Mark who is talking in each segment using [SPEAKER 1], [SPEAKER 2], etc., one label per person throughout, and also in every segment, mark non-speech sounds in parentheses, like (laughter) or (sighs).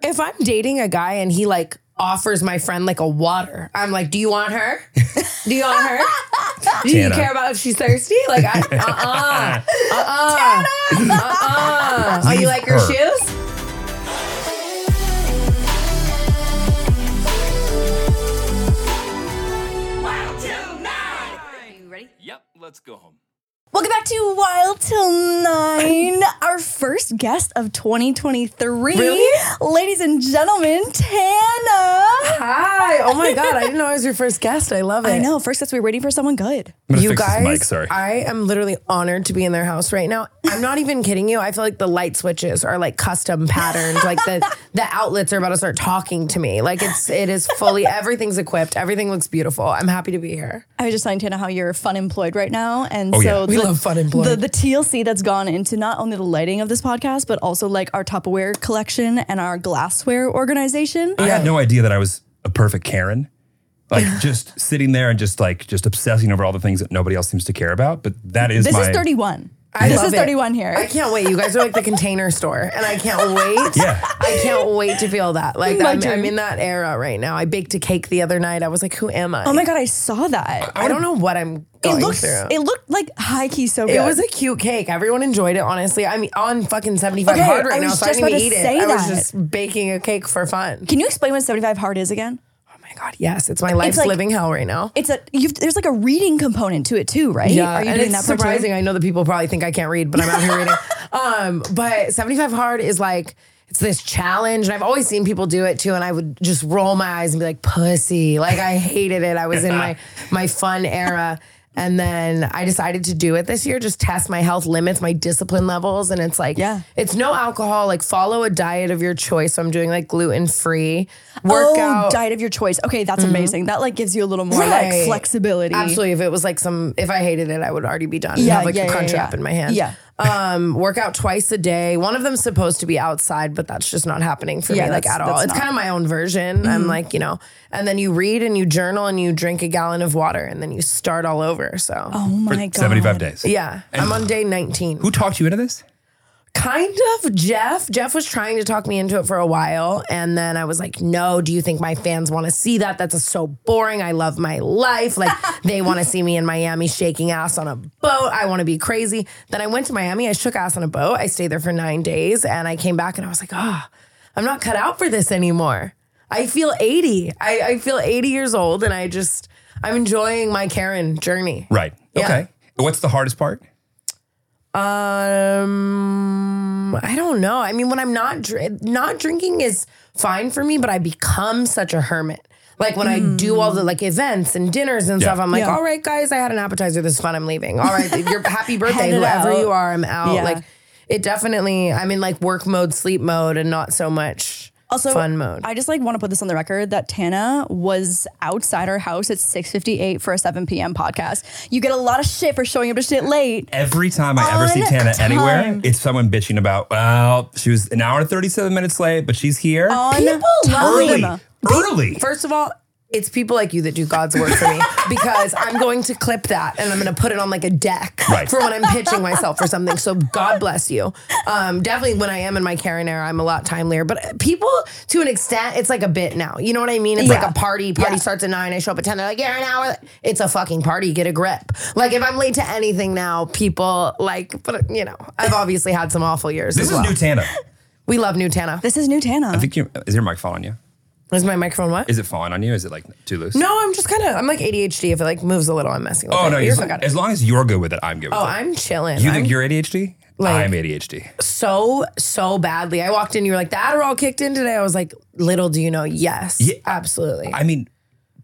[SPEAKER 1] if I'm dating a guy and he like offers my friend like a water, I'm like, do you want her? (laughs) Do you want her? Do you
[SPEAKER 2] Tana.
[SPEAKER 1] care about if she's thirsty? Like, I, uh-uh, uh-uh, uh-uh.
[SPEAKER 2] (laughs)
[SPEAKER 1] Oh, you
[SPEAKER 2] Leave
[SPEAKER 1] like your
[SPEAKER 2] her.
[SPEAKER 1] shoes?
[SPEAKER 3] Yep, let's go home.
[SPEAKER 4] Welcome back to Wild Till
[SPEAKER 1] (laughs)
[SPEAKER 4] Nine, our first guest of 2023.
[SPEAKER 1] Really?
[SPEAKER 4] Ladies and gentlemen, Tana.
[SPEAKER 1] Hi. Oh my God. I didn't know I was your first guest. I love it.
[SPEAKER 4] I know, first guest, we were waiting for someone good.
[SPEAKER 2] I'm gonna
[SPEAKER 1] You
[SPEAKER 2] fix this
[SPEAKER 1] guys,
[SPEAKER 2] mic, sorry.
[SPEAKER 1] I am literally honored to be in their house right now. I'm not even kidding you. I feel like the light switches are like custom patterned. like
[SPEAKER 2] (laughs)
[SPEAKER 1] the the outlets are about to start talking to me. Like it's it is fully everything's equipped. Everything looks beautiful. I'm happy to be here.
[SPEAKER 4] I was just telling Tana how you're fun employed right now. And
[SPEAKER 2] Oh,
[SPEAKER 4] so
[SPEAKER 2] yeah.
[SPEAKER 1] We love fun employed.
[SPEAKER 4] The, the TLC that's gone into not only the lighting of this podcast, but also like our Tupperware collection and our glassware organization.
[SPEAKER 1] Oh,
[SPEAKER 2] I had no idea that I was a perfect Karen. Like
[SPEAKER 1] (laughs)
[SPEAKER 2] just sitting there and just like just obsessing over all the things that nobody else seems to care about. But that is
[SPEAKER 4] This
[SPEAKER 2] my
[SPEAKER 4] is 31.
[SPEAKER 1] I
[SPEAKER 4] this
[SPEAKER 1] love
[SPEAKER 4] is
[SPEAKER 1] it.
[SPEAKER 4] 31 here.
[SPEAKER 1] I can't wait. You guys are like the container store, and I can't wait. (laughs)
[SPEAKER 2] (laughs) Yeah.
[SPEAKER 1] I can't wait to feel that. Like
[SPEAKER 4] My
[SPEAKER 1] I'm,
[SPEAKER 4] dream.
[SPEAKER 1] I'm in that era right now. I baked a cake the other night. I was like, who am I?
[SPEAKER 4] oh my God, I saw that.
[SPEAKER 1] I don't know what I'm
[SPEAKER 4] It
[SPEAKER 1] going
[SPEAKER 4] looks,
[SPEAKER 1] through.
[SPEAKER 4] it looked like high key so good.
[SPEAKER 1] It was a cute cake. Everyone enjoyed it. Honestly, I'm on fucking 75
[SPEAKER 4] Okay,
[SPEAKER 1] hard
[SPEAKER 4] I
[SPEAKER 1] right now,
[SPEAKER 4] was
[SPEAKER 1] so I
[SPEAKER 4] just
[SPEAKER 1] didn't even
[SPEAKER 4] about
[SPEAKER 1] eat
[SPEAKER 4] to
[SPEAKER 1] it.
[SPEAKER 4] say
[SPEAKER 1] I was
[SPEAKER 4] that.
[SPEAKER 1] just baking a cake for fun.
[SPEAKER 4] Can you explain what 75 hard is again?
[SPEAKER 1] Oh my god, yes, it's my life's
[SPEAKER 4] like-
[SPEAKER 1] living hell right now.
[SPEAKER 4] It's a you've there's like a reading component to it too, right?
[SPEAKER 1] Yeah,
[SPEAKER 4] Are you
[SPEAKER 1] and
[SPEAKER 4] doing
[SPEAKER 1] it's
[SPEAKER 4] that part too?
[SPEAKER 1] surprising. I know that people probably think I can't read, but I'm out here
[SPEAKER 4] (laughs)
[SPEAKER 1] reading. Um, but 75 hard is like it's this challenge, and I've always seen people do it too. And I would just roll my eyes and be like, "Pussy!" Like I hated it. I was in
[SPEAKER 4] (laughs)
[SPEAKER 1] my my fun era. And then I decided to do it this year, just test my health limits, my discipline levels. And it's like,
[SPEAKER 4] Yeah.
[SPEAKER 1] it's no alcohol. Like, follow a diet of your choice. So I'm doing like gluten free
[SPEAKER 4] Oh,
[SPEAKER 1] workout. Mm-hmm.
[SPEAKER 4] diet of your choice. Okay, that's amazing. That like gives you a little more
[SPEAKER 1] Right.
[SPEAKER 4] like flexibility.
[SPEAKER 1] Absolutely. If it was like some, if I hated it, I would already be done.
[SPEAKER 4] Yeah,
[SPEAKER 1] Yeah, have like
[SPEAKER 4] yeah,
[SPEAKER 1] a
[SPEAKER 4] yeah,
[SPEAKER 1] crunch
[SPEAKER 4] yeah.
[SPEAKER 1] wrap in my hand.
[SPEAKER 4] Yeah.
[SPEAKER 1] Um, work out twice a day. One of them's supposed to be outside, but that's just not happening for
[SPEAKER 4] Yeah,
[SPEAKER 1] me like
[SPEAKER 4] that's-
[SPEAKER 1] at all.
[SPEAKER 4] that's
[SPEAKER 1] It's
[SPEAKER 4] not-
[SPEAKER 1] kind
[SPEAKER 4] Mm-hmm.
[SPEAKER 1] of my own version. I'm like, you know, and then you read and you journal and you drink a gallon of water and then you start all over. So
[SPEAKER 4] Oh
[SPEAKER 2] for
[SPEAKER 4] my god.
[SPEAKER 2] 75 days.
[SPEAKER 1] yeah, I'm on day 19.
[SPEAKER 2] Who talked you into this?
[SPEAKER 1] Kind of Jeff. Jeff was trying to talk me into it for a while. And then I was like, no, do you think my fans want to see that? That's so boring. I love my life. Like, they want to see me in Miami shaking ass on a boat. I want to be crazy. Then I went to Miami. I shook ass on a boat. I stayed there for nine days and I came back and I was like, ah, I'm not cut out for this anymore. I feel 80. I, I feel 80 years old and I just, I'm enjoying my Karen journey.
[SPEAKER 2] Right.
[SPEAKER 1] Yeah.
[SPEAKER 2] Okay. What's the hardest part?
[SPEAKER 1] Um, I don't know. I mean, when I'm not dr- not drinking is fine for me, but I become such a hermit. Like when I do all the like events and dinners and stuff,
[SPEAKER 2] Yeah.
[SPEAKER 1] I'm like,
[SPEAKER 4] Yeah.
[SPEAKER 1] all right, guys, I had an appetizer. This is fun. I'm leaving. All
[SPEAKER 4] (laughs)
[SPEAKER 1] right, your happy birthday,
[SPEAKER 4] Headed
[SPEAKER 1] whoever
[SPEAKER 4] out.
[SPEAKER 1] you are. I'm out.
[SPEAKER 4] Yeah.
[SPEAKER 1] Like it definitely. I'm in like work mode, sleep mode, and not so much
[SPEAKER 4] Also,
[SPEAKER 1] fun mode.
[SPEAKER 4] I just like want to put this on the record that Tana was outside our house at 6:58 for a 7 p.m. podcast. You get a lot of shit for showing up to shit late.
[SPEAKER 2] Every time I
[SPEAKER 4] All
[SPEAKER 2] ever see
[SPEAKER 4] the
[SPEAKER 2] Tana
[SPEAKER 4] time.
[SPEAKER 2] anywhere, it's someone bitching about, well, she was an hour and 37 minutes late, but she's here.
[SPEAKER 1] People
[SPEAKER 4] love
[SPEAKER 2] early.
[SPEAKER 4] him.
[SPEAKER 2] Early.
[SPEAKER 1] First of all, it's people like you that do God's work
[SPEAKER 2] (laughs)
[SPEAKER 1] for me because I'm going to clip that and I'm going to put it on like a deck
[SPEAKER 2] Right.
[SPEAKER 1] for when I'm pitching myself for something. So God bless you. Um, definitely when I am in my Karen era, I'm a lot timelier. But people, to an extent, it's like a bit now. You know what I mean? It's
[SPEAKER 4] Yeah.
[SPEAKER 1] like a party. Party
[SPEAKER 4] Yeah.
[SPEAKER 1] starts at nine. I show up at ten. They're like, yeah, an hour. It's a fucking party. Get a grip. Like if I'm late to anything now, people like, but you know, I've obviously had some awful years
[SPEAKER 2] This
[SPEAKER 1] as
[SPEAKER 2] is
[SPEAKER 1] well.
[SPEAKER 2] new Tana.
[SPEAKER 1] we love new Tana.
[SPEAKER 4] This is new Tana.
[SPEAKER 2] I think you, is your mic falling on you?
[SPEAKER 1] Is my microphone what?
[SPEAKER 2] Is it falling on you? Is it like too loose?
[SPEAKER 1] No, I'm just kind of. I'm like ADHD. If it like moves a little, I'm messing with
[SPEAKER 2] Oh,
[SPEAKER 1] it.
[SPEAKER 2] no.
[SPEAKER 1] You're
[SPEAKER 2] As,
[SPEAKER 1] so good.
[SPEAKER 2] as long as you're good with it, I'm good with
[SPEAKER 1] Oh,
[SPEAKER 2] it.
[SPEAKER 1] I'm chilling.
[SPEAKER 2] you
[SPEAKER 1] I'm
[SPEAKER 2] think you're ADHD?
[SPEAKER 1] Like-
[SPEAKER 2] I'm ADHD.
[SPEAKER 1] so so badly. I walked in. You were like the Adderall kicked in today. I was like, little do you know. Yes,
[SPEAKER 2] Yeah.
[SPEAKER 1] absolutely.
[SPEAKER 2] I mean,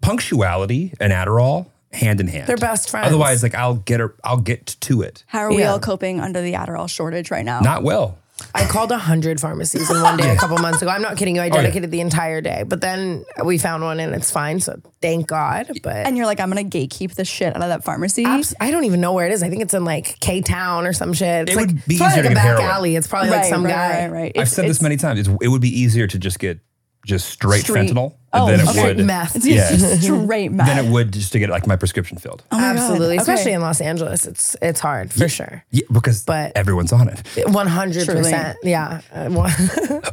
[SPEAKER 2] punctuality and Adderall hand in hand.
[SPEAKER 1] They're best friends.
[SPEAKER 2] Otherwise, like I'll get her, I'll get to it.
[SPEAKER 4] How are we
[SPEAKER 1] Yeah.
[SPEAKER 4] all coping under the Adderall shortage right now?
[SPEAKER 2] Not well.
[SPEAKER 1] I called a hundred pharmacies in one day a couple months ago. I'm not kidding you. I
[SPEAKER 2] Oh, yeah.
[SPEAKER 1] dedicated the entire day, but then we found one and it's fine. So thank God. But
[SPEAKER 4] and you're like, I'm gonna gatekeep the shit out of that pharmacy.
[SPEAKER 1] abs- I don't even know where it is. I think it's in like K Town or some shit. It's
[SPEAKER 2] It
[SPEAKER 1] like,
[SPEAKER 2] would be
[SPEAKER 1] it's probably like
[SPEAKER 2] easier to
[SPEAKER 1] a
[SPEAKER 2] get
[SPEAKER 1] back
[SPEAKER 2] heroin.
[SPEAKER 1] alley. It's probably
[SPEAKER 4] right,
[SPEAKER 1] like some
[SPEAKER 4] right,
[SPEAKER 1] guy.
[SPEAKER 4] Right, right.
[SPEAKER 2] I've
[SPEAKER 4] It's-
[SPEAKER 2] said this
[SPEAKER 4] it's
[SPEAKER 2] many times. It's, it would be easier to just get just straight
[SPEAKER 4] street.
[SPEAKER 2] fentanyl.
[SPEAKER 4] Oh Oh,
[SPEAKER 2] than it
[SPEAKER 4] okay.
[SPEAKER 2] would.
[SPEAKER 1] Meth.
[SPEAKER 4] (laughs)
[SPEAKER 2] Yes.
[SPEAKER 4] Straight mad.
[SPEAKER 2] than it would just to get like my prescription filled.
[SPEAKER 1] Oh, Absolutely,
[SPEAKER 4] Oh Okay.
[SPEAKER 1] especially in Los Angeles, it's it's hard for sure.
[SPEAKER 2] Yeah, because
[SPEAKER 1] But-
[SPEAKER 2] everyone's on it.
[SPEAKER 1] One hundred percent,
[SPEAKER 4] (laughs)
[SPEAKER 1] yeah. Uh, one-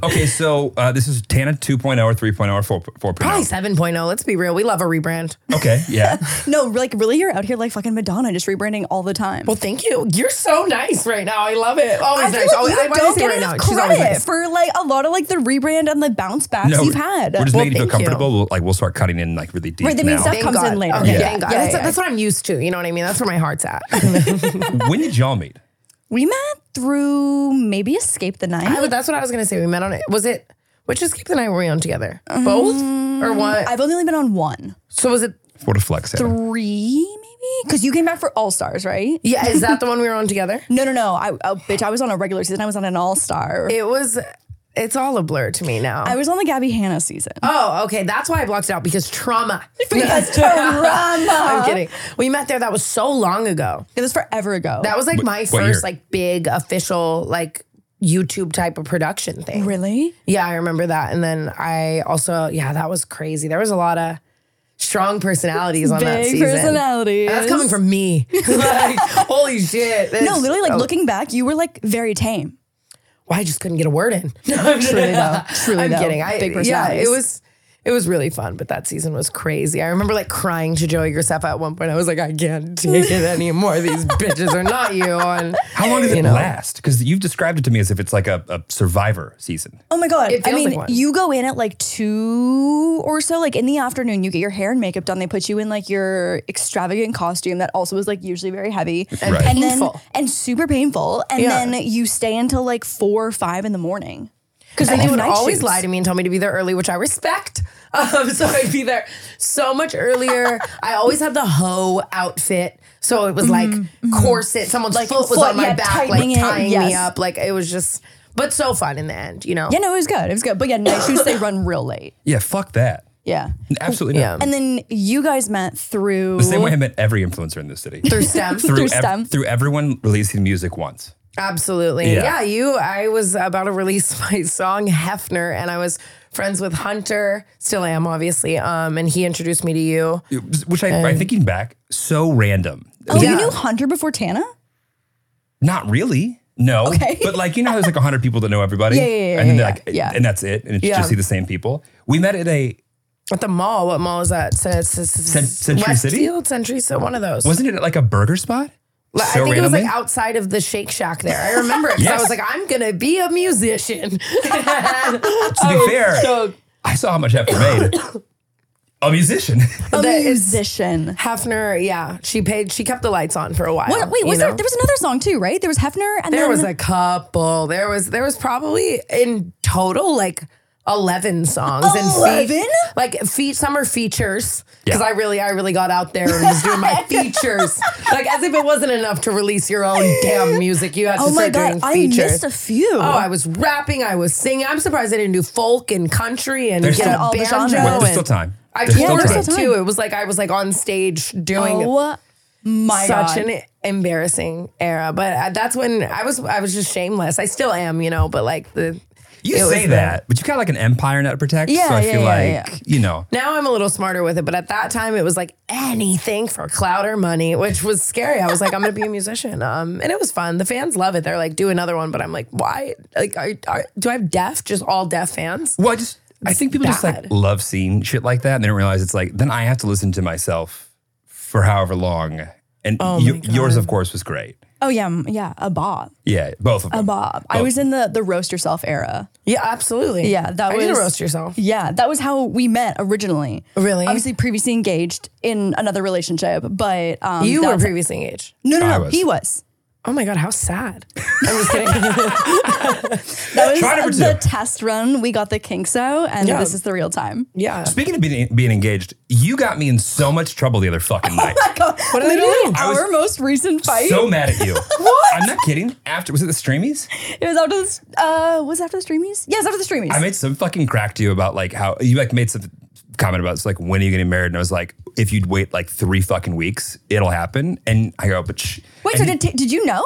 [SPEAKER 2] Okay, so uh, this is Tana 2.0 or 3.0 or 4, 4.0.
[SPEAKER 1] Probably seven oh. Let's be real, we love a rebrand.
[SPEAKER 2] oh.
[SPEAKER 4] Oh.
[SPEAKER 2] Okay, yeah.
[SPEAKER 4] no, like really, you're out here like fucking Madonna, just rebranding all the time.
[SPEAKER 1] Well, thank you. You're so nice right now. I love it. Always nice.
[SPEAKER 4] like
[SPEAKER 1] always,
[SPEAKER 4] you
[SPEAKER 1] I wanna
[SPEAKER 4] don't
[SPEAKER 1] say
[SPEAKER 4] get
[SPEAKER 1] right
[SPEAKER 4] enough
[SPEAKER 1] now, she's always
[SPEAKER 4] credit
[SPEAKER 1] nice.
[SPEAKER 4] for like a lot of like the rebrand and the bounce backs
[SPEAKER 2] No,
[SPEAKER 4] you've had.
[SPEAKER 2] We're just
[SPEAKER 1] Well,
[SPEAKER 2] making
[SPEAKER 1] thank
[SPEAKER 2] you feel
[SPEAKER 1] you.
[SPEAKER 2] comfortable. We'll, like we'll start cutting in like really deep
[SPEAKER 4] Right, that
[SPEAKER 2] now.
[SPEAKER 4] means that
[SPEAKER 1] Thank
[SPEAKER 4] comes
[SPEAKER 1] God.
[SPEAKER 4] in later.
[SPEAKER 1] Okay,
[SPEAKER 4] Yeah.
[SPEAKER 1] thank God.
[SPEAKER 4] Yeah,
[SPEAKER 1] that's,
[SPEAKER 4] yeah,
[SPEAKER 1] that's what I'm used to. You know what I mean? That's where my heart's
[SPEAKER 4] (laughs)
[SPEAKER 1] at.
[SPEAKER 2] when did y'all meet?
[SPEAKER 4] we met through maybe Escape the Night.
[SPEAKER 1] I would- that's what I was gonna say. We met on it. Was it which is Keith and I were we on together? Both or
[SPEAKER 4] Um,
[SPEAKER 1] one?
[SPEAKER 4] I've only only been on one,
[SPEAKER 1] so was it?
[SPEAKER 2] What a flex. Hannah.
[SPEAKER 4] three maybe, because you came back for All Stars, right?
[SPEAKER 1] Yeah, is that the one we were on
[SPEAKER 4] (laughs)
[SPEAKER 1] together?
[SPEAKER 4] No, no, no. I oh, bitch, I was on a regular season. I was on an All Star.
[SPEAKER 1] It was. It's all a blur to me now.
[SPEAKER 4] I was on the Gabby Hanna season.
[SPEAKER 1] oh, okay. That's why I blocked it out because trauma. (laughs)
[SPEAKER 4] Because drama.
[SPEAKER 1] I'm kidding. We met there. That was so long ago.
[SPEAKER 4] It was forever ago.
[SPEAKER 1] That was like my
[SPEAKER 2] what year?
[SPEAKER 1] first like big official like YouTube type of production thing.
[SPEAKER 4] really?
[SPEAKER 1] Yeah, I remember that. And then I also yeah, that was crazy. There was a lot of strong personalities on that
[SPEAKER 4] Big
[SPEAKER 1] season.
[SPEAKER 4] personalities.
[SPEAKER 1] And That's coming from me. (laughs) like, holy shit.
[SPEAKER 4] No, literally, like looking back, you were like
[SPEAKER 1] (laughs)
[SPEAKER 4] very tame.
[SPEAKER 1] Why I just couldn't get a word in.
[SPEAKER 4] Truly though. (laughs) Truly
[SPEAKER 1] I'm
[SPEAKER 4] though.
[SPEAKER 1] kidding. I,
[SPEAKER 4] Big
[SPEAKER 1] yeah,
[SPEAKER 4] personalities.
[SPEAKER 1] it was it was really fun, but that season was crazy. I remember like crying to Joey Graceffa at one point. I was like, I can't take it anymore. These (laughs) bitches are not you. And
[SPEAKER 2] How long does it
[SPEAKER 1] you know.
[SPEAKER 2] last? Because you've described it to me as if it's like a, a survivor season.
[SPEAKER 4] Oh my god!
[SPEAKER 1] It
[SPEAKER 4] I
[SPEAKER 1] feels
[SPEAKER 4] mean,
[SPEAKER 1] like one.
[SPEAKER 4] you go in at like two or so, like in the afternoon. You get your hair and makeup done. They put you in like your extravagant costume that also is like usually very heavy and
[SPEAKER 1] painful.
[SPEAKER 4] then, and super painful. And
[SPEAKER 1] Yeah.
[SPEAKER 4] then you stay until like four or five in the morning because
[SPEAKER 1] And they would always lie to me and tell me to be there early, which I respect. (laughs) Um, so I'd be there so much earlier. I always had the hoe outfit. So it was like corset. Someone's
[SPEAKER 4] Mm-hmm. Like,
[SPEAKER 1] foot was
[SPEAKER 4] foot,
[SPEAKER 1] on my
[SPEAKER 4] yeah,
[SPEAKER 1] back,
[SPEAKER 4] tightening
[SPEAKER 1] like
[SPEAKER 4] it,
[SPEAKER 1] tying me
[SPEAKER 4] yes.
[SPEAKER 1] up. Like it was just, but so fun in the end, you know?
[SPEAKER 4] Yeah, no, it was good. It was good. But yeah, night
[SPEAKER 1] (coughs)
[SPEAKER 4] shoots they run real late.
[SPEAKER 2] Yeah, fuck that.
[SPEAKER 4] Yeah,
[SPEAKER 1] Mm.
[SPEAKER 2] Absolutely not.
[SPEAKER 4] and then you guys met through.
[SPEAKER 2] The same way I met every influencer in this city.
[SPEAKER 1] Through STEM.
[SPEAKER 4] (laughs)
[SPEAKER 2] through, ev-
[SPEAKER 4] STEM.
[SPEAKER 2] through everyone releasing music once.
[SPEAKER 1] Absolutely.
[SPEAKER 2] Yeah.
[SPEAKER 1] Yeah. you I was about to release (laughs) my song Hefner and I was friends with Hunter, still am obviously. Um and he introduced me to you.
[SPEAKER 2] It was- Which I, I'm thinking back, so random.
[SPEAKER 4] Oh,
[SPEAKER 1] Yeah.
[SPEAKER 4] you knew Hunter before Tana?
[SPEAKER 2] Not really. No. But like, you know, how there's like 100 people that know everybody.
[SPEAKER 4] yeah, yeah,
[SPEAKER 2] and then
[SPEAKER 4] yeah,
[SPEAKER 2] like,
[SPEAKER 4] yeah.
[SPEAKER 2] and that's it. And it's
[SPEAKER 1] Yeah.
[SPEAKER 2] just see the same people. We met at a,
[SPEAKER 1] At the mall. What mall is that? S- s- s-
[SPEAKER 2] Century City?
[SPEAKER 1] Westfield, Century, so one of those.
[SPEAKER 2] wasn't it at like a burger spot?
[SPEAKER 1] Like, I
[SPEAKER 2] so
[SPEAKER 1] think it was
[SPEAKER 2] randomly?
[SPEAKER 1] like outside of the Shake Shack there. I remember it. 'cause I
[SPEAKER 2] Yes.
[SPEAKER 1] was like, I'm gonna be a musician.
[SPEAKER 2] To be fair,
[SPEAKER 1] so
[SPEAKER 2] I saw how much effort made. a musician.
[SPEAKER 4] A
[SPEAKER 1] That is-
[SPEAKER 4] musician.
[SPEAKER 1] (laughs) Hefner, yeah. She paid she kept the lights on for a while.
[SPEAKER 4] What, wait,
[SPEAKER 1] you
[SPEAKER 4] was there?
[SPEAKER 1] know?
[SPEAKER 4] There was another song too, right? There was Hefner, and
[SPEAKER 1] There
[SPEAKER 4] then
[SPEAKER 1] was a couple. There was there was probably in total like eleven songs and feet,
[SPEAKER 4] 11?
[SPEAKER 1] like feet. Some are features because
[SPEAKER 2] Yeah.
[SPEAKER 1] I really I really got out there and was doing (laughs) my features like as if it wasn't enough to release your own damn music. You had
[SPEAKER 4] Oh
[SPEAKER 1] to
[SPEAKER 4] my
[SPEAKER 1] start
[SPEAKER 4] god, I
[SPEAKER 1] doing features.
[SPEAKER 4] missed a few.
[SPEAKER 1] Oh, I was rapping. I was singing. I'm surprised I didn't do folk and country and
[SPEAKER 2] There's
[SPEAKER 1] get a
[SPEAKER 2] still-
[SPEAKER 4] all the
[SPEAKER 1] banjo.
[SPEAKER 4] genres.
[SPEAKER 2] Well, there's
[SPEAKER 1] and-
[SPEAKER 2] still time.
[SPEAKER 1] I
[SPEAKER 2] There's still
[SPEAKER 1] toured
[SPEAKER 2] time.
[SPEAKER 1] it too. It was like I was like on stage doing
[SPEAKER 4] oh my
[SPEAKER 1] such
[SPEAKER 4] god.
[SPEAKER 1] an embarrassing era. But uh, that's when I was I was just shameless. I still am, you know. But like the
[SPEAKER 2] You
[SPEAKER 1] it was
[SPEAKER 2] say
[SPEAKER 1] the-
[SPEAKER 2] that, but you got like an empire now to protect.
[SPEAKER 4] Yeah,
[SPEAKER 2] so I
[SPEAKER 4] yeah,
[SPEAKER 2] feel
[SPEAKER 4] yeah,
[SPEAKER 2] like, you know,
[SPEAKER 1] Now I'm a little smarter with it, but at that time it was like anything for clout or money, which was scary. I was like, I'm gonna be a musician, um, and it was fun. The fans love it. They're like, do another one, but I'm like, why? Like, I, I, do I have deaf? Just all deaf fans?
[SPEAKER 2] well, I just, I think people just like
[SPEAKER 1] bad.
[SPEAKER 2] love seeing shit like that. And they don't realize it's like, then I have to listen to myself for however long. And yo- yours, of course, was great.
[SPEAKER 4] oh yeah, mm, yeah, a bob,
[SPEAKER 2] Yeah, both of them.
[SPEAKER 4] a bob. I
[SPEAKER 2] Both.
[SPEAKER 4] was in the the roast yourself era.
[SPEAKER 1] Yeah, absolutely.
[SPEAKER 4] Yeah, that
[SPEAKER 1] I did
[SPEAKER 4] was-
[SPEAKER 1] a roast yourself.
[SPEAKER 4] Yeah, that was how we met originally.
[SPEAKER 1] Really?
[SPEAKER 4] Obviously, previously engaged in another relationship, but um,
[SPEAKER 1] You
[SPEAKER 4] that
[SPEAKER 1] were
[SPEAKER 4] was-
[SPEAKER 1] previously engaged.
[SPEAKER 4] no, no,
[SPEAKER 2] I
[SPEAKER 4] no.
[SPEAKER 2] was.
[SPEAKER 4] He was.
[SPEAKER 1] Oh my god, how sad. I'm just
[SPEAKER 4] (laughs)
[SPEAKER 1] kidding.
[SPEAKER 4] That was
[SPEAKER 2] Try number
[SPEAKER 4] the
[SPEAKER 2] two.
[SPEAKER 4] test run. We got the kinks out, and
[SPEAKER 1] Yeah.
[SPEAKER 4] this is the real time.
[SPEAKER 1] yeah.
[SPEAKER 2] Speaking of being, being engaged, you got me in so much trouble the other fucking night.
[SPEAKER 4] What
[SPEAKER 1] did I
[SPEAKER 4] Literally,
[SPEAKER 1] do?
[SPEAKER 2] I was
[SPEAKER 4] our most recent fight.
[SPEAKER 2] so mad at you. what? I'm not kidding. After, was it the Streamies?
[SPEAKER 4] it was after this. Uh, was it after the streamies? Yeah, it was after the streamies.
[SPEAKER 2] I made some fucking crack to you about like how you like made some comment about it's like when are you getting married and I was like if you'd wait like three fucking weeks it'll happen and I go but shh.
[SPEAKER 4] Wait, so
[SPEAKER 2] And-
[SPEAKER 4] did, did you know?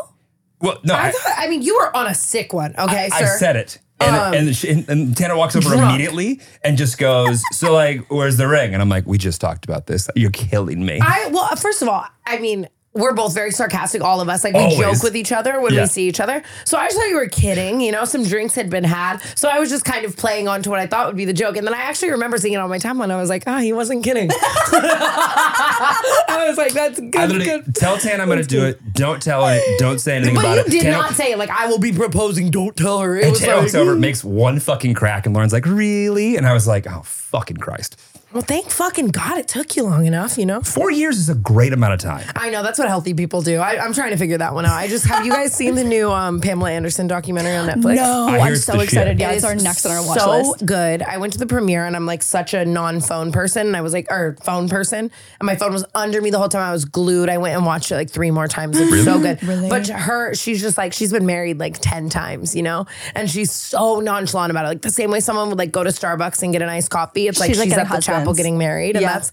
[SPEAKER 2] well no I,
[SPEAKER 1] I, thought, I mean, you were on a sick one, okay,
[SPEAKER 2] I
[SPEAKER 1] sir. Um,
[SPEAKER 2] said it And, and, she, and, and Tana walks over
[SPEAKER 1] Drunk.
[SPEAKER 2] immediately and just goes, So, like, where's the ring? And I'm like, We just talked about this. You're killing me.
[SPEAKER 1] I well, uh, first of all, I mean, we're both very sarcastic, all of us. Like we
[SPEAKER 2] Always.
[SPEAKER 1] joke with each other when
[SPEAKER 2] Yeah.
[SPEAKER 1] we see each other. So I just thought you were kidding. You know, some drinks had been had. So I was just kind of playing on to what I thought would be the joke. And then I actually remember seeing it on my timeline. I was like, ah, he wasn't kidding. (laughs) I was like, that's
[SPEAKER 2] I
[SPEAKER 1] good.
[SPEAKER 2] literally
[SPEAKER 1] good.
[SPEAKER 2] tell Tana I'm going to do it. Don't tell it. Don't say anything
[SPEAKER 1] But
[SPEAKER 2] about
[SPEAKER 1] you
[SPEAKER 2] it.
[SPEAKER 1] did
[SPEAKER 2] Tana,
[SPEAKER 1] not say like I will be proposing. Don't tell her. It
[SPEAKER 2] and
[SPEAKER 1] was
[SPEAKER 2] Tana
[SPEAKER 1] like, "Hmm, "Mm."
[SPEAKER 2] walks over, makes one fucking crack, and Lauren's like, Really? And I was like, Oh, fucking Christ.
[SPEAKER 1] well, thank fucking God it took you long enough. You know.
[SPEAKER 2] Four years is a great amount of time.
[SPEAKER 1] I know that's what healthy people do. I, I'm trying to figure that one out. I just have you guys seen the new um, Pamela Anderson documentary on Netflix?
[SPEAKER 4] No,
[SPEAKER 2] I hear
[SPEAKER 4] I'm
[SPEAKER 2] it's
[SPEAKER 4] so
[SPEAKER 2] the
[SPEAKER 4] excited.
[SPEAKER 2] shit.
[SPEAKER 4] Yeah,
[SPEAKER 1] It
[SPEAKER 4] it's
[SPEAKER 1] is
[SPEAKER 4] our next on our watch
[SPEAKER 1] so
[SPEAKER 4] list.
[SPEAKER 1] good. I went to the premiere and I'm like such a non-phone person. And I was like, or phone person. And my phone was under me the whole time. I was glued. I went and watched it like three more times. It's so good. But her, she's just like, she's been married like 10 times, you know? And she's so nonchalant about it. Like the same way someone would like go to Starbucks and get an iced coffee. It's like
[SPEAKER 4] She's
[SPEAKER 1] she's,
[SPEAKER 4] like at
[SPEAKER 1] at,
[SPEAKER 4] her
[SPEAKER 1] the chapel
[SPEAKER 4] husband's.
[SPEAKER 1] getting married. And
[SPEAKER 4] Yeah.
[SPEAKER 1] that's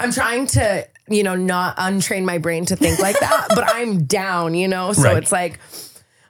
[SPEAKER 1] I'm trying to, you know, not untrain my brain to think like that, but I'm down, you know? So
[SPEAKER 2] Right.
[SPEAKER 1] it's like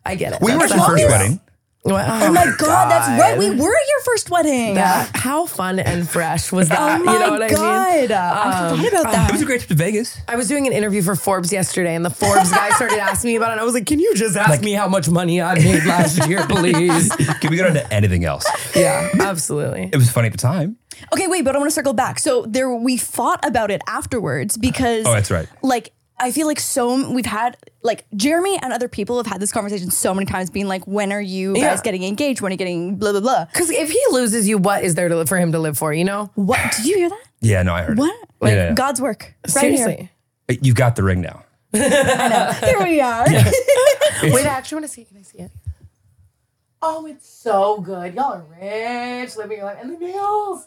[SPEAKER 1] I get it.
[SPEAKER 2] We were
[SPEAKER 1] That's
[SPEAKER 2] at your
[SPEAKER 1] how
[SPEAKER 2] first
[SPEAKER 1] it is.
[SPEAKER 2] wedding.
[SPEAKER 1] Well,
[SPEAKER 4] Oh my god, that's right. We were at your first wedding.
[SPEAKER 1] that. Uh, How fun and fresh (laughs) was
[SPEAKER 4] Oh
[SPEAKER 1] that?
[SPEAKER 4] my
[SPEAKER 1] you know what I mean? Um, uh-huh.
[SPEAKER 4] god, I forgot about
[SPEAKER 2] It was
[SPEAKER 4] that.
[SPEAKER 2] a great trip to Vegas.
[SPEAKER 1] (laughs) I was doing an interview for Forbes yesterday, and the Forbes guy started asking me about it. And I was like, "Can you just ask me how much money I (laughs) made last year, please?"
[SPEAKER 2] (laughs) Can we go on to anything else?
[SPEAKER 1] yeah, (laughs) absolutely.
[SPEAKER 2] It was funny at the time.
[SPEAKER 4] Okay, wait, but I want to circle back. So there, we fought about it afterwards because.
[SPEAKER 2] Oh, that's right.
[SPEAKER 4] Like. I feel like so m- we've had like Jeremy and other people have had this conversation so many times, being like, "When are you
[SPEAKER 1] Yeah.
[SPEAKER 4] guys getting engaged? When are you getting blah blah blah?"
[SPEAKER 1] Because if he loses you, what is there to live for him to live for? You know,
[SPEAKER 4] What did you hear that?
[SPEAKER 2] Yeah, no, I heard. it.
[SPEAKER 4] What? Like
[SPEAKER 2] yeah, yeah.
[SPEAKER 4] God's work, right
[SPEAKER 1] seriously.
[SPEAKER 2] You've got the ring now.
[SPEAKER 4] here. Here we are.
[SPEAKER 1] Wait, I actually want to see. it. Can I see it? Oh, it's so good. Y'all are rich, living your life, and the nails.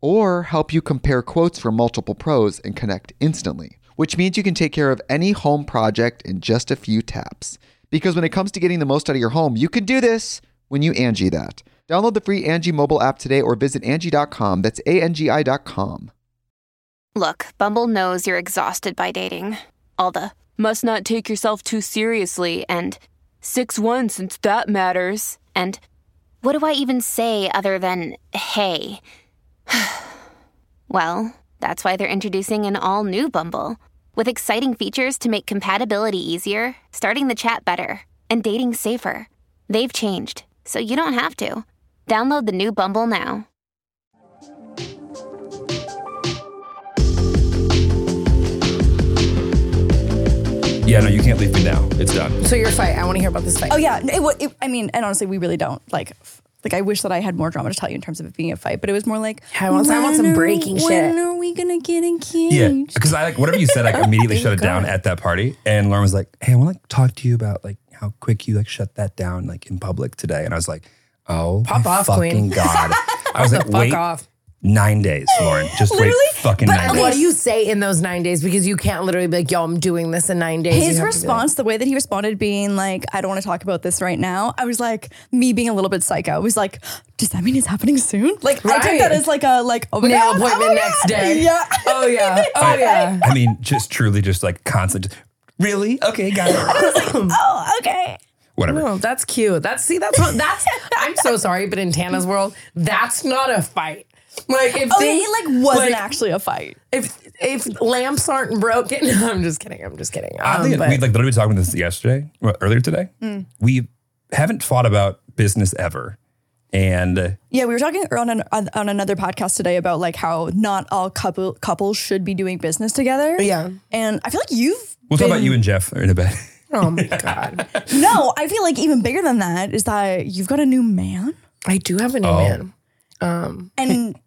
[SPEAKER 5] or help you compare quotes from multiple pros and connect instantly, which means you can take care of any home project in just a few taps. Because when it comes to getting the most out of your home, you can do this when you Angie that. Download the free Angie mobile app today or visit Angie.com. That's A-N-G-I dot com.
[SPEAKER 6] Look, Bumble knows you're exhausted by dating. All the must not take yourself too seriously and 6 1 since that matters. And what do I even say other than hey? (sighs) well, that's why they're introducing an all new Bumble with exciting features to make compatibility easier, starting the chat better, and dating safer. They've changed, so you don't have to. Download the new Bumble now.
[SPEAKER 2] Yeah, no, you can't leave me now. It's done.
[SPEAKER 1] So your fight. I want to hear about this fight.
[SPEAKER 4] Oh yeah, it, wa- it, I mean, and honestly, we really don't like. f- Like, I wish that I had more drama to tell you in terms of it being a fight, but it was more like,
[SPEAKER 1] Yeah, I want- I want some
[SPEAKER 4] when are-
[SPEAKER 1] breaking shit.
[SPEAKER 4] When are we gonna get engaged?
[SPEAKER 2] Yeah, because I like whatever you
[SPEAKER 1] (laughs)
[SPEAKER 2] said,
[SPEAKER 1] Oh
[SPEAKER 2] I immediately shut it down at that party. And Lauren was like, "Hey, I want to like, talk to you about like how quick you like shut that down like in public today." And I was like, "Oh,
[SPEAKER 1] Pop
[SPEAKER 2] my
[SPEAKER 1] off,
[SPEAKER 2] fucking
[SPEAKER 1] queen. (laughs)
[SPEAKER 2] god!" I was like,
[SPEAKER 1] fuck
[SPEAKER 2] "Wait,
[SPEAKER 1] off.
[SPEAKER 2] Nine days, Lauren. Just wait
[SPEAKER 4] Literally,
[SPEAKER 2] fucking
[SPEAKER 4] but
[SPEAKER 2] nine
[SPEAKER 4] okay,
[SPEAKER 1] What
[SPEAKER 2] days.
[SPEAKER 1] do you say in those nine days? Because you can't literally be like, yo, I'm doing this in nine days. You
[SPEAKER 4] His
[SPEAKER 1] have to be
[SPEAKER 4] response, the way that he responded, being like, I don't want to talk about this right now. I was like, me being a little bit psycho, I was like, does that mean it's happening soon? Like, I
[SPEAKER 1] Right.
[SPEAKER 4] took that as like a, like, oh my
[SPEAKER 1] Nail
[SPEAKER 4] God, oh
[SPEAKER 1] appointment
[SPEAKER 4] my
[SPEAKER 1] next
[SPEAKER 4] God.
[SPEAKER 1] day.
[SPEAKER 4] (laughs) Yeah.
[SPEAKER 1] (laughs) Oh
[SPEAKER 4] (laughs)
[SPEAKER 1] yeah. Oh yeah.
[SPEAKER 2] I mean, just truly, just like constant. Just, really? Okay,
[SPEAKER 1] (laughs)
[SPEAKER 2] got it.
[SPEAKER 4] oh, okay.
[SPEAKER 2] Whatever.
[SPEAKER 1] Oh, that's cute. That's see, that's what that's I'm so sorry, but in Tana's world, that's not a fight. Like if
[SPEAKER 4] Okay,
[SPEAKER 1] things-
[SPEAKER 4] it Oh, like wasn't
[SPEAKER 1] like,
[SPEAKER 4] actually a fight.
[SPEAKER 1] if if lamps aren't broken. (laughs) I'm just kidding. I'm just kidding.
[SPEAKER 2] I
[SPEAKER 1] Um,
[SPEAKER 2] think
[SPEAKER 1] but Mm.
[SPEAKER 2] we like literally talking about this yesterday, well, earlier today. We haven't fought about business ever, and
[SPEAKER 4] Yeah, we were talking on an, on, on another podcast today about like how not all couple couples should be doing business together.
[SPEAKER 1] Yeah.
[SPEAKER 4] and I feel like you've
[SPEAKER 2] we'll talk
[SPEAKER 4] been-
[SPEAKER 2] about you and Jeff in a bit.
[SPEAKER 1] oh my god,
[SPEAKER 4] No, I feel like even bigger than that is that you've got a new man,
[SPEAKER 1] I do have
[SPEAKER 2] Oh.
[SPEAKER 1] a new man. (laughs)
[SPEAKER 4] and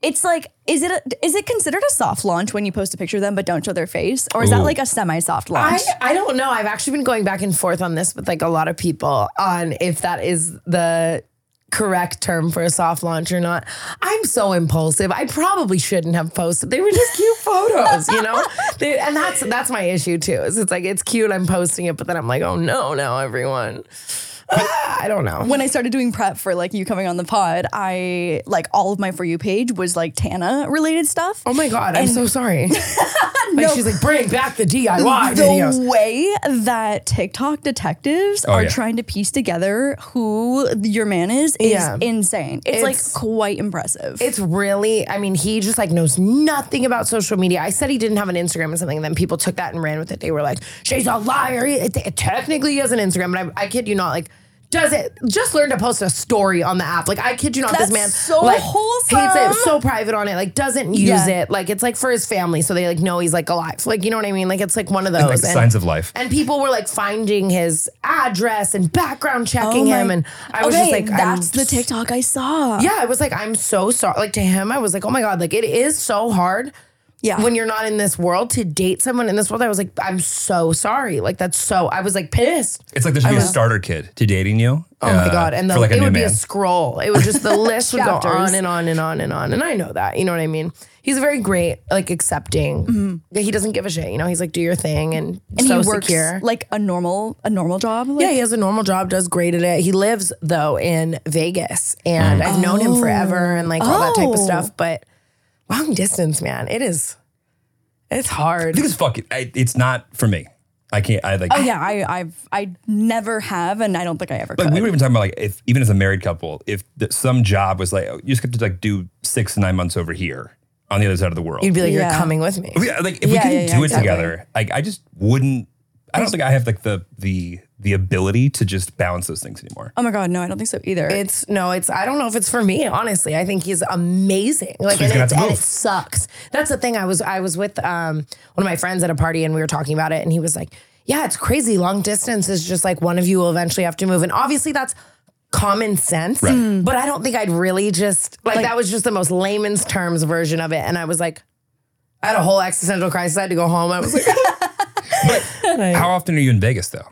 [SPEAKER 4] it's like, is it a, is it considered a soft launch when you post a picture of them but don't show their face, or is that
[SPEAKER 2] Ooh.
[SPEAKER 4] like a semi soft
[SPEAKER 1] I,
[SPEAKER 4] launch?
[SPEAKER 1] I don't know. I've actually been going back and forth on this with like a lot of people on if that is the correct term for a soft launch or not. I'm so impulsive. I probably shouldn't have posted. They were just cute photos, you
[SPEAKER 4] (laughs)
[SPEAKER 1] know? They, and that's that's my issue too. Is it's like it's cute, I'm posting it, but then I'm like, oh no, now everyone. Ah, (sighs) I don't know.
[SPEAKER 4] when I started doing prep for like you coming on the pod, I like all of my for you page was like Tana related stuff.
[SPEAKER 1] Oh my god, I'm so
[SPEAKER 4] (laughs)
[SPEAKER 1] sorry. like she's like, bring back the DIY
[SPEAKER 4] the
[SPEAKER 1] videos.
[SPEAKER 4] way that TikTok detectives are
[SPEAKER 2] Oh, yeah.
[SPEAKER 4] trying to piece together who your man is is
[SPEAKER 1] Yeah.
[SPEAKER 4] insane. It's,
[SPEAKER 1] It's-
[SPEAKER 4] like quite impressive.
[SPEAKER 1] It's really, I mean, he just like knows nothing about social media. I said he didn't have an Instagram or something, and then people took that and ran with it. They were like, she's a liar. It, it- technically, he has an Instagram, but I, I kid you not, like, does it just learn to post a story on the app? Like, I kid you not, this
[SPEAKER 4] That's
[SPEAKER 1] man
[SPEAKER 4] so
[SPEAKER 1] like, Hates
[SPEAKER 4] wholesome.
[SPEAKER 1] it, so private on it, like doesn't use
[SPEAKER 4] Yeah.
[SPEAKER 1] it. Like, it's like for his family, so they like know he's like alive. Like, you know what I mean? Like, it's like one of those
[SPEAKER 2] like
[SPEAKER 1] And-
[SPEAKER 2] signs of life.
[SPEAKER 1] And people were like finding his address and background checking
[SPEAKER 4] Oh my-
[SPEAKER 1] him, and I was just
[SPEAKER 4] Okay,
[SPEAKER 1] like, I'm
[SPEAKER 4] that's the TikTok I saw.
[SPEAKER 1] yeah, I was like, I'm so sorry. Like to him, I was like, oh my God, like it is so hard.
[SPEAKER 4] Yeah.
[SPEAKER 1] When you're not in this world to date someone in this world, I was like, I'm so sorry. Like that's so, I was like pissed.
[SPEAKER 2] It's like there should be a starter kid to dating you. uh,
[SPEAKER 1] Oh my God. And the,
[SPEAKER 2] for like a
[SPEAKER 1] it
[SPEAKER 2] new
[SPEAKER 1] would be
[SPEAKER 2] man.
[SPEAKER 1] a scroll. It would
[SPEAKER 2] (laughs)
[SPEAKER 1] just, the list would go
[SPEAKER 4] Chapters.
[SPEAKER 1] on and on and on and on. And I know that. You know what I mean? He's very great, like accepting. He doesn't give a shit. You know, he's like, do your thing and,
[SPEAKER 4] Mm-hmm. and
[SPEAKER 1] so
[SPEAKER 4] he works
[SPEAKER 1] secure.
[SPEAKER 4] like a normal a normal job. Like,
[SPEAKER 1] Yeah, he has a normal job, does great at it. He lives though in Vegas, and I've known him forever and like all that type of
[SPEAKER 4] Oh.
[SPEAKER 1] stuff. But long distance, man, it is. It's hard.
[SPEAKER 2] I think it's fucking. I, it's not for me. I can't. I like.
[SPEAKER 4] Oh yeah, I I've I never have, and I don't think I ever
[SPEAKER 2] Like
[SPEAKER 4] could.
[SPEAKER 2] we were even talking about like if even as a married couple, if th- some job was like oh, you just have to like do six nine months over here on the other side of the world.
[SPEAKER 1] You'd be like, you're
[SPEAKER 4] Yeah.
[SPEAKER 1] coming with me.
[SPEAKER 2] Yeah, like if
[SPEAKER 4] Yeah,
[SPEAKER 2] we
[SPEAKER 4] yeah,
[SPEAKER 2] couldn't
[SPEAKER 4] yeah,
[SPEAKER 2] do it
[SPEAKER 4] exactly.
[SPEAKER 2] together, like I just wouldn't. I don't think I have like the the the ability to just balance those things
[SPEAKER 4] (laughs)
[SPEAKER 2] anymore.
[SPEAKER 4] oh my god, no, I don't think so either.
[SPEAKER 1] It's no, it's I don't know if it's for me, honestly. I think he's amazing. Like
[SPEAKER 2] he's
[SPEAKER 1] and,
[SPEAKER 2] gonna
[SPEAKER 1] it's,
[SPEAKER 2] have
[SPEAKER 1] and
[SPEAKER 2] to
[SPEAKER 1] it
[SPEAKER 2] move.
[SPEAKER 1] sucks. That's the thing. I was I was with um one of my friends at a party and we were talking about it and he was like, Yeah, it's crazy. Long distance is just like one of you will eventually have to move. And obviously that's common sense. But I don't think I'd really just like, that was just the most layman's terms version of it. And I was like, I had a whole existential crisis. I had to go home. I was like,
[SPEAKER 2] How often are you in Vegas though?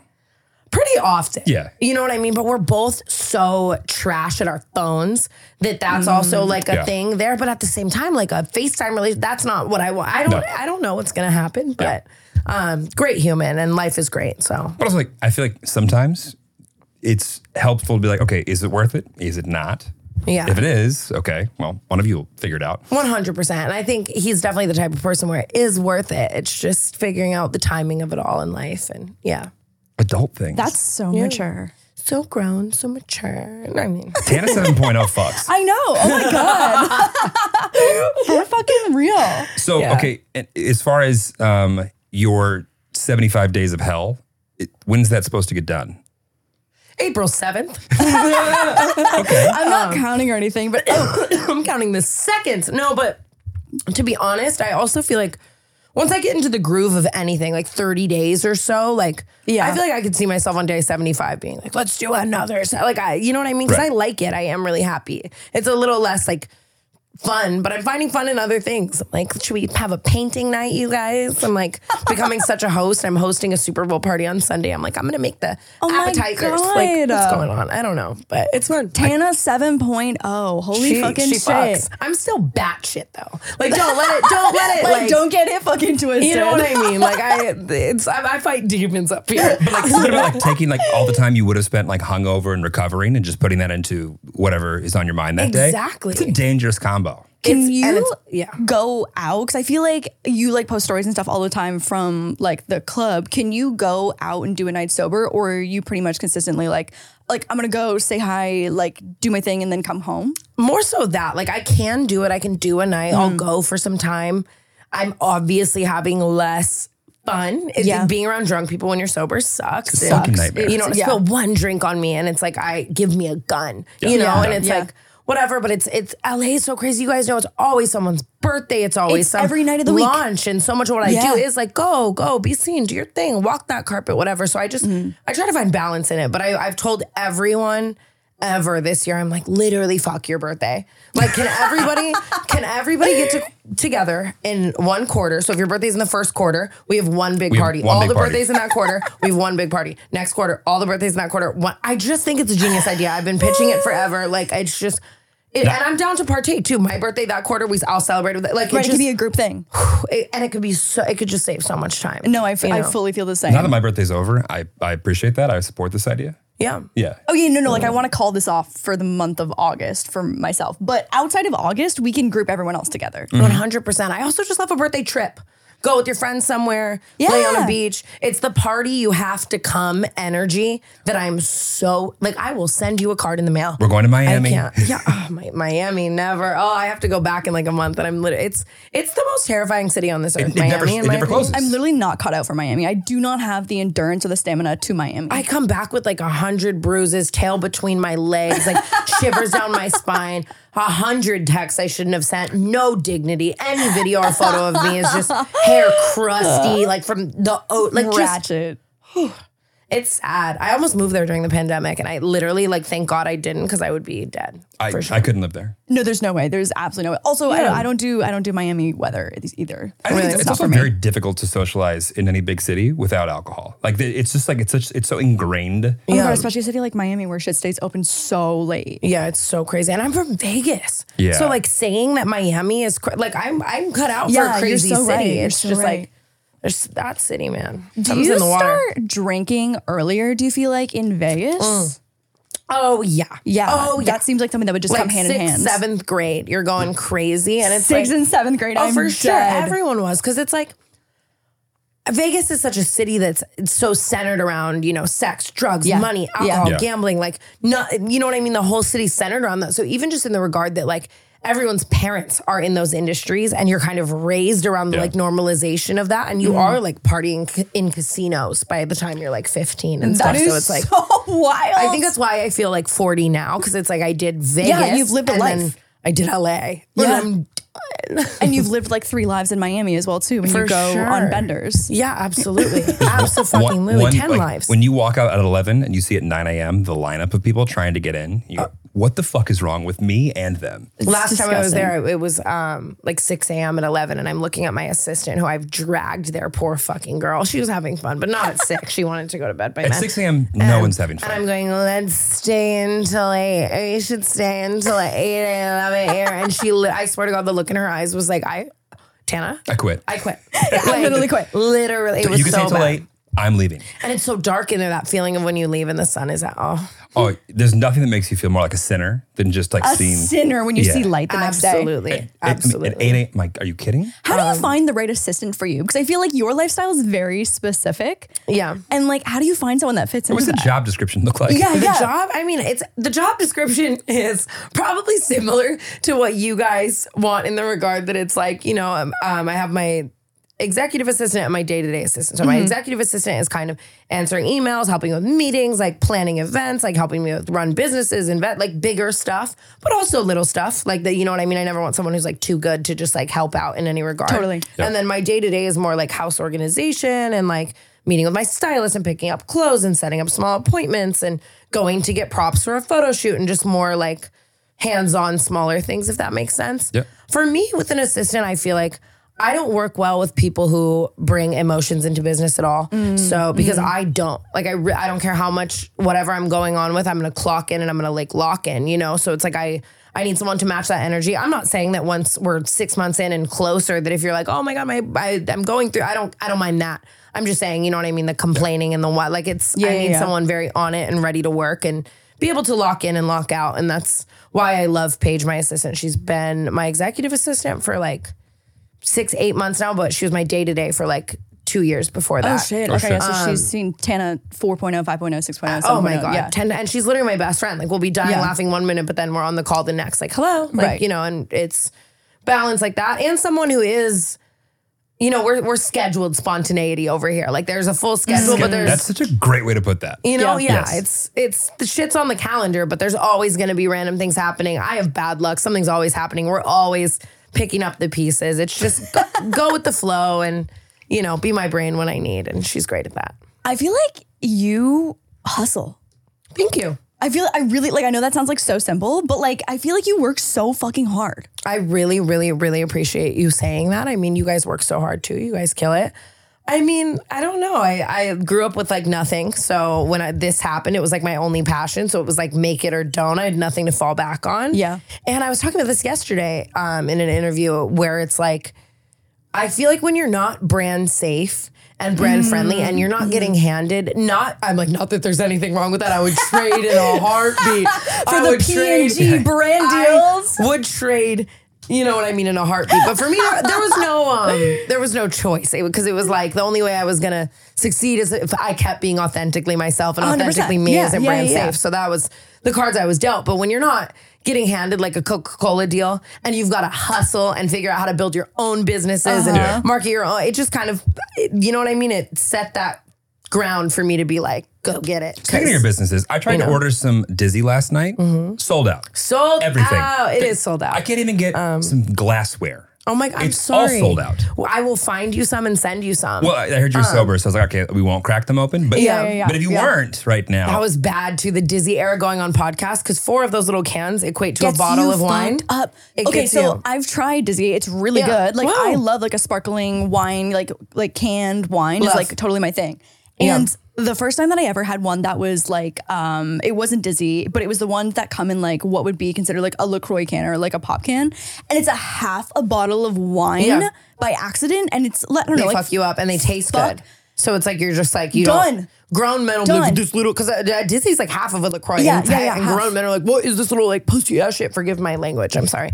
[SPEAKER 1] pretty often.
[SPEAKER 2] Yeah.
[SPEAKER 1] You know what I mean? But we're both so trash at our phones that that's also like a
[SPEAKER 2] Yeah.
[SPEAKER 1] thing there. But at the same time, like a FaceTime relationship, that's not what I want. I don't,
[SPEAKER 2] No.
[SPEAKER 1] I don't know what's going to happen, but um, great human and life is great. So
[SPEAKER 2] But also like I feel like sometimes it's helpful to be like, okay, is it worth it? Is it not?
[SPEAKER 1] Yeah.
[SPEAKER 2] If it is, okay, well, one of you will figure it out.
[SPEAKER 1] 100%. And I think he's definitely the type of person where it is worth it. It's just figuring out the timing of it all in life. And yeah.
[SPEAKER 2] Adult things.
[SPEAKER 4] that's so mature.
[SPEAKER 1] So grown, so mature. And I mean, (laughs)
[SPEAKER 2] Tana
[SPEAKER 4] (laughs)
[SPEAKER 2] 7.0 fucks.
[SPEAKER 4] I know. Oh my god, (laughs) we're fucking real.
[SPEAKER 2] So
[SPEAKER 1] Yeah.
[SPEAKER 2] okay, and as far as um, your seventy-five days of hell, it, when's that supposed to get done?
[SPEAKER 1] April 7th.
[SPEAKER 4] I'm not
[SPEAKER 1] Um,
[SPEAKER 4] counting or anything, but
[SPEAKER 1] (coughs) I'm counting the seconds. No, but to be honest, I also feel like once I get into the groove of anything, like 30 days or so, like
[SPEAKER 4] Yeah.
[SPEAKER 1] I feel like I could see myself on day 75 being like, let's do another. se- Like I, you know what I mean? Because
[SPEAKER 2] Right.
[SPEAKER 1] I like it. I am really happy. It's a little less like fun, but I'm finding fun in other things. Like, should we have a painting night, you guys? I'm
[SPEAKER 4] (laughs)
[SPEAKER 1] like becoming such a host. I'm hosting a Super Bowl party on Sunday. I'm like, I'm gonna make the
[SPEAKER 4] Oh my
[SPEAKER 1] appetizers. Like,
[SPEAKER 4] God.
[SPEAKER 1] what's going on? I don't know, but it's fun.
[SPEAKER 4] Tana 7.0. oh, Holy
[SPEAKER 1] She-
[SPEAKER 4] fucking
[SPEAKER 1] she
[SPEAKER 4] shit.
[SPEAKER 1] fucks. I'm still batshit though. Like, don't let it. Don't let it.
[SPEAKER 4] (laughs) Like,
[SPEAKER 1] like,
[SPEAKER 4] don't get it fucking twisted.
[SPEAKER 1] You know what I mean? Like, I it's I, I fight demons up
[SPEAKER 4] (laughs)
[SPEAKER 1] here.
[SPEAKER 2] But like, what about like taking like all the time you would have spent like hungover and recovering and just putting that into whatever is on your mind that day?
[SPEAKER 1] Exactly.
[SPEAKER 2] It's a dangerous combo.
[SPEAKER 4] Can
[SPEAKER 1] It's- and
[SPEAKER 4] you
[SPEAKER 1] it's- yeah.
[SPEAKER 4] go out? Because I feel like you like post stories and stuff all the time from like the club. Can you go out and do a night sober, or are you pretty much consistently like, like I'm gonna go say hi, like do my thing, and then come home?
[SPEAKER 1] more so that like I can do it. I can do a night. I'll
[SPEAKER 4] Mm.
[SPEAKER 1] go for some time. I'm obviously having less fun. It's-
[SPEAKER 4] Yeah.
[SPEAKER 1] Being around drunk people when you're sober sucks. It-
[SPEAKER 2] fucking nightmare.
[SPEAKER 1] You know,
[SPEAKER 4] It's- yeah.
[SPEAKER 1] spill one drink on me and it's like I give me a gun. You know,
[SPEAKER 4] Yeah.
[SPEAKER 1] and it's
[SPEAKER 4] Yeah.
[SPEAKER 1] like whatever. But it's it's LA is so crazy. You guys know it's always someone's birthday. It's always
[SPEAKER 4] It's
[SPEAKER 1] some
[SPEAKER 4] every night of the week.
[SPEAKER 1] launch and so much of what I
[SPEAKER 4] Yeah.
[SPEAKER 1] do is like go go be seen, do your thing, walk that carpet, whatever. So I just I try to find balance in it. But I I've told everyone ever this year I'm like literally fuck your birthday. Like can
[SPEAKER 4] (laughs)
[SPEAKER 1] everybody can everybody get to, together in one quarter? So if your birthday's in the first quarter, we have one big
[SPEAKER 2] have
[SPEAKER 1] party.
[SPEAKER 2] one
[SPEAKER 1] all
[SPEAKER 2] big
[SPEAKER 1] the
[SPEAKER 2] party.
[SPEAKER 1] birthdays in that quarter, we have one big party. Next quarter, all the birthdays in that quarter. One, I just think it's a genius idea. I've been pitching it forever. Like it's just. It, and I'm down to partake too. My birthday that quarter, we I'll celebrate with it. Like
[SPEAKER 4] Right,
[SPEAKER 1] it just,
[SPEAKER 4] it could be a group thing.
[SPEAKER 1] it- and it could be so it could just save so much time.
[SPEAKER 4] No, I f-
[SPEAKER 1] You
[SPEAKER 4] I
[SPEAKER 1] know?
[SPEAKER 4] fully feel the
[SPEAKER 2] Now that
[SPEAKER 4] same.
[SPEAKER 2] my birthday's over, I, I appreciate that. I support this idea.
[SPEAKER 1] yeah.
[SPEAKER 2] Yeah.
[SPEAKER 4] Oh yeah, no, no. Like I want to call this off for the month of August for myself, but outside of August, we can group everyone else together.
[SPEAKER 1] One hundred percent. I also just love a birthday trip. Go with your friends somewhere, play on
[SPEAKER 4] Yeah.
[SPEAKER 1] a beach. It's the party you have to come energy that I'm so like I will send you a card in the mail.
[SPEAKER 2] We're going to Miami.
[SPEAKER 1] I
[SPEAKER 2] (laughs)
[SPEAKER 1] can't. Yeah, oh, my, Miami never. Oh, I have to go back in like a month, and I'm literally. It's it's the most terrifying city on this earth.
[SPEAKER 2] It
[SPEAKER 1] Miami,
[SPEAKER 2] never,
[SPEAKER 1] in
[SPEAKER 2] it
[SPEAKER 1] my
[SPEAKER 2] never
[SPEAKER 1] opinion.
[SPEAKER 2] closes.
[SPEAKER 4] I'm literally not caught out for Miami. I do not have the endurance or the stamina to Miami.
[SPEAKER 1] I come back with like a hundred bruises, tail between my legs,
[SPEAKER 4] (laughs)
[SPEAKER 1] like shivers down my spine, a hundred texts I shouldn't have sent, no dignity. Any video or photo of me is
[SPEAKER 4] (laughs)
[SPEAKER 1] just hair crusty, like from the oat, like just
[SPEAKER 4] Ratchet.
[SPEAKER 1] it's sad. I almost moved there during the pandemic, and I literally like thank God I didn't because I would be dead.
[SPEAKER 2] I, I couldn't live there.
[SPEAKER 4] No, there's no way. There's absolutely no way. Also, I, don't, I don't do I don't do Miami weather e-, either.
[SPEAKER 2] I think
[SPEAKER 4] Really,
[SPEAKER 2] it's,
[SPEAKER 4] it's
[SPEAKER 2] it's
[SPEAKER 4] not
[SPEAKER 2] also
[SPEAKER 4] for me.
[SPEAKER 2] very difficult to socialize in any big city without alcohol. Like the- it's just like it's such it's so ingrained.
[SPEAKER 4] Oh my God, especially a city like Miami where shit stays open so late.
[SPEAKER 1] Yeah, it's so crazy, and I'm from Vegas.
[SPEAKER 2] Yeah.
[SPEAKER 1] So like saying that Miami is cra- like I'm I'm cut out
[SPEAKER 4] Yeah,
[SPEAKER 1] for
[SPEAKER 4] you're
[SPEAKER 1] a crazy
[SPEAKER 4] so
[SPEAKER 1] city.
[SPEAKER 4] right. You're
[SPEAKER 1] It's
[SPEAKER 4] so
[SPEAKER 1] just
[SPEAKER 4] right.
[SPEAKER 1] like there's that city, man.
[SPEAKER 4] Do
[SPEAKER 1] Something's
[SPEAKER 4] you
[SPEAKER 1] in the water.
[SPEAKER 4] start drinking earlier? Do you feel like in Vegas?
[SPEAKER 1] Oh yeah,
[SPEAKER 4] Yeah.
[SPEAKER 1] Oh yeah.
[SPEAKER 4] That seems like something that would just come hand
[SPEAKER 1] sixth,
[SPEAKER 4] in hand.
[SPEAKER 1] seventh grade, you're going crazy, and it's
[SPEAKER 4] Sixth
[SPEAKER 1] like,
[SPEAKER 4] and seventh grade.
[SPEAKER 1] Oh,
[SPEAKER 4] I'm
[SPEAKER 1] for sure,
[SPEAKER 4] dead.
[SPEAKER 1] everyone was because it's like Vegas is such a city that's it's so centered around you know sex, drugs,
[SPEAKER 4] Yeah.
[SPEAKER 1] money,
[SPEAKER 4] Yeah.
[SPEAKER 1] alcohol,
[SPEAKER 2] Yeah.
[SPEAKER 1] gambling. Like, no, you know what I mean. The whole city's centered around that. So even just in the regard that like everyone's parents are in those industries, and you're kind of raised around the
[SPEAKER 2] Yeah.
[SPEAKER 1] like normalization of that, and
[SPEAKER 4] Mm-hmm.
[SPEAKER 1] you are like partying ca- in casinos by the time you're like 15 and
[SPEAKER 4] That
[SPEAKER 1] stuff.
[SPEAKER 4] is
[SPEAKER 1] So it's like
[SPEAKER 4] so wild.
[SPEAKER 1] I think that's why I feel like 40 now because it's like I did Vegas.
[SPEAKER 4] you've lived a
[SPEAKER 1] and then
[SPEAKER 4] life.
[SPEAKER 1] I did LA. Yeah. I'm,
[SPEAKER 4] (laughs) and you've lived like three lives in Miami as well too. When you
[SPEAKER 1] For
[SPEAKER 4] go
[SPEAKER 1] sure.
[SPEAKER 4] on benders,
[SPEAKER 1] yeah, absolutely. absolutely.
[SPEAKER 2] One-
[SPEAKER 1] 10
[SPEAKER 2] like,
[SPEAKER 1] lives.
[SPEAKER 2] When you walk out at 11 and you see at 9 a.m. the lineup of people trying to get in, you go, what the fuck is wrong with me and them?
[SPEAKER 1] Last time I was
[SPEAKER 4] disgusting.
[SPEAKER 1] there, it was um, like 6 a.m. at 11, and I'm looking at my assistant who I've dragged there, poor fucking girl. She was having fun, but not at 6. She wanted to go to bed by
[SPEAKER 2] At
[SPEAKER 1] 9.
[SPEAKER 2] 6 a.m., no
[SPEAKER 1] Um,
[SPEAKER 2] one's having fun.
[SPEAKER 1] And I'm going, let's stay until 8. You should stay until 8 a.m. here. And she, li- I swear to God, the look in her eyes was like, I, Tana,
[SPEAKER 2] I quit.
[SPEAKER 1] I quit.
[SPEAKER 4] I literally quit.
[SPEAKER 1] Literally, it was
[SPEAKER 2] you can
[SPEAKER 1] so
[SPEAKER 2] stay till
[SPEAKER 1] bad.
[SPEAKER 2] 8. I'm leaving.
[SPEAKER 1] And it's so dark in there. That feeling of when you leave and the sun is out. Oh,
[SPEAKER 2] Oh, there's nothing that makes you feel more like a sinner than just like
[SPEAKER 4] a
[SPEAKER 2] seeing.
[SPEAKER 4] sinner when you
[SPEAKER 2] Yeah.
[SPEAKER 4] see light the next day.
[SPEAKER 1] absolutely,
[SPEAKER 2] At,
[SPEAKER 1] absolutely.
[SPEAKER 2] At 8 a.m., like, are you kidding?
[SPEAKER 4] How do
[SPEAKER 1] Um,
[SPEAKER 4] you find the right assistant for you? Because I feel like your lifestyle is very specific.
[SPEAKER 1] Yeah.
[SPEAKER 4] And like, how do you find someone that fits into
[SPEAKER 2] What's the
[SPEAKER 4] that?
[SPEAKER 2] job description look like?
[SPEAKER 4] Yeah,
[SPEAKER 1] the
[SPEAKER 4] yeah.
[SPEAKER 1] job, I mean, it's the job description (laughs) is probably similar to what you guys want in the regard that it's like, you know, um, um, I have my executive assistant and my day-to-day assistant. So
[SPEAKER 4] Mm-hmm.
[SPEAKER 1] my executive assistant is kind of answering emails, helping with meetings, like planning events, like helping me with run businesses, invest like bigger stuff, but also little stuff. Like that, you know what I mean? I never want someone who's like too good to just like help out in any regard.
[SPEAKER 4] Totally.
[SPEAKER 1] And then my day-to-day is more like house organization and like meeting with my stylist and picking up clothes and setting up small appointments and going to get props for a photo shoot and just more like hands on smaller things, if that makes sense.
[SPEAKER 2] Yep.
[SPEAKER 1] For me, with an assistant, I feel like I don't work well with people who bring emotions into business at all.
[SPEAKER 4] Mm-hmm.
[SPEAKER 1] So because I don't like I re- I don't care how much whatever I'm going on with, I'm gonna clock in and I'm gonna like lock in, you know. So it's like I I need someone to match that energy. I'm not saying that once we're six months in and closer that if you're like oh my god my I, I'm going through I don't I don't mind that. I'm just saying you know what I mean the complaining and the what like it's
[SPEAKER 4] Yeah,
[SPEAKER 1] I
[SPEAKER 4] yeah,
[SPEAKER 1] need
[SPEAKER 4] yeah.
[SPEAKER 1] someone someone very on it and ready to work and be able to lock in and lock out. And that's why I love Paige, my assistant. She's been my executive assistant for like six, eight months now, but she was my day to day for like two years before that.
[SPEAKER 4] Oh shit. okay, yeah, so she's seen Tana 4.0, 5.0, 6.0.
[SPEAKER 1] Oh my god!
[SPEAKER 4] Yeah.
[SPEAKER 1] 10 and she's literally my best friend. Like we'll be dying
[SPEAKER 4] Yeah.
[SPEAKER 1] laughing one minute, but then we're on the call the next. Like hello, like
[SPEAKER 4] Right.
[SPEAKER 1] you know, and it's balance like that. And someone who is, you know, we're we're scheduled spontaneity over here. Like there's a full schedule, but there's
[SPEAKER 2] That's such a great way to put that.
[SPEAKER 1] You know,
[SPEAKER 4] Yeah.
[SPEAKER 1] yeah,
[SPEAKER 2] Yes.
[SPEAKER 1] it's it's the shit's on the calendar, but there's always going to be random things happening. I have bad luck. Something's always happening. We're always picking up the pieces. It's just go, (laughs) go with the flow and you know, be my brain when I need and she's great at that.
[SPEAKER 4] I feel like you hustle.
[SPEAKER 1] Thank you.
[SPEAKER 4] I feel I really like I know that sounds like so simple, but like I feel like you work so fucking hard.
[SPEAKER 1] I really really really appreciate you saying that. I mean, you guys work so hard too. You guys kill it. I mean, I don't know. I, I grew up with like nothing. So when I, this happened, it was like my only passion. So it was like make it or don't. I had nothing to fall back on.
[SPEAKER 4] Yeah.
[SPEAKER 1] And I was talking about this yesterday um, in an interview where it's like, I feel like when you're not brand safe and brand friendly and you're not
[SPEAKER 4] Mm-hmm.
[SPEAKER 1] getting handed, not, I'm like, not that there's anything wrong with that. I would trade in
[SPEAKER 4] (laughs)
[SPEAKER 1] a heartbeat for (laughs)
[SPEAKER 4] the P&G brand deals.
[SPEAKER 1] Would trade. You know what I mean in a heartbeat, but for me there, there was no um, there was no choice because it, was like the only way I was gonna succeed is if I kept being authentically myself and
[SPEAKER 4] 100%.
[SPEAKER 1] authentically me
[SPEAKER 4] Yeah,
[SPEAKER 1] as a
[SPEAKER 4] yeah,
[SPEAKER 1] brand
[SPEAKER 4] yeah.
[SPEAKER 1] safe. So that was the cards I was dealt. But when you're not getting handed like a Coca Cola deal and you've got to hustle and figure out how to build your own businesses
[SPEAKER 2] Yeah.
[SPEAKER 4] Uh-huh.
[SPEAKER 1] and market your own, it just kind of, it- you know what I mean? It set that ground for me to be like, go get it. 'Cause
[SPEAKER 2] Speaking of your businesses, I tried to order some Dizzy last night.
[SPEAKER 1] Mm-hmm.
[SPEAKER 2] Sold out.
[SPEAKER 1] sold
[SPEAKER 2] Everything.
[SPEAKER 1] out. It is sold out.
[SPEAKER 2] I can't even get
[SPEAKER 1] Um,
[SPEAKER 2] some glassware.
[SPEAKER 1] Oh my god! I'm
[SPEAKER 2] It's all
[SPEAKER 1] sorry.
[SPEAKER 2] sold out.
[SPEAKER 1] Well, I will find you some and send you some.
[SPEAKER 2] Well, I I heard you're sober, so I was like, okay, we won't crack them open. But
[SPEAKER 1] um, Yeah, yeah, yeah.
[SPEAKER 2] but if you
[SPEAKER 4] Yeah.
[SPEAKER 2] weren't right now,
[SPEAKER 1] that was bad to the dizzy era going on podcast because four of those little cans equate to a
[SPEAKER 4] Gets
[SPEAKER 1] bottle
[SPEAKER 4] you
[SPEAKER 1] of wine.
[SPEAKER 4] fucked Up.
[SPEAKER 1] It
[SPEAKER 4] okay,
[SPEAKER 1] gets
[SPEAKER 4] so
[SPEAKER 1] you.
[SPEAKER 4] I've tried Dizzy. It's really
[SPEAKER 1] Yeah.
[SPEAKER 4] good. Like
[SPEAKER 1] Wow.
[SPEAKER 4] I love like a sparkling wine, like like canned wine is
[SPEAKER 1] Love.
[SPEAKER 4] like totally my thing.
[SPEAKER 1] Yeah.
[SPEAKER 4] And the first time that I ever had one that was like um it wasn't Dizzy, but it was the ones that come in like what would be considered like a LaCroix can or like a pop can. And it's a half a bottle of wine
[SPEAKER 1] Yeah.
[SPEAKER 4] by accident and it's I don't
[SPEAKER 1] they
[SPEAKER 4] know, like
[SPEAKER 1] fuck you up and they taste
[SPEAKER 4] fuck.
[SPEAKER 1] good. So it's like you're just like you
[SPEAKER 4] Done.
[SPEAKER 1] Don't, grown men will
[SPEAKER 4] Done.
[SPEAKER 1] live this little because uh, uh, Disney's like half of a Lacroix.
[SPEAKER 4] Yeah,
[SPEAKER 1] and,
[SPEAKER 4] yeah, yeah,
[SPEAKER 1] and
[SPEAKER 4] half.
[SPEAKER 1] grown men are like, what is this little like pussy ass shit? Forgive my language. I'm sorry.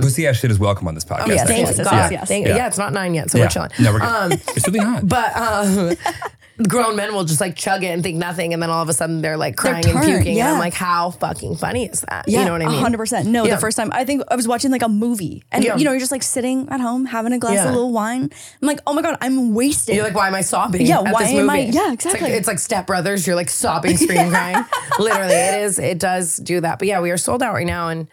[SPEAKER 2] pussy ass shit is welcome on this podcast.
[SPEAKER 1] um, Oh, yes,
[SPEAKER 2] actually.
[SPEAKER 1] thank
[SPEAKER 4] yes, yes,
[SPEAKER 1] God.
[SPEAKER 4] yes, yes.
[SPEAKER 1] Thank-
[SPEAKER 2] Yeah.
[SPEAKER 1] yeah, it's not nine yet, so
[SPEAKER 2] Yeah.
[SPEAKER 1] we're chilling. Um,
[SPEAKER 2] No, we're good. it's really not.
[SPEAKER 1] But um, (laughs) grown men will just like chug it and think nothing, and then all of a sudden they're like crying and
[SPEAKER 4] turned,
[SPEAKER 1] puking. And
[SPEAKER 4] yeah.
[SPEAKER 1] I'm like, how fucking funny is that?
[SPEAKER 4] Yeah,
[SPEAKER 1] you know what I mean?
[SPEAKER 4] 100%. No,
[SPEAKER 1] Yeah.
[SPEAKER 4] the first time I think I was watching like a movie and
[SPEAKER 1] Yeah.
[SPEAKER 4] you know, you're just like sitting at home having a glass of
[SPEAKER 1] Yeah.
[SPEAKER 4] little wine. I'm like, "Oh my god, I'm wasted."
[SPEAKER 1] You're like, why am I sobbing?
[SPEAKER 4] Yeah,
[SPEAKER 1] at this
[SPEAKER 4] why am
[SPEAKER 1] movie?
[SPEAKER 4] I- yeah,
[SPEAKER 1] It's like-
[SPEAKER 4] exactly.
[SPEAKER 1] It's like, Step Brothers. You're like
[SPEAKER 4] (laughs)
[SPEAKER 1] sobbing, screaming, crying. Literally, it is. It does do that. But yeah, we are sold out right now, and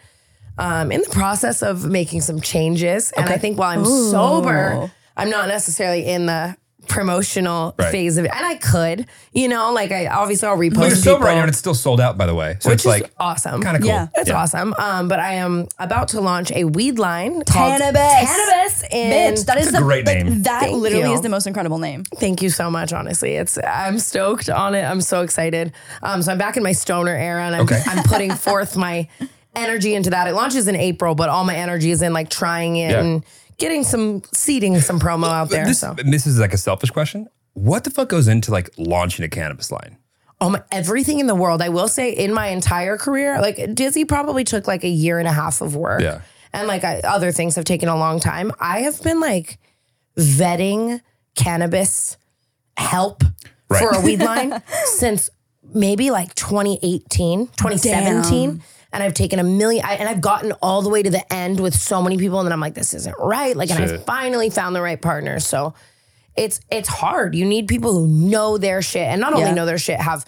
[SPEAKER 1] um, in the process of making some changes. And I think while I'm sober, I'm not necessarily in the promotional
[SPEAKER 2] Right.
[SPEAKER 1] phase of it. And I could, you know, like I obviously I'll repost.
[SPEAKER 2] But you're sober
[SPEAKER 1] people.
[SPEAKER 2] right now, and it's still sold out, by the way. So
[SPEAKER 1] which
[SPEAKER 2] it's
[SPEAKER 1] is
[SPEAKER 2] like
[SPEAKER 1] awesome.
[SPEAKER 2] kind of cool.
[SPEAKER 4] Yeah.
[SPEAKER 1] That's awesome. Um, but I am about to launch a weed line called
[SPEAKER 4] Cannabis.
[SPEAKER 1] Cannabis and
[SPEAKER 4] Bitch, that is
[SPEAKER 2] a
[SPEAKER 4] the
[SPEAKER 2] great
[SPEAKER 4] like,
[SPEAKER 2] name.
[SPEAKER 4] That
[SPEAKER 1] Thank
[SPEAKER 4] literally
[SPEAKER 1] you.
[SPEAKER 4] is the most incredible name.
[SPEAKER 1] Thank you so much. Honestly, it's I'm stoked on it. I'm so excited. Um, so I'm back in my stoner era, and I'm,
[SPEAKER 2] Okay.
[SPEAKER 1] I'm putting (laughs) forth my energy into that. It launches in April, but all my energy is in like trying it
[SPEAKER 2] Yeah.
[SPEAKER 1] and getting some seeding, some promo out there.
[SPEAKER 2] this,
[SPEAKER 1] so,
[SPEAKER 2] this is like a selfish question. What the fuck goes into like launching a cannabis line?
[SPEAKER 1] oh my, everything in the world. I will say, in my entire career, like Dizzy probably took like a year and a half of work,
[SPEAKER 2] Yeah.
[SPEAKER 1] and like I, other things have taken a long time. I have been like vetting cannabis help
[SPEAKER 2] Right.
[SPEAKER 1] for a
[SPEAKER 2] (laughs)
[SPEAKER 1] weed line since maybe like 2018, 2017. And I've taken a million, I, and I've gotten all the way to the end with so many people, and then I'm like, this isn't right. Like, and I
[SPEAKER 2] Shit.
[SPEAKER 1] finally found the right partner. So it's it's hard. You need people who know their shit, and not only
[SPEAKER 4] Yeah.
[SPEAKER 1] know their shit, have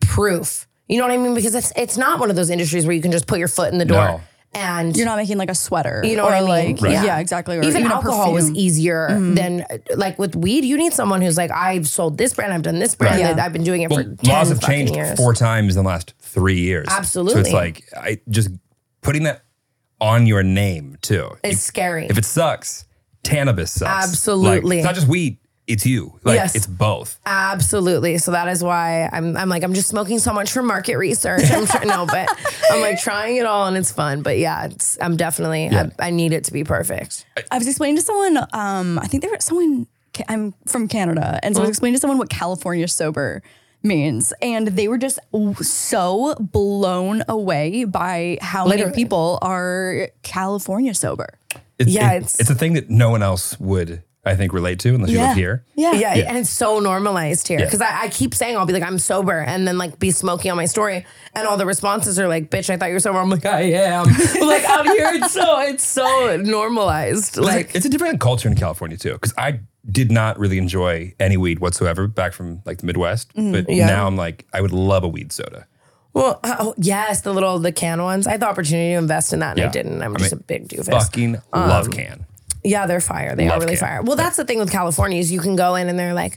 [SPEAKER 1] proof. You know what I mean? Because it's it's not one of those industries where you can just put your foot in the door
[SPEAKER 2] No.
[SPEAKER 1] and
[SPEAKER 4] You're not making like a sweater.
[SPEAKER 1] you know
[SPEAKER 4] or
[SPEAKER 1] what I mean?
[SPEAKER 4] like yeah. exactly. Or
[SPEAKER 1] even,
[SPEAKER 4] a
[SPEAKER 1] alcohol was
[SPEAKER 4] perfume. Mm-hmm.
[SPEAKER 1] easier than like with weed. You need someone who's like, I've sold this brand, I've done this brand,
[SPEAKER 4] Right.
[SPEAKER 1] that-
[SPEAKER 4] Yeah.
[SPEAKER 1] I've been doing it
[SPEAKER 2] Well,
[SPEAKER 1] for 10
[SPEAKER 2] laws have
[SPEAKER 1] fucking
[SPEAKER 2] changed
[SPEAKER 1] years.
[SPEAKER 2] four times in the last three years. So
[SPEAKER 1] Absolutely.
[SPEAKER 2] it's like I just putting that on your name too.
[SPEAKER 1] It's
[SPEAKER 2] You-
[SPEAKER 1] scary.
[SPEAKER 2] If it sucks, cannabis sucks.
[SPEAKER 1] Absolutely.
[SPEAKER 2] Like, it's not just weed, it's you. Like
[SPEAKER 1] Yes.
[SPEAKER 2] it's both.
[SPEAKER 1] Absolutely. So that is why I'm, I'm like, I'm just smoking so much for market research. I'm try- no, but I'm like trying it all and it's fun. But yeah, it's, I'm definitely, I, I need it to be perfect.
[SPEAKER 4] e- I was explaining to someone, um, I think they were someone, Ca- I'm from Canada. And so I
[SPEAKER 1] Mm-hmm.
[SPEAKER 4] was explaining to someone what California sober means. And they were just w- so blown away by how many
[SPEAKER 1] Literally.
[SPEAKER 4] people are California sober.
[SPEAKER 2] It's,
[SPEAKER 1] Yeah,
[SPEAKER 2] it-
[SPEAKER 1] it's-
[SPEAKER 2] it's a thing that no one else would, I think, relate to unless you live here.
[SPEAKER 4] Yeah.
[SPEAKER 1] Yeah, and it's so normalized here
[SPEAKER 2] Yeah.
[SPEAKER 1] because I, I keep saying I'll be like I'm sober and then like be smoking on my story and all the responses are like bitch I thought you were sober I'm like I am (laughs) like out here it's so it's so normalized
[SPEAKER 2] It's
[SPEAKER 1] like
[SPEAKER 2] a- it's a different culture in California too, because I did not really enjoy any weed whatsoever back from like the Midwest.
[SPEAKER 1] Mm,
[SPEAKER 2] but now I'm like, I would love a weed soda.
[SPEAKER 1] well uh, oh, yes the little the can ones I had the opportunity to invest in that and I
[SPEAKER 2] Yeah.
[SPEAKER 1] didn't I'm
[SPEAKER 2] I
[SPEAKER 1] just
[SPEAKER 2] mean,
[SPEAKER 1] a big doofus
[SPEAKER 2] Fucking
[SPEAKER 1] Um,
[SPEAKER 2] love can.
[SPEAKER 1] Yeah, they're fire. They are
[SPEAKER 2] Love
[SPEAKER 1] really
[SPEAKER 2] it.
[SPEAKER 1] fire. Well, that's the thing with California is you can go in and they're like,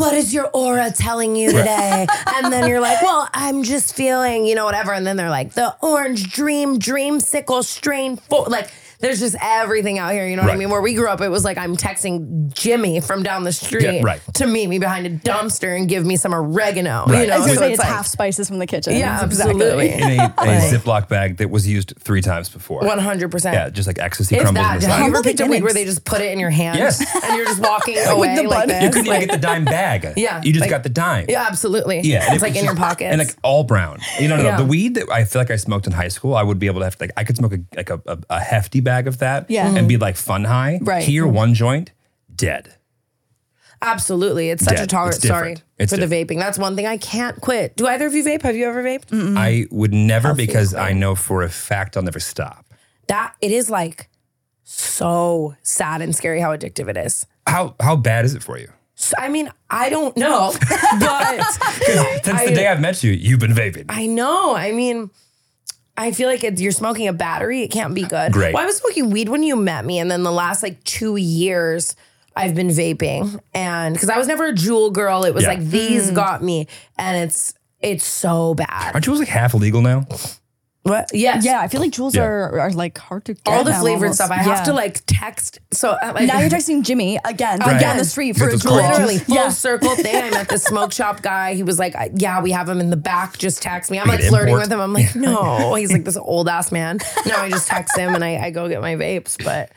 [SPEAKER 1] "What is your aura telling you today?"
[SPEAKER 2] (laughs)
[SPEAKER 1] and then you're like, "Well, I'm just feeling, you know, whatever." And then they're like, "The orange dream, dream sickle strain four. Like, there's just everything out here. You know what I
[SPEAKER 2] Right.
[SPEAKER 1] mean? Where we grew up, it was like I'm texting Jimmy from down the street
[SPEAKER 2] Yeah, right.
[SPEAKER 1] to meet me behind a dumpster and give me some oregano. You
[SPEAKER 2] Right.
[SPEAKER 1] know,
[SPEAKER 4] I was gonna
[SPEAKER 1] so
[SPEAKER 4] say
[SPEAKER 1] it's
[SPEAKER 4] it's
[SPEAKER 1] like,
[SPEAKER 4] half spices from the kitchen.
[SPEAKER 1] yeah,
[SPEAKER 4] Exactly.
[SPEAKER 1] absolutely,
[SPEAKER 2] In a, a Ziploc bag that was used three times before.
[SPEAKER 1] (laughs) one hundred percent.
[SPEAKER 2] Yeah, just like ecstasy
[SPEAKER 1] If
[SPEAKER 2] crumbles. in
[SPEAKER 1] that,
[SPEAKER 2] the
[SPEAKER 1] have you
[SPEAKER 2] side.
[SPEAKER 1] ever
[SPEAKER 4] Humble
[SPEAKER 1] picked a weed where
[SPEAKER 4] beginnings.
[SPEAKER 1] they just put it in your hand?
[SPEAKER 2] Yes.
[SPEAKER 1] And you're just
[SPEAKER 4] (laughs)
[SPEAKER 1] walking away
[SPEAKER 4] the
[SPEAKER 1] like
[SPEAKER 4] bun.
[SPEAKER 1] this?
[SPEAKER 4] You
[SPEAKER 2] You couldn't even get the
[SPEAKER 1] (laughs)
[SPEAKER 2] dime bag.
[SPEAKER 1] Yeah,
[SPEAKER 2] You just
[SPEAKER 1] like-
[SPEAKER 2] got the dime.
[SPEAKER 1] Yeah, absolutely.
[SPEAKER 2] Yeah, and
[SPEAKER 1] it's
[SPEAKER 2] it
[SPEAKER 1] like
[SPEAKER 2] was
[SPEAKER 1] in your
[SPEAKER 2] just-
[SPEAKER 1] pockets.
[SPEAKER 2] and like all brown. You know, no, no,
[SPEAKER 1] Yeah.
[SPEAKER 2] the weed that I feel like I smoked in high school, I would be able to have like I could smoke a, like a, a, a hefty bag of that,
[SPEAKER 4] Yeah.
[SPEAKER 2] and be
[SPEAKER 1] Mm-hmm.
[SPEAKER 2] like fun high.
[SPEAKER 4] Right.
[SPEAKER 2] here, one joint, dead.
[SPEAKER 1] absolutely, it's such
[SPEAKER 2] Yeah,
[SPEAKER 1] a tolerance.
[SPEAKER 2] it's different.
[SPEAKER 1] Sorry
[SPEAKER 2] It's
[SPEAKER 1] for
[SPEAKER 2] different.
[SPEAKER 1] the vaping. That's one thing I can't quit. Do either of you vape? Have you ever vaped?
[SPEAKER 2] I would never because I know for a fact I'll never stop.
[SPEAKER 1] That it is like so sad and scary how addictive it is.
[SPEAKER 2] How how bad is it for you?
[SPEAKER 1] So, I mean, I don't know, (laughs) but
[SPEAKER 2] (laughs) 'Cause Since
[SPEAKER 1] I-
[SPEAKER 2] the day I've met you, you've been vaping.
[SPEAKER 1] I know. I mean, I feel like it's, you're smoking a battery. It can't be good.
[SPEAKER 2] Great.
[SPEAKER 1] Well, I was smoking weed when you met me, and then the last like two years, I've been vaping, and because I was never a jewel girl, it was
[SPEAKER 2] Yeah.
[SPEAKER 1] like
[SPEAKER 4] Mm.
[SPEAKER 1] these got me, and it's it's so bad.
[SPEAKER 2] Aren't you like half illegal now?
[SPEAKER 1] What? Yes.
[SPEAKER 4] Yeah, I feel like jewels
[SPEAKER 2] Yeah.
[SPEAKER 4] are, are like hard to get.
[SPEAKER 1] All the
[SPEAKER 4] now
[SPEAKER 1] flavored
[SPEAKER 4] almost.
[SPEAKER 1] stuff. I
[SPEAKER 4] Yeah.
[SPEAKER 1] have to like text. So uh, like,
[SPEAKER 4] Now you're texting Jimmy again, like
[SPEAKER 1] Right.
[SPEAKER 4] down the street for
[SPEAKER 2] With
[SPEAKER 4] a
[SPEAKER 2] those
[SPEAKER 4] jewel.
[SPEAKER 2] cards.
[SPEAKER 1] literally full
[SPEAKER 4] Yeah.
[SPEAKER 1] circle thing. I met the smoke shop guy. He was like, "Yeah, we have him in the back. Just text me." I'm
[SPEAKER 2] Like
[SPEAKER 1] like
[SPEAKER 2] an
[SPEAKER 1] flirting
[SPEAKER 2] import?
[SPEAKER 1] with him. I'm like, "No." He's like this old ass man. Now I just text him and I, I go get my vapes. But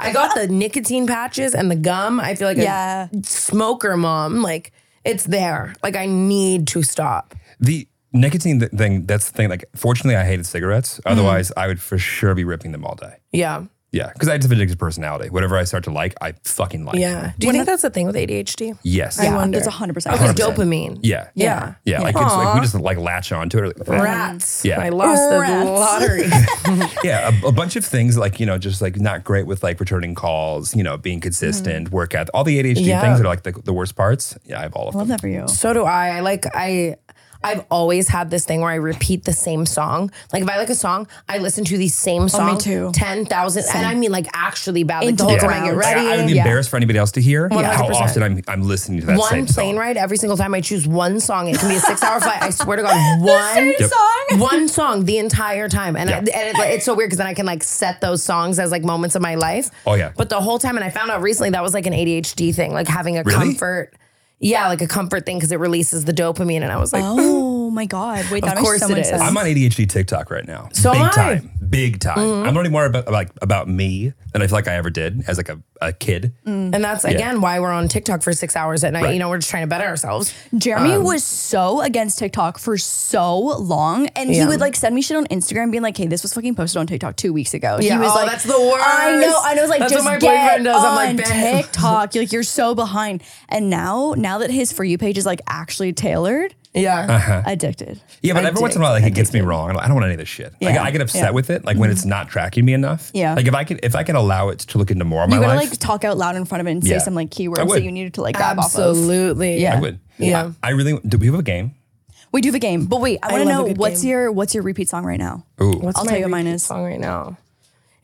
[SPEAKER 1] I got the nicotine patches and the gum. I feel like
[SPEAKER 4] Yeah.
[SPEAKER 1] a smoker mom. Like it's there. Like I need to stop.
[SPEAKER 2] The nicotine th- thing, that's the thing. Like, fortunately, I hated cigarettes.
[SPEAKER 1] Mm.
[SPEAKER 2] Otherwise, I would for sure be ripping them all day.
[SPEAKER 1] Yeah,
[SPEAKER 2] Yeah, because I have an addictive personality. Whatever I start to like, I fucking like.
[SPEAKER 1] yeah. Do you think that's the thing with ADHD?
[SPEAKER 2] Yes.
[SPEAKER 1] I wonder.
[SPEAKER 4] That's 100%.
[SPEAKER 1] Oh, 'cause dopamine.
[SPEAKER 2] Yeah.
[SPEAKER 1] Yeah.
[SPEAKER 2] Yeah. Like, it's like we just like latch on to it. or like,
[SPEAKER 1] Rats.
[SPEAKER 2] Yeah.
[SPEAKER 1] I lost
[SPEAKER 4] Rats.
[SPEAKER 1] the lottery.
[SPEAKER 2] (laughs) Yeah. A, a bunch of things like, you know, just like not great with like returning calls, you know, being consistent, work out, all the ADHD
[SPEAKER 1] Mm-hmm. Yeah.
[SPEAKER 2] things that are like the, the worst parts. Yeah. I have all of
[SPEAKER 4] Love
[SPEAKER 2] them.
[SPEAKER 4] that for you.
[SPEAKER 1] So do I. I like I I've always had this thing where I repeat the same song. Like if I like a song, I listen to the same song
[SPEAKER 4] Oh, too.
[SPEAKER 1] 10,000 and I mean like actually bad like the
[SPEAKER 4] Into
[SPEAKER 1] whole
[SPEAKER 4] the
[SPEAKER 1] time I get
[SPEAKER 4] ground.
[SPEAKER 2] Like,
[SPEAKER 1] ready.
[SPEAKER 2] I, I would be
[SPEAKER 4] Yeah.
[SPEAKER 2] embarrassed for anybody else to hear how
[SPEAKER 1] 100%.
[SPEAKER 2] often I'm, I'm listening to that
[SPEAKER 1] one
[SPEAKER 2] same
[SPEAKER 1] plane
[SPEAKER 2] song.
[SPEAKER 1] ride every single time I choose one song. It can be a six hour flight. I swear to
[SPEAKER 4] (laughs)
[SPEAKER 1] God, one
[SPEAKER 2] Yep.
[SPEAKER 4] song?
[SPEAKER 1] one song the entire time, and, I, and
[SPEAKER 2] Yeah.
[SPEAKER 1] it, like, it's so weird because then I can like set those songs as like moments of my life.
[SPEAKER 2] Oh, yeah.
[SPEAKER 1] but the whole time, and I found out recently that was like an ADHD thing, like having a
[SPEAKER 2] Really?
[SPEAKER 1] comfort. Yeah, like a comfort thing because it releases the dopamine, and I was like,
[SPEAKER 4] Oh my God. Wait, that
[SPEAKER 1] course
[SPEAKER 4] makes so
[SPEAKER 1] it
[SPEAKER 4] much
[SPEAKER 1] is.
[SPEAKER 4] sense.
[SPEAKER 2] I'm on ADHD TikTok right now.
[SPEAKER 1] So
[SPEAKER 2] big
[SPEAKER 1] am I. Mm-hmm.
[SPEAKER 2] time, big time. I'm learning more about like about me than I feel like I ever did as like a, a kid.
[SPEAKER 1] And that's again why we're on TikTok for six hours at night. You know, we're just trying to better ourselves.
[SPEAKER 4] Jeremy
[SPEAKER 1] um,
[SPEAKER 4] was so against TikTok for so long, and he
[SPEAKER 1] Yeah.
[SPEAKER 4] would like send me shit on Instagram, being like, "Hey, this was fucking posted on TikTok two weeks ago."
[SPEAKER 1] Yeah,
[SPEAKER 4] he was
[SPEAKER 1] oh,
[SPEAKER 4] like,
[SPEAKER 1] that's the worst.
[SPEAKER 4] I know, I know. It's like,
[SPEAKER 1] That's what
[SPEAKER 4] just
[SPEAKER 1] my
[SPEAKER 4] get
[SPEAKER 1] boyfriend does. I'm like,
[SPEAKER 4] on
[SPEAKER 1] "Babe."
[SPEAKER 4] TikTok. You're like, you're so behind. And now, now that his for you page is like actually tailored,
[SPEAKER 1] Yeah.
[SPEAKER 4] addicted.
[SPEAKER 2] Yeah, but every once in a while, like it gets me wrong. I don't, I don't want any of this shit. Like
[SPEAKER 4] Yeah.
[SPEAKER 2] I get upset
[SPEAKER 4] Yeah.
[SPEAKER 2] with it, like
[SPEAKER 1] Mm-hmm.
[SPEAKER 2] when it's not tracking me enough.
[SPEAKER 4] Yeah.
[SPEAKER 2] Like if I can, if I can allow it to look into more of my
[SPEAKER 4] You gotta
[SPEAKER 2] life,
[SPEAKER 4] like talk out loud in front of it and say
[SPEAKER 2] Yeah.
[SPEAKER 4] some
[SPEAKER 2] I
[SPEAKER 4] like keywords
[SPEAKER 2] would.
[SPEAKER 4] that you needed to like grab off of.
[SPEAKER 1] Absolutely.
[SPEAKER 4] Yeah.
[SPEAKER 2] I would.
[SPEAKER 1] Yeah.
[SPEAKER 2] I, I really. Do we have a game?
[SPEAKER 4] We do have a game, but wait, I want to
[SPEAKER 1] love a
[SPEAKER 4] know
[SPEAKER 1] good
[SPEAKER 4] what's
[SPEAKER 1] game.
[SPEAKER 4] your what's your repeat song right now?
[SPEAKER 2] Ooh.
[SPEAKER 1] What's
[SPEAKER 4] I'll
[SPEAKER 1] my
[SPEAKER 4] tell you what mine
[SPEAKER 1] repeat
[SPEAKER 4] is.
[SPEAKER 1] song right now.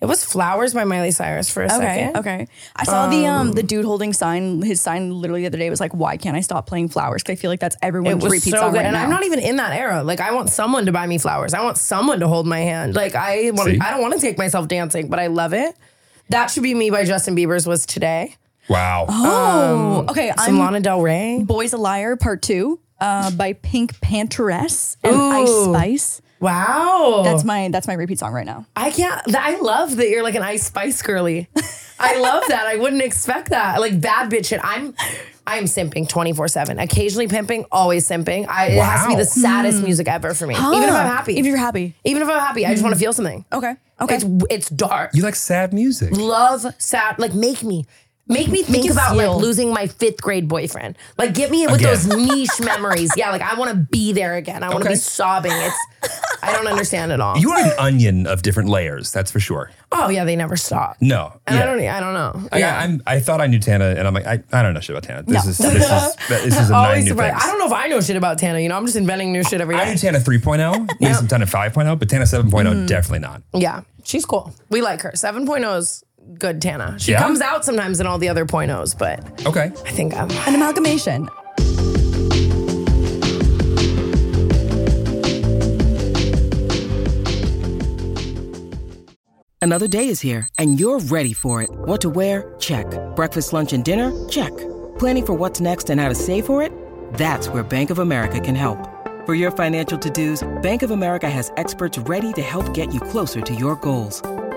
[SPEAKER 1] It was Flowers by Miley Cyrus for a
[SPEAKER 4] Okay.
[SPEAKER 1] second.
[SPEAKER 4] Okay. I saw the um the dude holding sign. His sign literally the other day was like, "Why can't I stop playing flowers?" 'Cause I feel like that's
[SPEAKER 1] It
[SPEAKER 4] everyone's
[SPEAKER 1] was
[SPEAKER 4] repeat
[SPEAKER 1] so
[SPEAKER 4] song
[SPEAKER 1] good.
[SPEAKER 4] right
[SPEAKER 1] and
[SPEAKER 4] now.
[SPEAKER 1] I'm not even in that era. Like I want someone to buy me flowers. I want someone to hold my hand. Like I want
[SPEAKER 2] See?
[SPEAKER 1] I don't want to take myself dancing, but I love it. That should be me by Justin Bieber's was today.
[SPEAKER 2] Wow.
[SPEAKER 4] oh, okay.
[SPEAKER 1] Some
[SPEAKER 4] I'm
[SPEAKER 1] Lana Del Rey.
[SPEAKER 4] "Boys a Liar" Part Two uh, by Pink Panteress and Ice Spice.
[SPEAKER 1] Wow.
[SPEAKER 4] That's my that's my repeat song right now.
[SPEAKER 1] I can't. th- I love that you're like an Ice Spice girly. I love that. I wouldn't expect that. Like bad bitch shit. I'm, I'm simping twenty four seven. Occasionally pimping, always simping. I, It has to be the
[SPEAKER 2] Wow.
[SPEAKER 1] saddest music ever for me. Even if I'm happy.
[SPEAKER 4] Ah. If you're happy.
[SPEAKER 1] Even if I'm happy, I just want to feel something.
[SPEAKER 4] Okay. Okay.
[SPEAKER 1] It's it's dark.
[SPEAKER 2] You like sad music.
[SPEAKER 1] Love sad. Like make me. Make me think
[SPEAKER 4] you
[SPEAKER 1] about
[SPEAKER 4] feel.
[SPEAKER 1] like losing my fifth grade boyfriend. Like get me in with
[SPEAKER 2] Again.
[SPEAKER 1] those niche memories. Yeah, like I want to be there again. I want to
[SPEAKER 2] Okay.
[SPEAKER 1] be sobbing. It's I don't understand it all.
[SPEAKER 2] You are an onion of different layers, that's for sure.
[SPEAKER 1] oh yeah, they never stop.
[SPEAKER 2] No.
[SPEAKER 1] And
[SPEAKER 2] yeah.
[SPEAKER 1] I don't. e, I don't know. (laughs)
[SPEAKER 2] I,
[SPEAKER 1] yeah.
[SPEAKER 2] I'm, I thought I knew Tana, and I'm like, I, I don't know shit about Tana. This is
[SPEAKER 1] (laughs)
[SPEAKER 2] this is this is a nine
[SPEAKER 1] Always
[SPEAKER 2] new
[SPEAKER 1] surprised.
[SPEAKER 2] things.
[SPEAKER 1] I don't know if I know shit about Tana. You know, I'm just inventing new shit every
[SPEAKER 2] I knew
[SPEAKER 1] day.
[SPEAKER 2] Tana 3.0, maybe some Tana 5.0, but Tana 7.0 definitely not.
[SPEAKER 1] Yeah, she's cool. We like her. 7.0 is good, Tana. She
[SPEAKER 2] Yeah?
[SPEAKER 1] comes out sometimes in all the other .0s, but
[SPEAKER 2] Okay,
[SPEAKER 1] I think I'm.
[SPEAKER 4] An amalgamation.
[SPEAKER 7] Another day is here, and you're ready for it. What to wear? Check. Breakfast, lunch, and dinner? Check. Planning for what's next and how to save for it? That's where Bank of America can help. For your financial to dos, Bank of America has experts ready to help get you closer to your goals.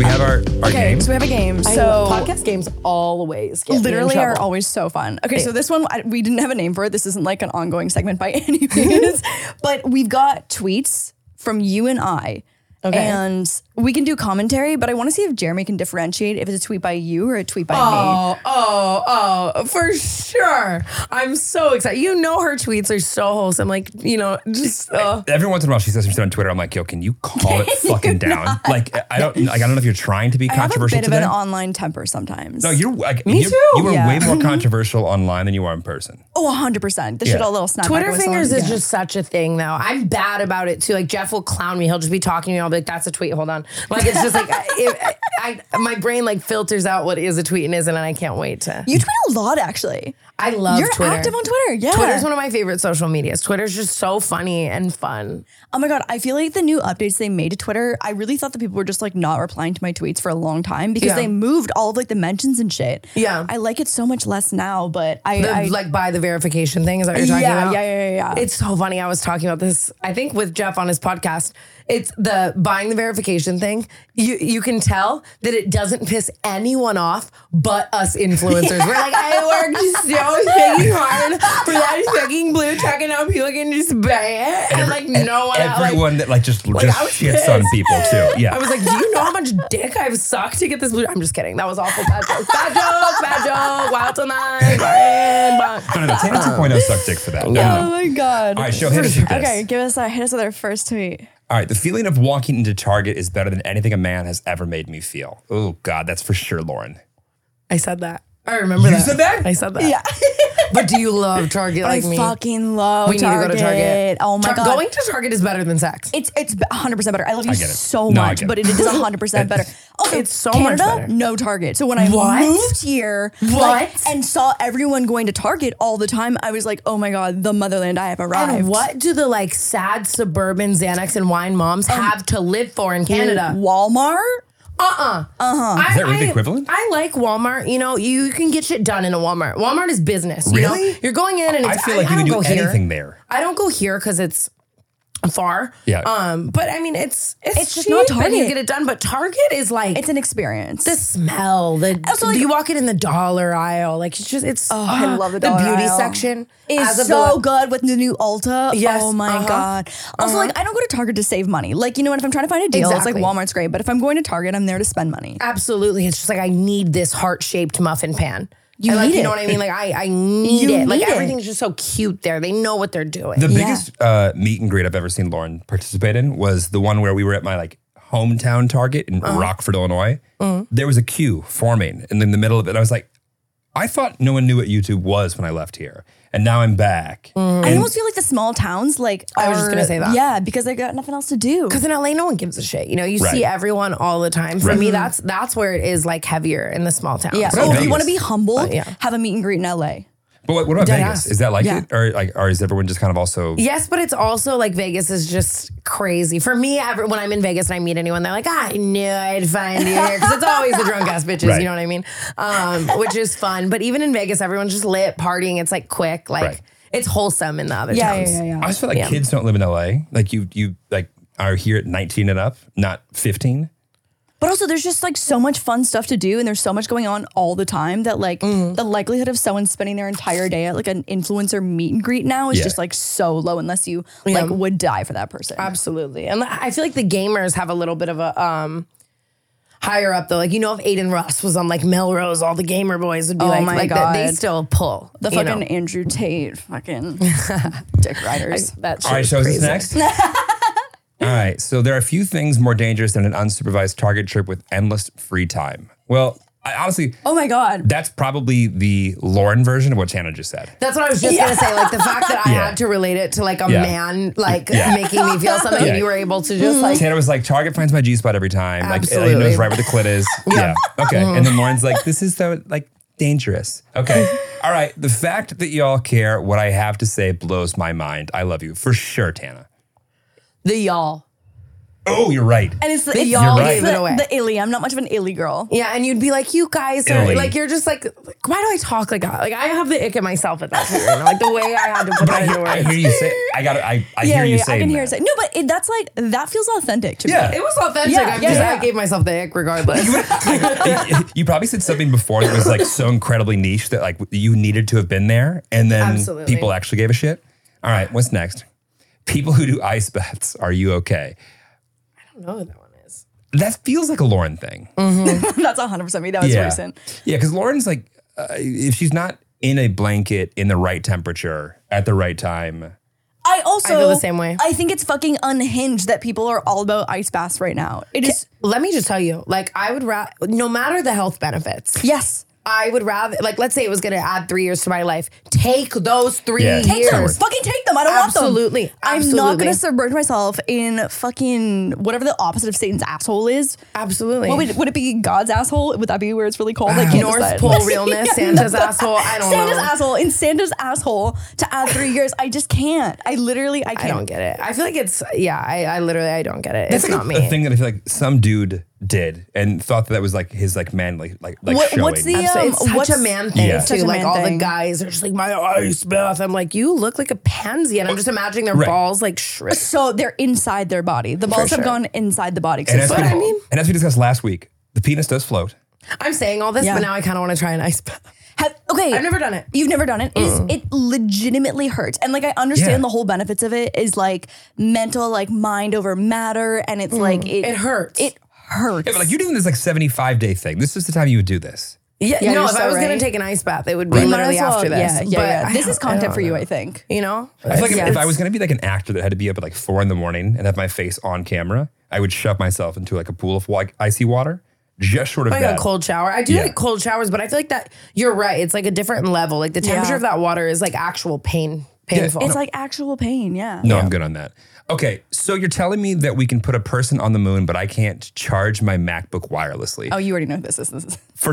[SPEAKER 2] we have our our
[SPEAKER 4] Okay.
[SPEAKER 2] game?
[SPEAKER 4] So we have a game.
[SPEAKER 1] I
[SPEAKER 4] so
[SPEAKER 1] love- podcast games always get me in
[SPEAKER 4] literally are
[SPEAKER 1] trouble.
[SPEAKER 4] always so fun. Okay, so this one I, we didn't have a name for it. This isn't like an ongoing segment by (laughs) any
[SPEAKER 1] (laughs)
[SPEAKER 4] means, but we've got tweets from you and I.
[SPEAKER 1] Okay.
[SPEAKER 4] And we can do commentary, but I want to see if Jeremy can differentiate if it's a tweet by you or a tweet by me.
[SPEAKER 1] Oh, oh, oh, for sure. I'm so excited. You know her tweets are so wholesome. Like, you know, just uh,
[SPEAKER 2] Every once in a while, she says some shit on Twitter. I'm like, yo, can you calm it fucking down? Like, I don't, like, I don't know if you're trying to be
[SPEAKER 4] I have a
[SPEAKER 2] controversial
[SPEAKER 4] bit of
[SPEAKER 2] today.
[SPEAKER 4] an online temper sometimes.
[SPEAKER 2] no, you're like,
[SPEAKER 1] Me
[SPEAKER 2] you,
[SPEAKER 1] too.
[SPEAKER 2] You are
[SPEAKER 4] Yeah.
[SPEAKER 2] way more controversial online than you are in person.
[SPEAKER 4] oh, 100%. This
[SPEAKER 2] Yeah.
[SPEAKER 4] should all little snap.
[SPEAKER 1] Twitter fingers is just such a thing, though. I'm bad about it too. Like Jeff will clown me. He'll just be talking to me. I'll be like, "That's a tweet. Hold on." Like it's just like I, (laughs) it, I, I- my brain like filters out what is a tweet and isn't, and I can't wait to.
[SPEAKER 4] You tweet a lot, actually.
[SPEAKER 1] I love
[SPEAKER 4] You're
[SPEAKER 1] Twitter.
[SPEAKER 4] active on Twitter. Yeah.
[SPEAKER 1] Twitter's one of my favorite social medias. Twitter's just so funny and fun.
[SPEAKER 4] Oh my god, I feel like the new updates they made to Twitter, I really thought that people were just like not replying to my tweets for a long time because
[SPEAKER 1] Yeah.
[SPEAKER 4] they moved all of like the mentions and shit.
[SPEAKER 1] Yeah.
[SPEAKER 4] I like it so much less now, but I,
[SPEAKER 1] The,
[SPEAKER 4] I
[SPEAKER 1] like by the verification thing is that what you're talking
[SPEAKER 4] Yeah,
[SPEAKER 1] about?
[SPEAKER 4] yeah, yeah, yeah,
[SPEAKER 2] Uh,
[SPEAKER 4] yeah.
[SPEAKER 1] It's so funny. I was talking about this. I think with Jeff on his podcast. It's the buying the verification thing. You you can tell that it doesn't piss anyone off but us influencers. We're like, I worked so fucking hard for that fucking blue check, and now people can just buy it, and, like no one else. like-
[SPEAKER 2] e- Everyone that like just just
[SPEAKER 1] I was
[SPEAKER 2] shits
[SPEAKER 1] pissed.
[SPEAKER 2] on people
[SPEAKER 1] (laughs)
[SPEAKER 2] too. Yeah,
[SPEAKER 1] I was like, do you know how much dick I've sucked to get this blue? I'm just kidding. That was awful. Bad joke. Bad joke. Bad joke. Wild tonight. Brian, Brian.
[SPEAKER 2] no, no, no, Tana 2.0 sucked dick for that. No, no,
[SPEAKER 4] Oh
[SPEAKER 2] no.
[SPEAKER 4] my god.
[SPEAKER 2] All right, show hit
[SPEAKER 1] (laughs)
[SPEAKER 2] us with this.
[SPEAKER 4] Okay, give us a hit us with our first tweet.
[SPEAKER 2] All right, the feeling of walking into Target is better than anything a man has ever made me feel. Oh God, that's for sure, Lauren.
[SPEAKER 1] I said that. I remember
[SPEAKER 2] You
[SPEAKER 1] that.
[SPEAKER 2] said that?
[SPEAKER 1] I said that.
[SPEAKER 4] (laughs)
[SPEAKER 1] Yeah. but do you love Target like
[SPEAKER 4] I
[SPEAKER 1] me?
[SPEAKER 4] fucking love
[SPEAKER 1] we need to go to Target.
[SPEAKER 4] Oh my
[SPEAKER 1] Tar-
[SPEAKER 4] god.
[SPEAKER 1] Going to Target is better than sex.
[SPEAKER 4] it's it's 100% better. I love you
[SPEAKER 2] get it.
[SPEAKER 4] so
[SPEAKER 2] No, I
[SPEAKER 4] much,
[SPEAKER 2] get
[SPEAKER 4] but
[SPEAKER 2] it.
[SPEAKER 4] it
[SPEAKER 1] (laughs)
[SPEAKER 4] is 100% better. Also,
[SPEAKER 1] It's so much
[SPEAKER 4] Canada,
[SPEAKER 1] better.
[SPEAKER 4] no Target. So when I
[SPEAKER 1] What?
[SPEAKER 4] moved here
[SPEAKER 1] What?
[SPEAKER 4] and saw everyone going to Target all the time, I was like, "Oh my god, the motherland I have arrived."
[SPEAKER 1] and what do the like sad suburban Xanax and wine moms have to live for in Canada?
[SPEAKER 4] Walmart?
[SPEAKER 1] Uh-uh. Uh-huh.
[SPEAKER 2] Is that really the equivalent?
[SPEAKER 1] I like Walmart. You know, you can get shit done in a Walmart. Walmart is business. You
[SPEAKER 2] Really?
[SPEAKER 1] Know? You're going in and
[SPEAKER 2] I
[SPEAKER 1] it's,
[SPEAKER 2] feel like
[SPEAKER 1] I
[SPEAKER 2] you can
[SPEAKER 1] don't
[SPEAKER 2] do
[SPEAKER 1] go here.
[SPEAKER 2] anything there.
[SPEAKER 1] I don't go here because it's far.
[SPEAKER 2] Yeah.
[SPEAKER 1] Um, but I mean it's it's,
[SPEAKER 4] It's just not
[SPEAKER 1] cheap and You
[SPEAKER 4] Target.
[SPEAKER 1] get it done, but Target is like
[SPEAKER 4] It's an experience.
[SPEAKER 1] the smell. The
[SPEAKER 4] Also, like-
[SPEAKER 1] you walk in in the dollar aisle, like it's just it's. Oh, (gasps)
[SPEAKER 4] I love the dollar
[SPEAKER 1] beauty
[SPEAKER 4] aisle.
[SPEAKER 1] section
[SPEAKER 4] is
[SPEAKER 1] as of
[SPEAKER 4] so
[SPEAKER 1] the-
[SPEAKER 4] good with the new Ulta.
[SPEAKER 1] Yes,
[SPEAKER 4] Oh my
[SPEAKER 1] uh-huh,
[SPEAKER 4] god. Also, like I don't go to Target to save money. Like you know what? If I'm trying to find a deal,
[SPEAKER 1] Exactly.
[SPEAKER 4] it's like Walmart's great. But if I'm going to Target, I'm there to spend money.
[SPEAKER 1] Absolutely, it's just like I need this heart shaped muffin pan.
[SPEAKER 4] You
[SPEAKER 1] I like,
[SPEAKER 4] need
[SPEAKER 1] you know
[SPEAKER 4] it.
[SPEAKER 1] what I mean? Like I, I need
[SPEAKER 4] You
[SPEAKER 1] it. Like
[SPEAKER 4] need it.
[SPEAKER 1] everything's just so cute there. They know what they're doing.
[SPEAKER 2] The
[SPEAKER 4] Yeah.
[SPEAKER 2] biggest uh, meet and greet I've ever seen Lauren participate in was the one where we were at my like hometown Target in
[SPEAKER 1] Uh-huh.
[SPEAKER 2] Rockford, Illinois. There was a queue forming, and in the middle of it, I was like, I thought no one knew what YouTube was when I left here, and now I'm back.
[SPEAKER 1] Uh-huh.
[SPEAKER 4] I almost feel like the small towns, like
[SPEAKER 1] I was just gonna
[SPEAKER 4] are-
[SPEAKER 1] say that.
[SPEAKER 4] Yeah, because they got nothing else to do.
[SPEAKER 1] Because in LA, no one gives a shit. You know, you
[SPEAKER 2] Right.
[SPEAKER 1] see everyone all the time. For
[SPEAKER 2] Right.
[SPEAKER 1] me, that's that's where it is like heavier in the small towns.
[SPEAKER 4] Mm-hmm. Yeah.
[SPEAKER 2] What
[SPEAKER 4] Oh,
[SPEAKER 2] about
[SPEAKER 4] if you
[SPEAKER 2] Vegas?
[SPEAKER 4] want to be humble,
[SPEAKER 1] Uh, yeah.
[SPEAKER 4] have a meet and greet in LA.
[SPEAKER 2] But what, what about
[SPEAKER 1] Dead
[SPEAKER 2] Vegas?
[SPEAKER 1] ass.
[SPEAKER 2] Is that like
[SPEAKER 4] Yeah.
[SPEAKER 2] it, or like, or is everyone just kind of also?
[SPEAKER 1] Yes, but it's also like Vegas is just crazy. For me, every, when I'm in Vegas and I meet anyone, they're like, "Ah, I knew I'd find you here. Because it's always the drunk ass bitches,
[SPEAKER 2] Right.
[SPEAKER 1] you know what I mean? Um, which is fun. But even in Vegas, everyone's just lit, partying. It's like quick, like
[SPEAKER 2] Right.
[SPEAKER 1] it's wholesome in the other
[SPEAKER 4] Yeah,
[SPEAKER 1] towns.
[SPEAKER 4] yeah, yeah, yeah.
[SPEAKER 2] I just feel like kids don't live in LA. Like you, you like are here at 19 and up, not 15.
[SPEAKER 4] But also, there's just like so much fun stuff to do, and there's so much going on all the time that like
[SPEAKER 1] Mm-hmm.
[SPEAKER 4] the likelihood of someone spending their entire day at like an influencer meet and greet now is
[SPEAKER 2] Yeah.
[SPEAKER 4] just like so low, unless you like would die for that person.
[SPEAKER 1] Absolutely. And I feel like the gamers have a little bit of a um higher up though. Like you know if Aiden Russ was on like Melrose, all the gamer boys would be
[SPEAKER 4] Oh
[SPEAKER 1] like,
[SPEAKER 4] my
[SPEAKER 1] like that- they
[SPEAKER 4] God.
[SPEAKER 1] still pull.
[SPEAKER 4] the
[SPEAKER 1] you
[SPEAKER 4] fucking
[SPEAKER 1] know?
[SPEAKER 4] Andrew Tate,
[SPEAKER 1] (laughs)
[SPEAKER 4] fucking dick riders.
[SPEAKER 1] that shit
[SPEAKER 2] All right,
[SPEAKER 1] is
[SPEAKER 2] shows us
[SPEAKER 1] crazy.
[SPEAKER 2] next.
[SPEAKER 1] (laughs)
[SPEAKER 2] All right, so there are few things more dangerous than an unsupervised target trip with endless free time. Well, I, honestly,
[SPEAKER 4] oh my god.
[SPEAKER 2] that's probably the Lauren version of what Hannah just said.
[SPEAKER 1] That's what I was just gonna say. Like the fact that I
[SPEAKER 2] Yeah.
[SPEAKER 1] had to relate it to like a
[SPEAKER 2] Yeah.
[SPEAKER 1] man, like
[SPEAKER 2] Yeah.
[SPEAKER 1] making me feel something,
[SPEAKER 2] Yeah.
[SPEAKER 1] you were able to just like
[SPEAKER 2] Hannah was like, Target finds my G spot every time. Like, he
[SPEAKER 1] Absolutely.
[SPEAKER 2] knows right where the clit is. yeah. Okay. And then Lauren's like, this is so like dangerous. Okay. (laughs) All right. The fact that y'all care what I have to say blows my mind. I love you for sure, Tana.
[SPEAKER 1] the y'all.
[SPEAKER 2] Oh, you're right.
[SPEAKER 4] And it's the
[SPEAKER 1] They
[SPEAKER 4] y'all
[SPEAKER 2] You're
[SPEAKER 4] it's
[SPEAKER 2] right.
[SPEAKER 4] the,
[SPEAKER 1] Away.
[SPEAKER 4] the illy. I'm not much of an illy girl.
[SPEAKER 1] Yeah, and you'd be like, you guys are
[SPEAKER 2] Italy.
[SPEAKER 1] like you're just like like, why do I talk like that? Like I have the ick at myself at that point. you know? Like the way I had to put
[SPEAKER 2] I
[SPEAKER 1] that into
[SPEAKER 2] hear, I
[SPEAKER 1] words.
[SPEAKER 2] hear you say. I got. I, I hear you saying.
[SPEAKER 4] I can hear it
[SPEAKER 2] that.
[SPEAKER 4] say. No, but it, that's like that feels authentic to
[SPEAKER 2] Yeah.
[SPEAKER 4] me.
[SPEAKER 1] It was authentic.
[SPEAKER 4] Yeah,
[SPEAKER 1] I'm
[SPEAKER 4] yeah,
[SPEAKER 1] just,
[SPEAKER 4] yeah.
[SPEAKER 1] I gave myself the ick regardless.
[SPEAKER 2] you probably said something before that was like so incredibly niche that like you needed to have been there, and then
[SPEAKER 1] Absolutely.
[SPEAKER 2] people actually gave a shit. All right, what's next? People who do ice baths, are you okay?
[SPEAKER 1] know who that one is.
[SPEAKER 2] That feels like a Lauren thing.
[SPEAKER 4] (laughs) that's 100 percent me. That was recent.
[SPEAKER 2] yeah, because Lauren's like, uh, if she's not in a blanket in the right temperature at the right time,
[SPEAKER 4] I also
[SPEAKER 1] feel the same way.
[SPEAKER 4] I think it's fucking unhinged that people are all about ice baths right now. It is
[SPEAKER 1] Let me just tell you, like I would rather, no matter the health benefits,
[SPEAKER 4] yes.
[SPEAKER 1] I would rather, like let's say it was going to add three years to my life, take those three
[SPEAKER 2] Yeah. Take
[SPEAKER 1] years.
[SPEAKER 2] them. Sure.
[SPEAKER 4] Fucking take them. I don't
[SPEAKER 1] Absolutely.
[SPEAKER 4] want them. I'm not
[SPEAKER 1] Absolutely.
[SPEAKER 4] gonna submerge myself in fucking whatever the opposite of Satan's asshole is.
[SPEAKER 1] Absolutely.
[SPEAKER 4] What would, would it be God's asshole? Would that be where it's really cold? Like can't
[SPEAKER 1] North
[SPEAKER 4] decide. (laughs)
[SPEAKER 1] Pole realness, Santa's asshole. I don't
[SPEAKER 4] Santa's
[SPEAKER 1] know.
[SPEAKER 4] asshole in Santa's asshole to add three years. I just can't. I literally I can't.
[SPEAKER 1] I don't get it. I feel like it's yeah. I, I literally I don't get it.
[SPEAKER 2] that's
[SPEAKER 1] It's
[SPEAKER 2] like
[SPEAKER 1] not
[SPEAKER 2] a,
[SPEAKER 1] me.
[SPEAKER 2] a thing that I feel like some dude did and thought that, that was like his like manly like like
[SPEAKER 4] What-
[SPEAKER 2] showing.
[SPEAKER 4] what's the
[SPEAKER 1] So
[SPEAKER 4] um,
[SPEAKER 1] it's such
[SPEAKER 4] what's,
[SPEAKER 1] a man thing
[SPEAKER 2] Yeah. It's
[SPEAKER 1] too.
[SPEAKER 4] such a
[SPEAKER 1] Like
[SPEAKER 4] man
[SPEAKER 1] all the
[SPEAKER 4] thing.
[SPEAKER 1] guys are just like my ice bath. I'm like, you look like a pansy, and I'm just imagining their
[SPEAKER 2] Right.
[SPEAKER 1] balls like shriveled. (laughs)
[SPEAKER 4] So they're inside their body. The balls
[SPEAKER 1] sure.
[SPEAKER 4] have gone inside the body. 'cause
[SPEAKER 2] And
[SPEAKER 4] it's
[SPEAKER 2] as,
[SPEAKER 4] so
[SPEAKER 2] we,
[SPEAKER 4] cold.
[SPEAKER 2] and as we discussed last week, the penis does float.
[SPEAKER 1] I'm saying all this,
[SPEAKER 4] Yeah.
[SPEAKER 1] but now I kind of want to try an ice bath.
[SPEAKER 4] Have, okay,
[SPEAKER 1] I've never done it.
[SPEAKER 4] You've never done it. It, is, it legitimately hurts, and like I understand
[SPEAKER 2] Yeah.
[SPEAKER 4] the whole benefits of it is like mental, like mind over matter, and it's like it,
[SPEAKER 1] It hurts.
[SPEAKER 4] It hurts.
[SPEAKER 2] Yeah, but like you're doing this like 75 day thing. This is the time you would do this.
[SPEAKER 1] Yeah,
[SPEAKER 4] Yeah,
[SPEAKER 1] no,
[SPEAKER 4] you're
[SPEAKER 1] if
[SPEAKER 4] so
[SPEAKER 1] I was gonna
[SPEAKER 4] right.
[SPEAKER 1] take an ice bath, it would be
[SPEAKER 4] Might
[SPEAKER 1] literally
[SPEAKER 4] as well.
[SPEAKER 1] after this.
[SPEAKER 4] Yeah, yeah,
[SPEAKER 1] But
[SPEAKER 4] yeah.
[SPEAKER 1] I
[SPEAKER 4] This is
[SPEAKER 1] don't- I
[SPEAKER 4] content
[SPEAKER 1] don't
[SPEAKER 4] for you,
[SPEAKER 1] know.
[SPEAKER 4] I think.
[SPEAKER 1] You know,
[SPEAKER 2] I feel like
[SPEAKER 4] Yeah.
[SPEAKER 2] if, if I was going to be like an actor that had to be up at like four in the morning and have my face on camera, I would shove myself into like a pool of like icy water, just
[SPEAKER 4] Oh,
[SPEAKER 2] short of
[SPEAKER 1] like
[SPEAKER 2] that.
[SPEAKER 1] a cold shower. I do
[SPEAKER 2] Yeah.
[SPEAKER 1] like cold showers, but I feel like that you're right. It's like a different level. Like the temperature
[SPEAKER 4] Yeah.
[SPEAKER 1] of that water is like actual pain,
[SPEAKER 2] Yeah,
[SPEAKER 1] painful. (laughs)
[SPEAKER 4] it's like actual pain. Yeah.
[SPEAKER 2] No, I'm good on that. Okay, so you're telling me that we can put a person on the moon, but I can't charge my MacBook wirelessly.
[SPEAKER 4] Oh, you already know who this is. This is
[SPEAKER 2] For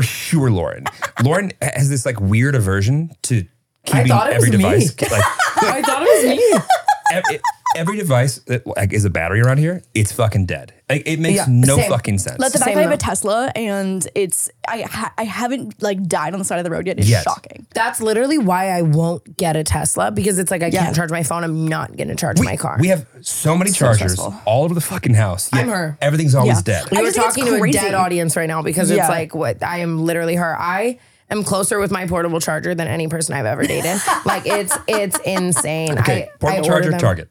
[SPEAKER 1] (laughs)
[SPEAKER 2] sure, Lauren. Lauren has this like weird aversion to keeping
[SPEAKER 1] thought it
[SPEAKER 2] every
[SPEAKER 1] was me. (laughs)
[SPEAKER 2] device. Like,
[SPEAKER 1] I thought it was me.
[SPEAKER 2] every, every device that like, is a battery around here, it's fucking dead. Like, it makes
[SPEAKER 1] Yeah,
[SPEAKER 2] no
[SPEAKER 1] same.
[SPEAKER 2] fucking sense.
[SPEAKER 4] Let the fact
[SPEAKER 1] Same
[SPEAKER 4] that I have
[SPEAKER 1] though.
[SPEAKER 4] a Tesla and it's I ha- I haven't like died on the side of the road yet is
[SPEAKER 2] Yet.
[SPEAKER 4] shocking.
[SPEAKER 1] That's literally why I won't get a Tesla because it's like I
[SPEAKER 4] Yeah.
[SPEAKER 1] can't charge my phone. I'm not gonna charge my car.
[SPEAKER 2] We have so many chargers
[SPEAKER 4] stressful.
[SPEAKER 2] all over the fucking house.
[SPEAKER 1] I'm
[SPEAKER 2] yet
[SPEAKER 1] her.
[SPEAKER 2] Everything's always
[SPEAKER 4] Yeah.
[SPEAKER 2] dead.
[SPEAKER 1] we
[SPEAKER 4] I
[SPEAKER 1] were
[SPEAKER 4] just think it's
[SPEAKER 1] talking to a
[SPEAKER 4] crazy.
[SPEAKER 1] dead audience right now because it's
[SPEAKER 4] Yeah.
[SPEAKER 1] like what I am literally her. I am closer with my portable charger than any person
[SPEAKER 4] (laughs)
[SPEAKER 1] I've ever dated. like it's it's insane.
[SPEAKER 2] okay,
[SPEAKER 1] I,
[SPEAKER 2] portable
[SPEAKER 1] I order
[SPEAKER 2] charger,
[SPEAKER 1] them-
[SPEAKER 2] Target.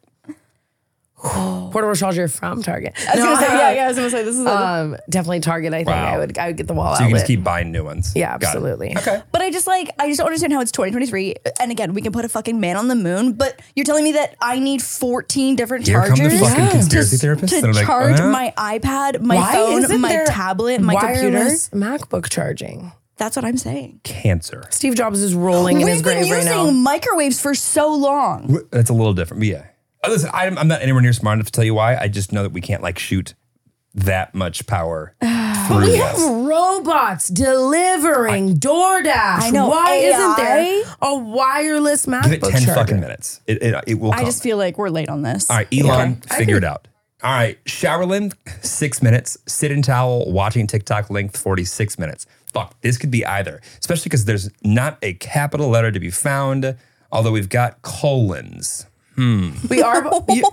[SPEAKER 1] Portable charger from Target.
[SPEAKER 4] I was
[SPEAKER 1] No,
[SPEAKER 4] gonna say, (laughs) yeah, yeah, I was gonna say this is. a
[SPEAKER 1] Um, definitely Target. I think
[SPEAKER 2] Wow.
[SPEAKER 1] I would. I would get the wall
[SPEAKER 2] So you
[SPEAKER 1] outlet.
[SPEAKER 2] can just keep buying new ones.
[SPEAKER 1] yeah,
[SPEAKER 2] Got it.
[SPEAKER 1] absolutely.
[SPEAKER 2] Okay.
[SPEAKER 4] but I just like I just don't understand how it's 2023. And again, we can put a fucking man on the moon, but you're telling me that I need 14 different
[SPEAKER 2] Here come
[SPEAKER 4] chargers
[SPEAKER 2] the fucking
[SPEAKER 1] Yeah.
[SPEAKER 2] conspiracy
[SPEAKER 4] to,
[SPEAKER 2] therapists.
[SPEAKER 4] to
[SPEAKER 2] that are like,
[SPEAKER 4] charge
[SPEAKER 2] uh,
[SPEAKER 4] my iPad, my
[SPEAKER 1] Why
[SPEAKER 4] phone,
[SPEAKER 1] isn't
[SPEAKER 4] my
[SPEAKER 1] there
[SPEAKER 4] tablet, my computer.
[SPEAKER 1] wireless MacBook charging.
[SPEAKER 4] That's what I'm saying.
[SPEAKER 2] cancer.
[SPEAKER 1] Steve Jobs is rolling in his
[SPEAKER 4] We've been
[SPEAKER 1] grave right
[SPEAKER 4] using
[SPEAKER 1] now.
[SPEAKER 4] microwaves for so long.
[SPEAKER 2] Wh- That's a little different. But yeah. Uh, Listen, I'm, I'm not anywhere near smart enough to tell you why. I just know that we can't like shoot that much power
[SPEAKER 4] (sighs)
[SPEAKER 2] through
[SPEAKER 1] We
[SPEAKER 2] this.
[SPEAKER 1] have robots delivering DoorDash.
[SPEAKER 4] I know,
[SPEAKER 1] Why isn't
[SPEAKER 4] AI?
[SPEAKER 1] there a wireless MacBook
[SPEAKER 2] Give it 10
[SPEAKER 1] charger?
[SPEAKER 2] fucking minutes. It, it, it will come.
[SPEAKER 4] I just feel like we're late on this. (laughs)
[SPEAKER 2] All right, e- Elon, figure it out. All right, Showerland, six minutes. Sit in towel, watching TikTok length, 46 minutes. Fuck, this could be either, especially because there's not a capital letter to be found, although we've got colons.
[SPEAKER 1] We are. you-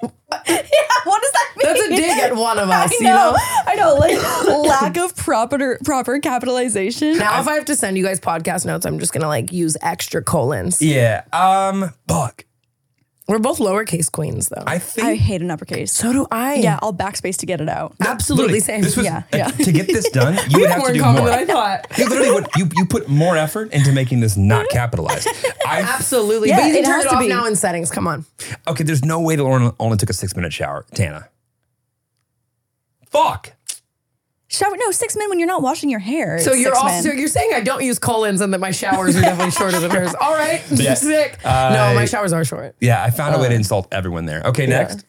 [SPEAKER 4] What does that mean?
[SPEAKER 1] that's a dig at one of
[SPEAKER 4] (laughs) I
[SPEAKER 1] us,
[SPEAKER 4] know,
[SPEAKER 1] you know?
[SPEAKER 4] I
[SPEAKER 1] (laughs)
[SPEAKER 4] know, like lack of proper proper capitalization.
[SPEAKER 1] Now, if I have to send you guys podcast notes, I'm just gonna like use extra colons.
[SPEAKER 2] Yeah, um, fuck.
[SPEAKER 1] We're both lowercase queens, though.
[SPEAKER 2] I
[SPEAKER 4] I
[SPEAKER 2] think
[SPEAKER 4] hate an uppercase.
[SPEAKER 1] so do I.
[SPEAKER 4] Yeah, I'll backspace to get it out.
[SPEAKER 1] absolutely
[SPEAKER 2] literally,
[SPEAKER 1] same.
[SPEAKER 2] This was,
[SPEAKER 4] Yeah,
[SPEAKER 2] like,
[SPEAKER 4] yeah.
[SPEAKER 2] To get this
[SPEAKER 4] (laughs)
[SPEAKER 2] done, you would have to do
[SPEAKER 1] common
[SPEAKER 2] more.
[SPEAKER 1] than I thought.
[SPEAKER 2] You literally would, you, you put more effort into making this not
[SPEAKER 1] Mm-hmm. (laughs)
[SPEAKER 2] capitalized.
[SPEAKER 1] (laughs)
[SPEAKER 2] I
[SPEAKER 1] Absolutely,
[SPEAKER 4] Yeah,
[SPEAKER 1] but you can
[SPEAKER 4] it
[SPEAKER 1] turn
[SPEAKER 4] has
[SPEAKER 1] it
[SPEAKER 4] to
[SPEAKER 1] off
[SPEAKER 4] be.
[SPEAKER 1] now in settings. Come on,
[SPEAKER 2] Okay, there's no way that Lauren only took a six minute shower, Tana. Fuck.
[SPEAKER 4] Shower? No, six men when you're not washing your hair.
[SPEAKER 1] so
[SPEAKER 4] it's
[SPEAKER 1] you're
[SPEAKER 4] six
[SPEAKER 1] also
[SPEAKER 4] men.
[SPEAKER 1] you're saying I don't use colons and that my showers are definitely shorter than hers. All right, (laughs)
[SPEAKER 2] Yeah.
[SPEAKER 1] sick.
[SPEAKER 2] I-
[SPEAKER 1] no, my showers are short,
[SPEAKER 2] Yeah, I found a
[SPEAKER 1] Uh.
[SPEAKER 2] way to insult everyone there. Okay, next.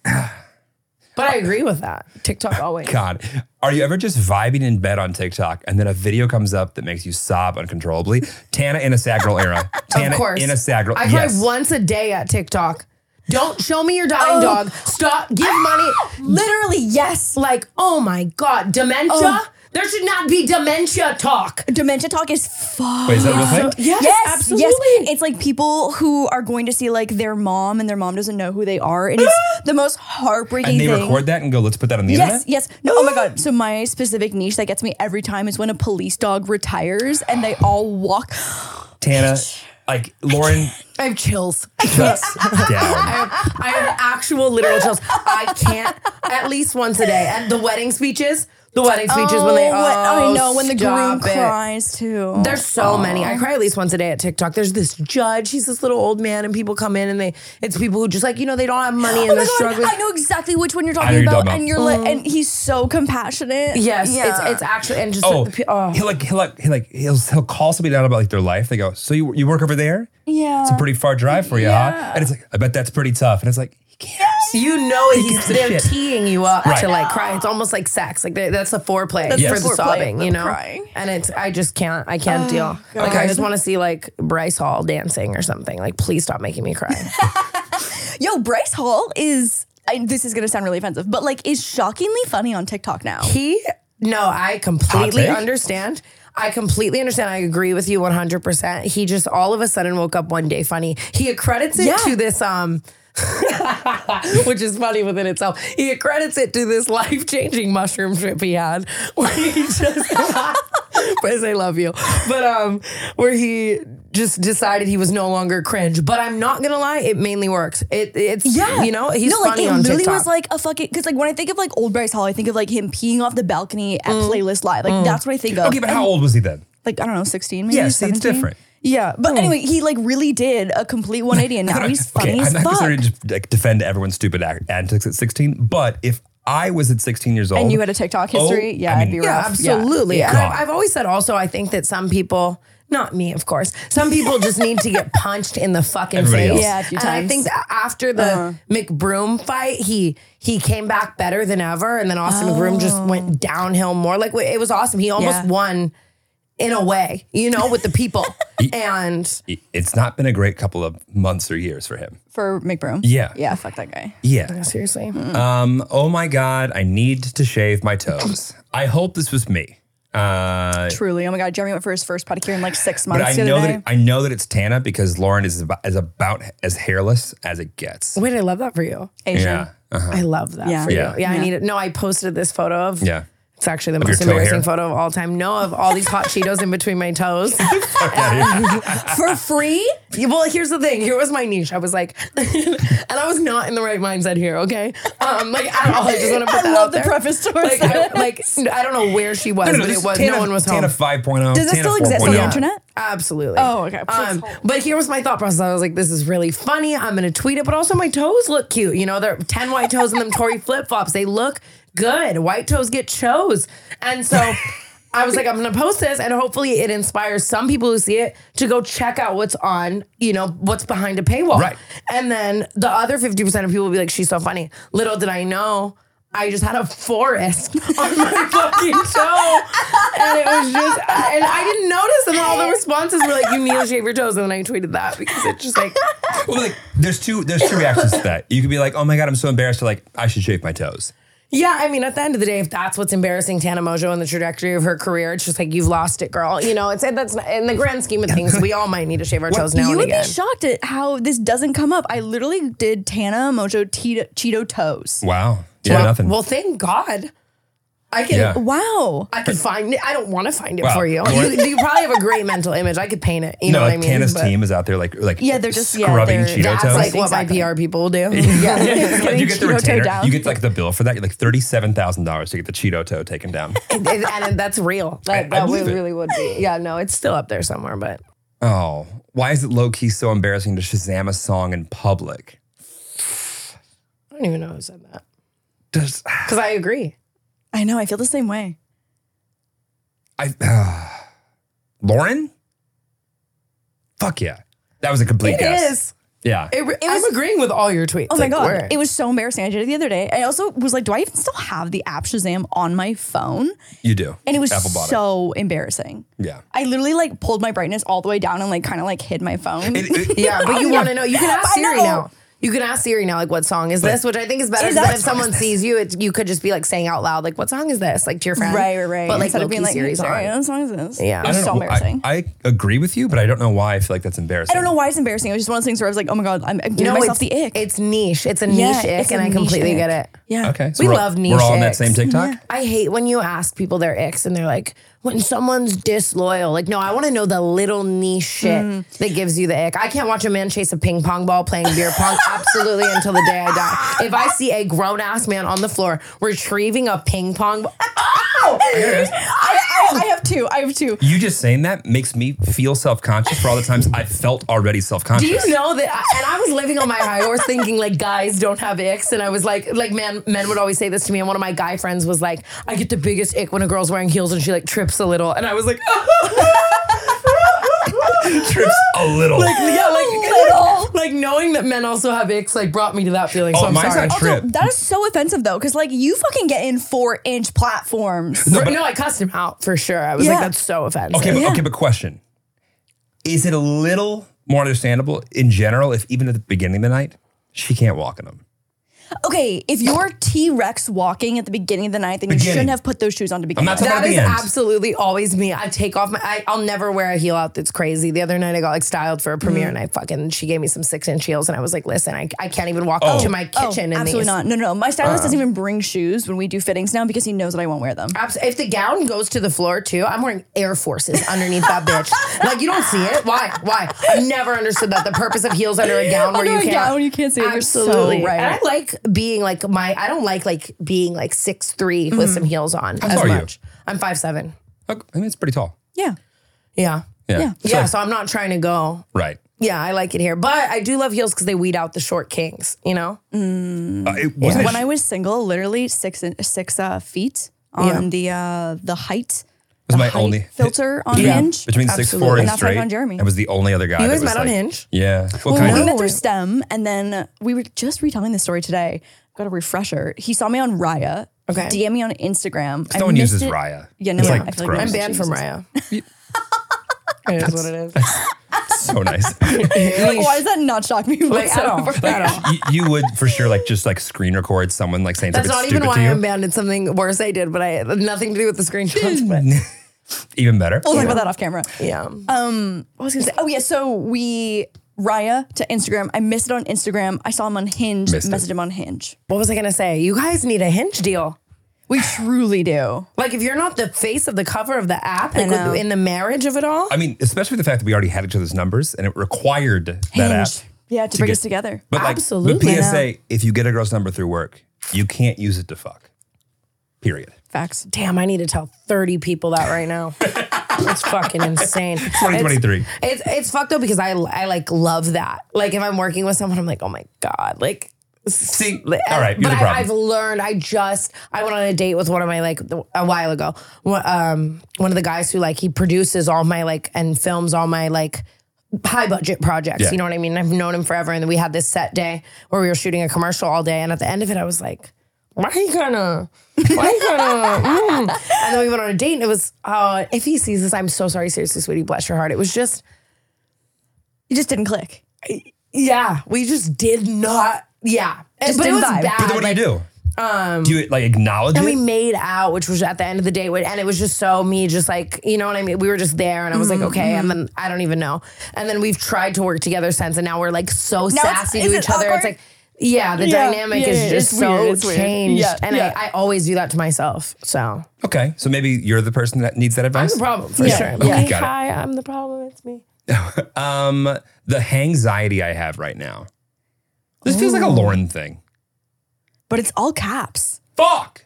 [SPEAKER 1] but I agree with that. TikTok always.
[SPEAKER 2] God, are you ever just vibing in bed on TikTok and then a video comes up that makes you sob uncontrollably? Tana in a sad girl era. Tana
[SPEAKER 1] of course,
[SPEAKER 2] in a sad girl.
[SPEAKER 1] I cry
[SPEAKER 2] yes.
[SPEAKER 1] once a day at TikTok. Don't show me your
[SPEAKER 4] Oh.
[SPEAKER 1] dying dog. Stop. Give
[SPEAKER 4] Ah.
[SPEAKER 1] money.
[SPEAKER 4] literally yes.
[SPEAKER 1] Like, oh my god, dementia.
[SPEAKER 4] Oh.
[SPEAKER 1] There should not be dementia talk.
[SPEAKER 4] Dementia talk is fun.
[SPEAKER 2] Wait, is that a real thing?
[SPEAKER 1] Yes, absolutely.
[SPEAKER 4] It's like people who are going to see like their mom and their mom doesn't know who they are, and
[SPEAKER 1] (gasps)
[SPEAKER 4] it's the most heartbreaking
[SPEAKER 2] And they
[SPEAKER 4] thing.
[SPEAKER 2] record that and go, let's put that on the
[SPEAKER 4] Yes,
[SPEAKER 2] internet?
[SPEAKER 4] yes. No, oh my
[SPEAKER 1] (gasps)
[SPEAKER 4] god. So my specific niche that gets me every time is when a police dog retires and they all walk.
[SPEAKER 2] Tana, like
[SPEAKER 1] (laughs)
[SPEAKER 2] Lauren,
[SPEAKER 1] I have chills.
[SPEAKER 2] cuts down.
[SPEAKER 1] I have actual
[SPEAKER 4] (laughs)
[SPEAKER 1] literal chills. I can't at least once a day. And the wedding speeches, the wedding speeches when they
[SPEAKER 4] Oh, what- I
[SPEAKER 1] oh,
[SPEAKER 4] know when the groom
[SPEAKER 1] stop it.
[SPEAKER 4] cries Oh. too.
[SPEAKER 1] There's so many. I cry at least once a day at TikTok. There's this judge. He's this little old man, and people come in and they. It's people who just like you know they don't have money and
[SPEAKER 4] (gasps) Oh my
[SPEAKER 1] they're
[SPEAKER 4] God,
[SPEAKER 1] struggling.
[SPEAKER 4] I know exactly which one you're
[SPEAKER 2] know
[SPEAKER 4] talking
[SPEAKER 2] you're
[SPEAKER 4] about,
[SPEAKER 2] talking about.
[SPEAKER 4] and you're like, and he's so compassionate.
[SPEAKER 1] Mm. Yes,
[SPEAKER 4] Yeah.
[SPEAKER 1] it's it's actually and just
[SPEAKER 2] Oh,
[SPEAKER 1] the pe- oh.
[SPEAKER 2] he'll like he'll like he'll like he'll, he'll call somebody down about like their life. They go, so you you work over there?
[SPEAKER 4] Yeah.
[SPEAKER 2] It's a pretty far drive for you, huh?
[SPEAKER 4] Yeah.
[SPEAKER 2] And it's like, I bet that's pretty tough. And it's like, he cares.
[SPEAKER 1] You know he's
[SPEAKER 2] gives a
[SPEAKER 1] they're
[SPEAKER 2] shit.
[SPEAKER 1] teeing you up
[SPEAKER 2] Right.
[SPEAKER 1] to like cry. It's almost like sex. Like they, that's the foreplay
[SPEAKER 4] That's
[SPEAKER 2] the
[SPEAKER 1] for the
[SPEAKER 4] foreplay,
[SPEAKER 1] sobbing,
[SPEAKER 4] the
[SPEAKER 1] you know.
[SPEAKER 4] crying. Oh,
[SPEAKER 1] And it's I just can't. I can't deal. Like I just want to see like Bryce Hall dancing or something. Like please stop making me cry.
[SPEAKER 4] Yo, Bryce Hall is. I, this is gonna sound really offensive, but like, is shockingly funny on TikTok now.
[SPEAKER 1] he no, I completely
[SPEAKER 2] take?
[SPEAKER 1] understand. I completely understand. I agree with you 100%. He just all of a sudden woke up one day funny. He accredits it
[SPEAKER 4] Yeah.
[SPEAKER 1] to this um (laughs) which is funny within itself. He accredits it to this (laughs) life changing mushroom trip he had, where he just, (laughs) Chris, I love you, but um, where he just decided he was no longer cringe. But I'm not gonna lie, it mainly works. It it's yeah, you know, he's
[SPEAKER 4] no, like
[SPEAKER 1] funny
[SPEAKER 4] it
[SPEAKER 1] on
[SPEAKER 4] literally
[SPEAKER 1] TikTok.
[SPEAKER 4] was like a fucking because like when I think of like old Bryce Hall, I think of like him peeing off the balcony at
[SPEAKER 1] Mm.
[SPEAKER 4] Playlist Live. Like that's what I think of.
[SPEAKER 2] Okay, but how old was he then?
[SPEAKER 4] Like I don't know, sixteen maybe.
[SPEAKER 2] Yeah, see, it's
[SPEAKER 4] 17?
[SPEAKER 2] different. Oh.
[SPEAKER 4] Yeah, but anyway, he like really did a complete 180,
[SPEAKER 2] (laughs)
[SPEAKER 4] and now Oh, he's funny
[SPEAKER 2] okay,
[SPEAKER 4] as
[SPEAKER 2] I'm not
[SPEAKER 4] fuck.
[SPEAKER 2] going to like, defend everyone's stupid act- antics at 16, but if I was at 16 years old
[SPEAKER 4] and you had a TikTok history,
[SPEAKER 2] Oh,
[SPEAKER 4] yeah,
[SPEAKER 2] I
[SPEAKER 4] I
[SPEAKER 2] mean-
[SPEAKER 4] would be
[SPEAKER 1] yeah,
[SPEAKER 4] rough.
[SPEAKER 1] absolutely. And
[SPEAKER 2] God.
[SPEAKER 1] I, I've always said also, I think that some people. Not me, of course. Some people just need to get punched in the fucking
[SPEAKER 2] Everybody
[SPEAKER 1] face.
[SPEAKER 2] else.
[SPEAKER 4] Yeah, a few
[SPEAKER 1] and I
[SPEAKER 4] times. Uh-huh.
[SPEAKER 1] think that after the McBroom fight, he he came back better than ever, and then Austin McBroom just went downhill more. Like it was awesome. He almost
[SPEAKER 4] Oh. Yeah.
[SPEAKER 1] won in a way, you know, with the
[SPEAKER 2] (laughs)
[SPEAKER 1] people. and
[SPEAKER 2] It- It's not been a great couple of months or years for him.
[SPEAKER 4] for McBroom.
[SPEAKER 2] Yeah.
[SPEAKER 4] yeah, fuck that guy.
[SPEAKER 2] Yeah.
[SPEAKER 1] seriously,
[SPEAKER 2] Um. Oh my God. I need to shave my toes. I hope this was me. Uh,
[SPEAKER 4] Truly, oh my god, Jeremy went for his first pedicure in like six
[SPEAKER 2] but
[SPEAKER 4] months.
[SPEAKER 2] I
[SPEAKER 4] the other
[SPEAKER 2] know that
[SPEAKER 4] day.
[SPEAKER 2] it, I know that it's Tana because Lauren is about, is about as hairless as it gets.
[SPEAKER 1] wait, I love that for you.
[SPEAKER 4] Asian.
[SPEAKER 2] Yeah. Uh-huh.
[SPEAKER 1] I love that
[SPEAKER 4] Yeah.
[SPEAKER 1] for you.
[SPEAKER 2] Yeah.
[SPEAKER 1] Yeah, I need it. No, I posted this photo of
[SPEAKER 2] Yeah.
[SPEAKER 1] It's It's actually the
[SPEAKER 2] your
[SPEAKER 1] most
[SPEAKER 2] toe hair?
[SPEAKER 1] embarrassing photo of all time. No, of all these hot Cheetos in between my toes.
[SPEAKER 4] for free.
[SPEAKER 1] Yeah, Well, here's the thing. Here was my niche. I was like, (laughs) and I was not in the right mindset here. Okay, um, like at all. I just want to put
[SPEAKER 4] I
[SPEAKER 1] that
[SPEAKER 4] love
[SPEAKER 1] out
[SPEAKER 4] the
[SPEAKER 1] there.
[SPEAKER 4] preface to
[SPEAKER 1] Like, I, like I don't know where she was, but
[SPEAKER 2] this
[SPEAKER 1] it
[SPEAKER 2] is
[SPEAKER 1] was
[SPEAKER 2] Tana-
[SPEAKER 1] no one was home.
[SPEAKER 2] Tana 5.0.
[SPEAKER 4] Does it
[SPEAKER 2] Tana oh.
[SPEAKER 4] still exist on the
[SPEAKER 2] 4.0.
[SPEAKER 4] internet?
[SPEAKER 1] Absolutely.
[SPEAKER 4] Oh, okay. Please
[SPEAKER 1] Um,
[SPEAKER 4] hold.
[SPEAKER 1] but here was my thought process. I was like, this is really funny. I'm gonna tweet it, but also my toes look cute. You know, they're ten white toes and them Tory flip flops. They look good. White toes get chose, and so. I was like, I'm gonna post this, and hopefully, it inspires some people who see it to go check out what's on, you know, what's behind a paywall.
[SPEAKER 2] Right.
[SPEAKER 1] And then the other 50% of people will be like, she's so funny. Little did I know, I just had a forest (laughs) on my fucking toe. And it was just, and I didn't notice. And then all the responses were like, you need to shave your toes. And then I tweeted that because it's just like,
[SPEAKER 2] Well, like, there's two there's two reactions to that. You could be like, oh my god, I'm so embarrassed. Or like, I should shave my toes.
[SPEAKER 1] yeah, I mean, at the end of the day, if that's what's embarrassing Tana Mojo and the trajectory of her career, it's just like, you've lost it, girl. You know, it's, that's not, in the grand scheme of things, we all might need to shave our toes now
[SPEAKER 4] you
[SPEAKER 1] and
[SPEAKER 4] would
[SPEAKER 1] again.
[SPEAKER 4] be shocked at how this doesn't come up. I literally did Tana Mojo Tito, Cheeto toes.
[SPEAKER 2] Wow. Yeah,
[SPEAKER 1] well,
[SPEAKER 2] nothing.
[SPEAKER 1] well, thank God. I can
[SPEAKER 2] yeah.
[SPEAKER 4] Wow.
[SPEAKER 1] I could find it. I don't want to find it
[SPEAKER 2] Wow.
[SPEAKER 1] for you.
[SPEAKER 2] Lauren-
[SPEAKER 1] you. You probably have a great mental image. I could paint it. You
[SPEAKER 2] no,
[SPEAKER 1] know what
[SPEAKER 2] like
[SPEAKER 1] I mean?
[SPEAKER 2] Tana's
[SPEAKER 1] But
[SPEAKER 2] team is out there like like
[SPEAKER 4] Yeah, they're just- yeah,
[SPEAKER 2] scrubbing
[SPEAKER 4] they're-
[SPEAKER 2] Cheeto
[SPEAKER 1] That's
[SPEAKER 2] toes.
[SPEAKER 1] like what
[SPEAKER 4] Exactly.
[SPEAKER 1] my PR people
[SPEAKER 4] (laughs)
[SPEAKER 1] will do.
[SPEAKER 4] Just
[SPEAKER 2] But (laughs)
[SPEAKER 4] getting
[SPEAKER 2] you get the
[SPEAKER 4] Cheeto toe
[SPEAKER 2] retainer.
[SPEAKER 4] down.
[SPEAKER 2] You get like the bill for that. You're like thirty-seven thousand dollars to get the Cheeto toe
[SPEAKER 1] (laughs)
[SPEAKER 2] taken down.
[SPEAKER 1] and, and that's
[SPEAKER 2] (laughs)
[SPEAKER 1] real.
[SPEAKER 2] I- I
[SPEAKER 1] That, that
[SPEAKER 2] believe
[SPEAKER 1] would-
[SPEAKER 2] it.
[SPEAKER 1] really would be. Yeah, no, it's still up there somewhere, but
[SPEAKER 2] oh, why is it low key so embarrassing to Shazam a song in public?
[SPEAKER 1] I don't even know who said that.
[SPEAKER 2] Does
[SPEAKER 1] Because I agree.
[SPEAKER 4] I know. I feel the same way.
[SPEAKER 2] I (sighs) Lauren? Fuck yeah, that was a complete
[SPEAKER 1] It
[SPEAKER 2] guess.
[SPEAKER 1] is.
[SPEAKER 2] Yeah,
[SPEAKER 1] It, re- I'm agreeing with all your tweets.
[SPEAKER 4] Oh my
[SPEAKER 1] Like,
[SPEAKER 4] god,
[SPEAKER 1] we're-
[SPEAKER 4] it was so embarrassing. I did it the other day. I also was like, do I even still have the app Shazam on my phone?
[SPEAKER 2] you do.
[SPEAKER 4] And it was
[SPEAKER 2] Apple bought
[SPEAKER 4] so embarrassing.
[SPEAKER 1] (laughs)
[SPEAKER 2] it. Yeah.
[SPEAKER 4] I literally like pulled my brightness all the way down and like kind of like hid my phone.
[SPEAKER 2] It- it-
[SPEAKER 1] Yeah, but you want to know. You can ask
[SPEAKER 4] I
[SPEAKER 1] Siri
[SPEAKER 4] know.
[SPEAKER 1] now. You can ask Siri now, like, what song is this? Which I think is better
[SPEAKER 4] Is
[SPEAKER 1] than
[SPEAKER 4] that-
[SPEAKER 1] if someone sees you, it, you could just be like saying out loud, like, what song is this? Like to your friend.
[SPEAKER 4] (laughs) right, right, right.
[SPEAKER 1] But like,
[SPEAKER 4] Instead of
[SPEAKER 1] low-key
[SPEAKER 4] being like,
[SPEAKER 1] Siri's on.
[SPEAKER 4] sorry, what song is this?
[SPEAKER 1] Yeah.
[SPEAKER 4] It was
[SPEAKER 2] I
[SPEAKER 4] so
[SPEAKER 2] don't know.
[SPEAKER 4] embarrassing. I,
[SPEAKER 2] I, I agree with you, but I don't know why I feel like that's embarrassing.
[SPEAKER 4] don't know why it's embarrassing. It was just one of those things where I was like, oh my god, I'm, I'm giving
[SPEAKER 1] it's,
[SPEAKER 4] myself the ick.
[SPEAKER 1] It's niche. It's a
[SPEAKER 4] Yeah,
[SPEAKER 1] niche ick,
[SPEAKER 4] it's a
[SPEAKER 1] and I
[SPEAKER 4] niche
[SPEAKER 1] completely
[SPEAKER 4] ick.
[SPEAKER 1] get it.
[SPEAKER 4] yeah.
[SPEAKER 2] Okay,
[SPEAKER 1] We
[SPEAKER 2] we're all-
[SPEAKER 1] love
[SPEAKER 2] We're
[SPEAKER 1] niche
[SPEAKER 2] all on that
[SPEAKER 1] chicks.
[SPEAKER 2] same TikTok.
[SPEAKER 1] I hate when you ask people their icks and they're like, when someone's disloyal. Like, no, I want to know the little niche shit
[SPEAKER 4] Mm.
[SPEAKER 1] that gives you the ick. I can't watch a man chase a ping pong ball playing beer
[SPEAKER 4] (laughs)
[SPEAKER 1] pong absolutely until the day I die. If I see a grown ass man on the floor retrieving a ping pong ball,
[SPEAKER 4] I, I, I have two. I have two.
[SPEAKER 2] You just saying that makes me feel self conscious for all the times I felt already self
[SPEAKER 1] do
[SPEAKER 2] conscious.
[SPEAKER 1] you know that? I, and I was living on my high horse thinking like guys don't have icks, and I was like, like man, men would always say this to me, and one of my guy friends was like, I get the biggest ick when a girl's wearing heels and she like trips a little, and I was like. (laughs)
[SPEAKER 2] trips a little?
[SPEAKER 1] Yeah, (laughs) like like knowing that men also have icks like brought me to that feeling. so
[SPEAKER 2] Oh,
[SPEAKER 1] I'm
[SPEAKER 2] mine's
[SPEAKER 1] sorry.
[SPEAKER 2] not
[SPEAKER 4] Also,
[SPEAKER 2] Trip.
[SPEAKER 4] that is so offensive though, because like you fucking get in four inch platforms.
[SPEAKER 1] For- no, I cussed him out for sure. I was
[SPEAKER 4] Yeah.
[SPEAKER 1] like, that's so offensive.
[SPEAKER 2] okay, but, okay, but question: Is it a little more understandable in general if even at the beginning of the night she can't walk in them?
[SPEAKER 4] Okay, if you're T Rex walking at the beginning of the night, then you
[SPEAKER 2] Beginning.
[SPEAKER 4] shouldn't have put those shoes on to begin
[SPEAKER 2] I'm not
[SPEAKER 4] with.
[SPEAKER 2] talking
[SPEAKER 1] That
[SPEAKER 2] about
[SPEAKER 1] is
[SPEAKER 2] the end.
[SPEAKER 1] absolutely always me. I take off my. I, I'll never wear a heel out. That's crazy. The other night I got like styled for a premiere, and I fucking she gave me some six inch heels, and I was like, listen, I, I can't even walk up to my
[SPEAKER 4] Oh,
[SPEAKER 1] kitchen. in
[SPEAKER 4] absolutely
[SPEAKER 1] these.
[SPEAKER 4] not. No, no, no. My
[SPEAKER 2] Uh.
[SPEAKER 4] stylist doesn't even bring shoes when we do fittings now because he knows that I won't wear them.
[SPEAKER 1] Abs- If the gown goes to the floor too, I'm wearing Air Forces underneath that bitch. Like you don't see it. Why? Why? I've never understood that the purpose of heels under a gown where
[SPEAKER 4] Under
[SPEAKER 1] you
[SPEAKER 4] a
[SPEAKER 1] can't.
[SPEAKER 4] gown, you can't see it. You're so
[SPEAKER 1] Absolutely
[SPEAKER 4] right.
[SPEAKER 1] And I like being like my. I don't like like being like six three with
[SPEAKER 4] Mm-hmm.
[SPEAKER 1] some heels on
[SPEAKER 2] How
[SPEAKER 1] as
[SPEAKER 2] tall are you?
[SPEAKER 1] much. I'm five seven.
[SPEAKER 2] Okay, I mean, it's pretty tall.
[SPEAKER 4] Yeah.
[SPEAKER 1] Yeah.
[SPEAKER 2] Yeah.
[SPEAKER 4] Yeah.
[SPEAKER 1] Yeah. So I'm not trying to go.
[SPEAKER 2] Right.
[SPEAKER 1] Yeah, I like it here, but I do love heels because they weed out the short kings. You know.
[SPEAKER 2] Uh, it wasn't
[SPEAKER 4] Mm. When I was single, literally six in- six uh, feet on the uh, the height.
[SPEAKER 2] was
[SPEAKER 4] the
[SPEAKER 2] my
[SPEAKER 4] height
[SPEAKER 2] only-
[SPEAKER 4] filter on
[SPEAKER 2] between,
[SPEAKER 4] Hinge
[SPEAKER 2] between six
[SPEAKER 1] Absolutely.
[SPEAKER 2] four
[SPEAKER 1] And
[SPEAKER 2] and
[SPEAKER 4] that's how I
[SPEAKER 2] straight.
[SPEAKER 4] found Jeremy.
[SPEAKER 2] I was the only other guy.
[SPEAKER 1] You
[SPEAKER 2] that
[SPEAKER 1] guys
[SPEAKER 2] was
[SPEAKER 1] met on
[SPEAKER 2] like-
[SPEAKER 1] Hinge?
[SPEAKER 2] Yeah. What
[SPEAKER 4] Well,
[SPEAKER 2] kind
[SPEAKER 4] we
[SPEAKER 2] of?
[SPEAKER 4] met through STEM, and then we were just retelling this story today. Got a refresher. He saw me on Raya.
[SPEAKER 1] Okay.
[SPEAKER 4] DM me on Instagram. I
[SPEAKER 2] No one
[SPEAKER 4] missed
[SPEAKER 2] uses
[SPEAKER 4] it.
[SPEAKER 2] Raya.
[SPEAKER 4] Yeah, no,
[SPEAKER 2] It's
[SPEAKER 4] no,
[SPEAKER 2] like,
[SPEAKER 4] I
[SPEAKER 2] it's
[SPEAKER 4] feel like
[SPEAKER 2] gross.
[SPEAKER 1] I'm banned from Raya.
[SPEAKER 4] (laughs)
[SPEAKER 1] it is what it is.
[SPEAKER 2] (laughs) So nice.
[SPEAKER 4] (laughs) Why does that not shock me
[SPEAKER 1] Like at all.
[SPEAKER 4] whatsoever?
[SPEAKER 1] At all.
[SPEAKER 2] you, you would for sure like just like screen record someone like saying
[SPEAKER 1] That's
[SPEAKER 2] something
[SPEAKER 1] not
[SPEAKER 2] stupid
[SPEAKER 1] even why
[SPEAKER 2] to you.
[SPEAKER 1] I'm banned. It's something worse I did, but I nothing to do with the screenshots. But
[SPEAKER 2] (laughs) even better.
[SPEAKER 4] We'll talk about that off camera.
[SPEAKER 1] yeah,
[SPEAKER 4] What was I gonna say? Oh yeah, so we Raya to Instagram. I missed it on Instagram. I saw him on Hinge.
[SPEAKER 2] Missed it.
[SPEAKER 4] messaged him on Hinge.
[SPEAKER 1] what was I gonna say? You guys need a hinge deal.
[SPEAKER 4] We truly do.
[SPEAKER 1] Like if you're not the face of the cover of the app,
[SPEAKER 4] I
[SPEAKER 1] like with-
[SPEAKER 4] know.
[SPEAKER 1] in the marriage of it all,
[SPEAKER 2] I mean, especially the fact that we already had each other's numbers and it required that app.
[SPEAKER 4] Yeah, to bring
[SPEAKER 2] get-
[SPEAKER 4] us together.
[SPEAKER 2] But like,
[SPEAKER 1] Absolutely.
[SPEAKER 2] But PSA, if you get a girl's number through work, you can't use it to fuck. Period.
[SPEAKER 4] Facts.
[SPEAKER 1] damn, I need to tell 30 people that right
[SPEAKER 2] (laughs)
[SPEAKER 1] now. It's fucking insane.
[SPEAKER 2] 2023.
[SPEAKER 1] It's, it's it's fucked up because I I like love that. Like if I'm working with someone, I'm like, oh my god, like.
[SPEAKER 2] See, all right, you're
[SPEAKER 1] but
[SPEAKER 2] the
[SPEAKER 1] I,
[SPEAKER 2] problem.
[SPEAKER 1] I've learned. I just I went on a date with one of my like a while ago. One- Um, one of the guys who like he produces all my like and films all my like high budget projects.
[SPEAKER 2] Yeah.
[SPEAKER 1] You know what I mean? I've known him forever, and we had this set day where we were shooting a commercial all day. And at the end of it, I was like, "Why are you gonna? Why are you
[SPEAKER 2] (laughs)
[SPEAKER 1] gonna?" mm?" And then we went on a date, and it was. Uh, if he sees this, I'm so sorry. Seriously, sweetie, bless your heart. It was just.
[SPEAKER 4] You just didn't click.
[SPEAKER 1] Yeah, we just did not. Yeah,
[SPEAKER 4] Just
[SPEAKER 1] but it
[SPEAKER 4] didn't
[SPEAKER 1] was
[SPEAKER 4] vibe.
[SPEAKER 1] bad.
[SPEAKER 2] But then what do
[SPEAKER 1] like-
[SPEAKER 2] you do? Um, do you like acknowledge
[SPEAKER 1] And we
[SPEAKER 2] it?
[SPEAKER 1] made out, which was at the end of the day, and it was just so me, just like you know what I mean. We were just there, and I was
[SPEAKER 4] Mm-hmm,
[SPEAKER 1] like, okay, and then I don't even know. And then we've tried to work together since, and now we're like so
[SPEAKER 4] it's-
[SPEAKER 1] sassy
[SPEAKER 4] is
[SPEAKER 1] to
[SPEAKER 4] it
[SPEAKER 1] each other.
[SPEAKER 4] awkward?
[SPEAKER 1] It's like, yeah, the
[SPEAKER 4] Yeah,
[SPEAKER 1] dynamic
[SPEAKER 4] yeah, yeah,
[SPEAKER 1] is just
[SPEAKER 4] it's
[SPEAKER 1] so
[SPEAKER 4] weird, it's weird.
[SPEAKER 1] changed,
[SPEAKER 4] Yeah,
[SPEAKER 1] and
[SPEAKER 4] yeah.
[SPEAKER 1] I, I always do that to myself. So
[SPEAKER 2] Okay, so maybe you're the person that needs that advice.
[SPEAKER 1] the problem for
[SPEAKER 2] Yeah.
[SPEAKER 1] sure.
[SPEAKER 2] Okay,
[SPEAKER 1] Me,
[SPEAKER 2] got it.
[SPEAKER 1] hi, I'm the problem. It's me.
[SPEAKER 2] Um, the hangxiety I have right now. This feels like a Lauren thing.
[SPEAKER 4] But it's all caps.
[SPEAKER 2] Fuck.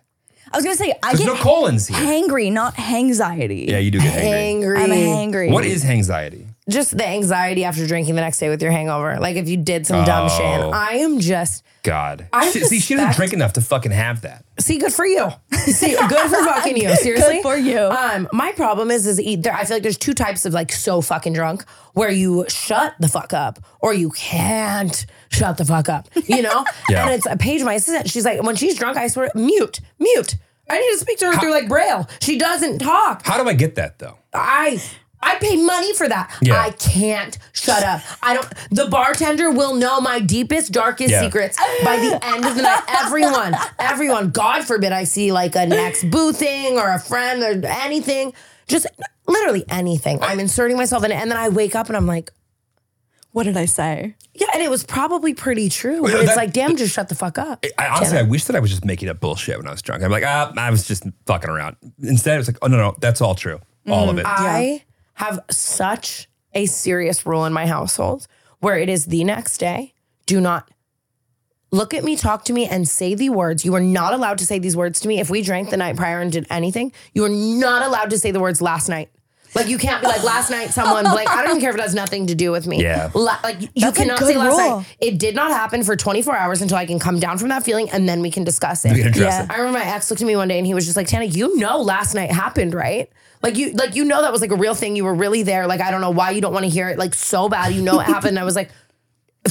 [SPEAKER 4] I was gonna say I
[SPEAKER 2] There's
[SPEAKER 4] get
[SPEAKER 2] no colons here.
[SPEAKER 4] hangry, not hangxiety.
[SPEAKER 2] Yeah, you do get hangry.
[SPEAKER 1] Angry.
[SPEAKER 4] I'm hangry.
[SPEAKER 2] What is hangxiety?
[SPEAKER 1] just the anxiety after drinking the next day with your hangover. Like if you did some dumb shit.
[SPEAKER 2] Oh.
[SPEAKER 1] And I am just
[SPEAKER 2] God.
[SPEAKER 1] I
[SPEAKER 2] She- see, she didn't
[SPEAKER 1] suspect-
[SPEAKER 2] drink enough to fucking have that.
[SPEAKER 1] see good for you. See good
[SPEAKER 4] (laughs)
[SPEAKER 1] for fucking you. Seriously,
[SPEAKER 4] for you.
[SPEAKER 1] Um, my problem is is either I feel like there's two types of like so fucking drunk where you shut the fuck up or you can't shut the fuck up. You
[SPEAKER 4] (laughs)
[SPEAKER 1] know.
[SPEAKER 2] Yeah.
[SPEAKER 1] And it's a page my assistant. She's like when she's drunk, I swear mute mute. I need to speak to her through like braille. She doesn't talk.
[SPEAKER 2] How do I get that though?
[SPEAKER 1] I I pay money for that.
[SPEAKER 2] Yeah.
[SPEAKER 1] I can't shut up. I don't the bartender will know my deepest, darkest
[SPEAKER 2] Yeah.
[SPEAKER 1] secrets by the end of the
[SPEAKER 2] (laughs)
[SPEAKER 1] night. Everyone, everyone, God forbid I see like an ex boo thing or a friend or anything. Just literally anything. I'm inserting myself in it. And then I wake up and I'm like,
[SPEAKER 4] What did I say?
[SPEAKER 1] yeah, and it was probably pretty true. But
[SPEAKER 2] Well,
[SPEAKER 1] it's
[SPEAKER 2] that-
[SPEAKER 1] like, damn, just shut the fuck up.
[SPEAKER 2] I honestly, I wish that I was just making up bullshit when I was drunk. I'm like, ah, I was just fucking around. Instead, it's like, oh no, no, that's all true, all of it.
[SPEAKER 1] I have such a serious rule in my household where it is the next day, do not look at me, talk to me, and say the words. You are not allowed to say these words to me. If we drank the night prior and did anything, you are not allowed to say the words last night. Like you can't be like last night someone like I don't even care if it has nothing to do with me.
[SPEAKER 2] Yeah.
[SPEAKER 1] La- like you
[SPEAKER 4] That's a
[SPEAKER 1] cannot
[SPEAKER 4] good
[SPEAKER 1] say last
[SPEAKER 4] rule.
[SPEAKER 1] night. It did not happen for 24 hours until I can come down from that feeling and then we can discuss it.
[SPEAKER 2] We can address
[SPEAKER 4] Yeah.
[SPEAKER 2] it.
[SPEAKER 1] I remember my ex looked at me one day and he was just like, Tana, you know last night happened, right? Like you like you know that was like a real thing. You were really there. Like I don't know why you don't want to hear it like so bad. You know it happened. And I was like,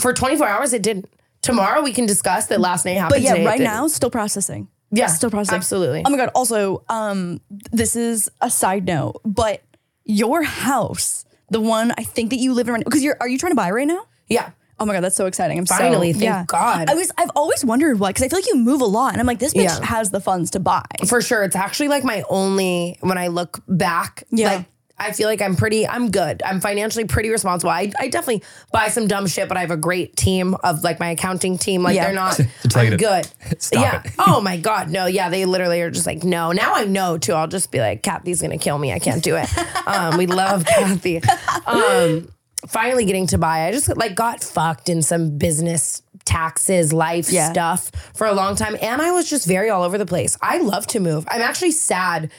[SPEAKER 1] for 24 hours it didn't. Tomorrow we can discuss that last night happened.
[SPEAKER 4] But yeah,
[SPEAKER 1] today it
[SPEAKER 4] right
[SPEAKER 1] didn't.
[SPEAKER 4] now, still processing.
[SPEAKER 1] Yeah,
[SPEAKER 4] still processing.
[SPEAKER 1] absolutely.
[SPEAKER 4] Oh my god. Also, um, this is a side note, but your house, the one I think that you live in right now, because you're are you trying to buy right now?
[SPEAKER 1] Yeah.
[SPEAKER 4] Oh my god, that's so exciting! I'm
[SPEAKER 1] Finally,
[SPEAKER 4] so,
[SPEAKER 1] thank God.
[SPEAKER 4] I was I've always wondered why because I feel like you move a lot, and I'm like, this bitch
[SPEAKER 1] Yeah.
[SPEAKER 4] has the funds to buy.
[SPEAKER 1] For sure. It's actually like my only when I look back,
[SPEAKER 4] Yeah.
[SPEAKER 1] like I feel like I'm pretty I'm good. I'm financially pretty responsible. I, I definitely buy some dumb shit, but I have a great team of like my accounting team. Like
[SPEAKER 4] Yeah.
[SPEAKER 1] they're not
[SPEAKER 2] To (laughs) tell you
[SPEAKER 1] I'm
[SPEAKER 2] to
[SPEAKER 1] good.
[SPEAKER 2] stop
[SPEAKER 1] yeah.
[SPEAKER 2] it.
[SPEAKER 1] oh my God. No, yeah, they literally are just like, no. Now I know too. I'll just be like, Kathy's gonna kill me. I can't do it. um, we love Kathy. Um finally getting to buy. I just like got fucked in some business taxes, life
[SPEAKER 4] Yeah.
[SPEAKER 1] stuff for a long time. And I was just very all over the place. I love to move. I'm actually sad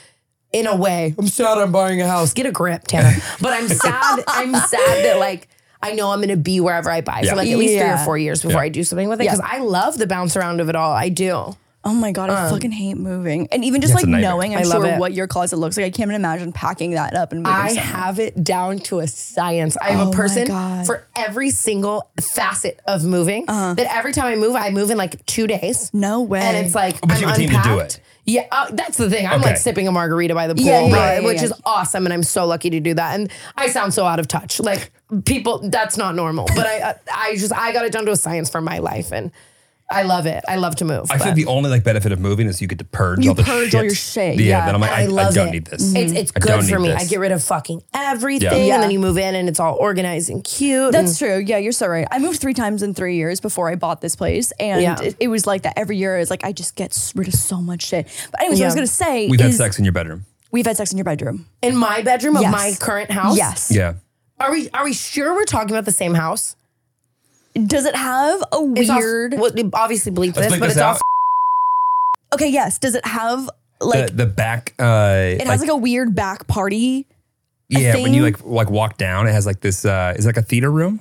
[SPEAKER 1] in a way. I'm sad I'm buying a house. Get a grip, Tanner. but I'm sad. I'm sad that like I know I'm gonna be wherever I buy
[SPEAKER 2] Yeah.
[SPEAKER 1] for like at least three
[SPEAKER 4] Yeah.
[SPEAKER 1] or four years before I do something with it. Because I love the bounce around of it all. I do.
[SPEAKER 4] Oh my god, I fucking hate moving, and even just
[SPEAKER 2] That's
[SPEAKER 4] like
[SPEAKER 2] a nightmare.
[SPEAKER 4] knowing, I'm
[SPEAKER 1] Um, I love
[SPEAKER 4] sure
[SPEAKER 1] it.
[SPEAKER 4] what your closet looks like. I can't even imagine packing that up and moving.
[SPEAKER 1] I
[SPEAKER 4] somewhere.
[SPEAKER 1] have it down to a science. I am
[SPEAKER 4] Oh
[SPEAKER 1] a
[SPEAKER 4] my
[SPEAKER 1] person
[SPEAKER 4] God. Uh-huh.
[SPEAKER 1] for every single facet of moving. That every time I move, I move in like two days.
[SPEAKER 4] no way.
[SPEAKER 1] and it's like
[SPEAKER 2] But
[SPEAKER 1] I'm
[SPEAKER 2] you have a team to do
[SPEAKER 1] unpacked.
[SPEAKER 2] it.
[SPEAKER 1] Yeah, uh, that's the thing. I'm
[SPEAKER 2] Okay.
[SPEAKER 1] like sipping a margarita by the pool,
[SPEAKER 4] Yeah, yeah,
[SPEAKER 1] right,
[SPEAKER 4] yeah, yeah,
[SPEAKER 1] which
[SPEAKER 4] yeah.
[SPEAKER 1] is awesome, and I'm so lucky to do that. And I sound so out of touch. Like people, that's not normal. But I, uh, I just I got it down to a science for my life, and I love it. I love to move.
[SPEAKER 2] I
[SPEAKER 1] but-
[SPEAKER 2] feel the only like benefit of moving is you get to purge
[SPEAKER 4] You
[SPEAKER 2] all the
[SPEAKER 4] purge
[SPEAKER 2] shit.
[SPEAKER 4] all your shit,
[SPEAKER 2] Yeah,
[SPEAKER 4] yeah.
[SPEAKER 2] then I'm like, I,
[SPEAKER 1] I love
[SPEAKER 2] I don't
[SPEAKER 1] it.
[SPEAKER 2] need this.
[SPEAKER 1] It's it's
[SPEAKER 2] I don't
[SPEAKER 1] good for
[SPEAKER 2] need
[SPEAKER 1] me.
[SPEAKER 2] this.
[SPEAKER 1] I get rid of fucking everything,
[SPEAKER 2] Yeah.
[SPEAKER 4] Yeah.
[SPEAKER 1] and then you move in, and it's all organized and cute.
[SPEAKER 4] That's true. Yeah, you're so right. I moved three times in three years before I bought this place, and
[SPEAKER 1] Yeah.
[SPEAKER 4] it, it was like that every year. It's like I just get s- rid of so much shit. But anyways, what I
[SPEAKER 1] Yeah.
[SPEAKER 4] was gonna say
[SPEAKER 2] We've had
[SPEAKER 4] is
[SPEAKER 2] sex in your bedroom.
[SPEAKER 4] we've had sex in your bedroom.
[SPEAKER 1] and, in my bedroom of
[SPEAKER 4] Yes.
[SPEAKER 1] my current house.
[SPEAKER 4] Yes.
[SPEAKER 2] Yeah.
[SPEAKER 1] Are we are we sure we're talking about the same house?
[SPEAKER 4] Does it have a
[SPEAKER 1] It's off-
[SPEAKER 4] weird?
[SPEAKER 1] well, obviously, bleep this,
[SPEAKER 2] Let's bleep
[SPEAKER 1] but
[SPEAKER 2] this
[SPEAKER 1] it's
[SPEAKER 2] out.
[SPEAKER 1] off.
[SPEAKER 4] okay. Yes. Does it have like?
[SPEAKER 2] the, the back, uh,
[SPEAKER 4] it has like, a weird back party.
[SPEAKER 2] yeah, when you
[SPEAKER 4] thing.
[SPEAKER 2] like like walk down, it has like this. uh Is like a theater room,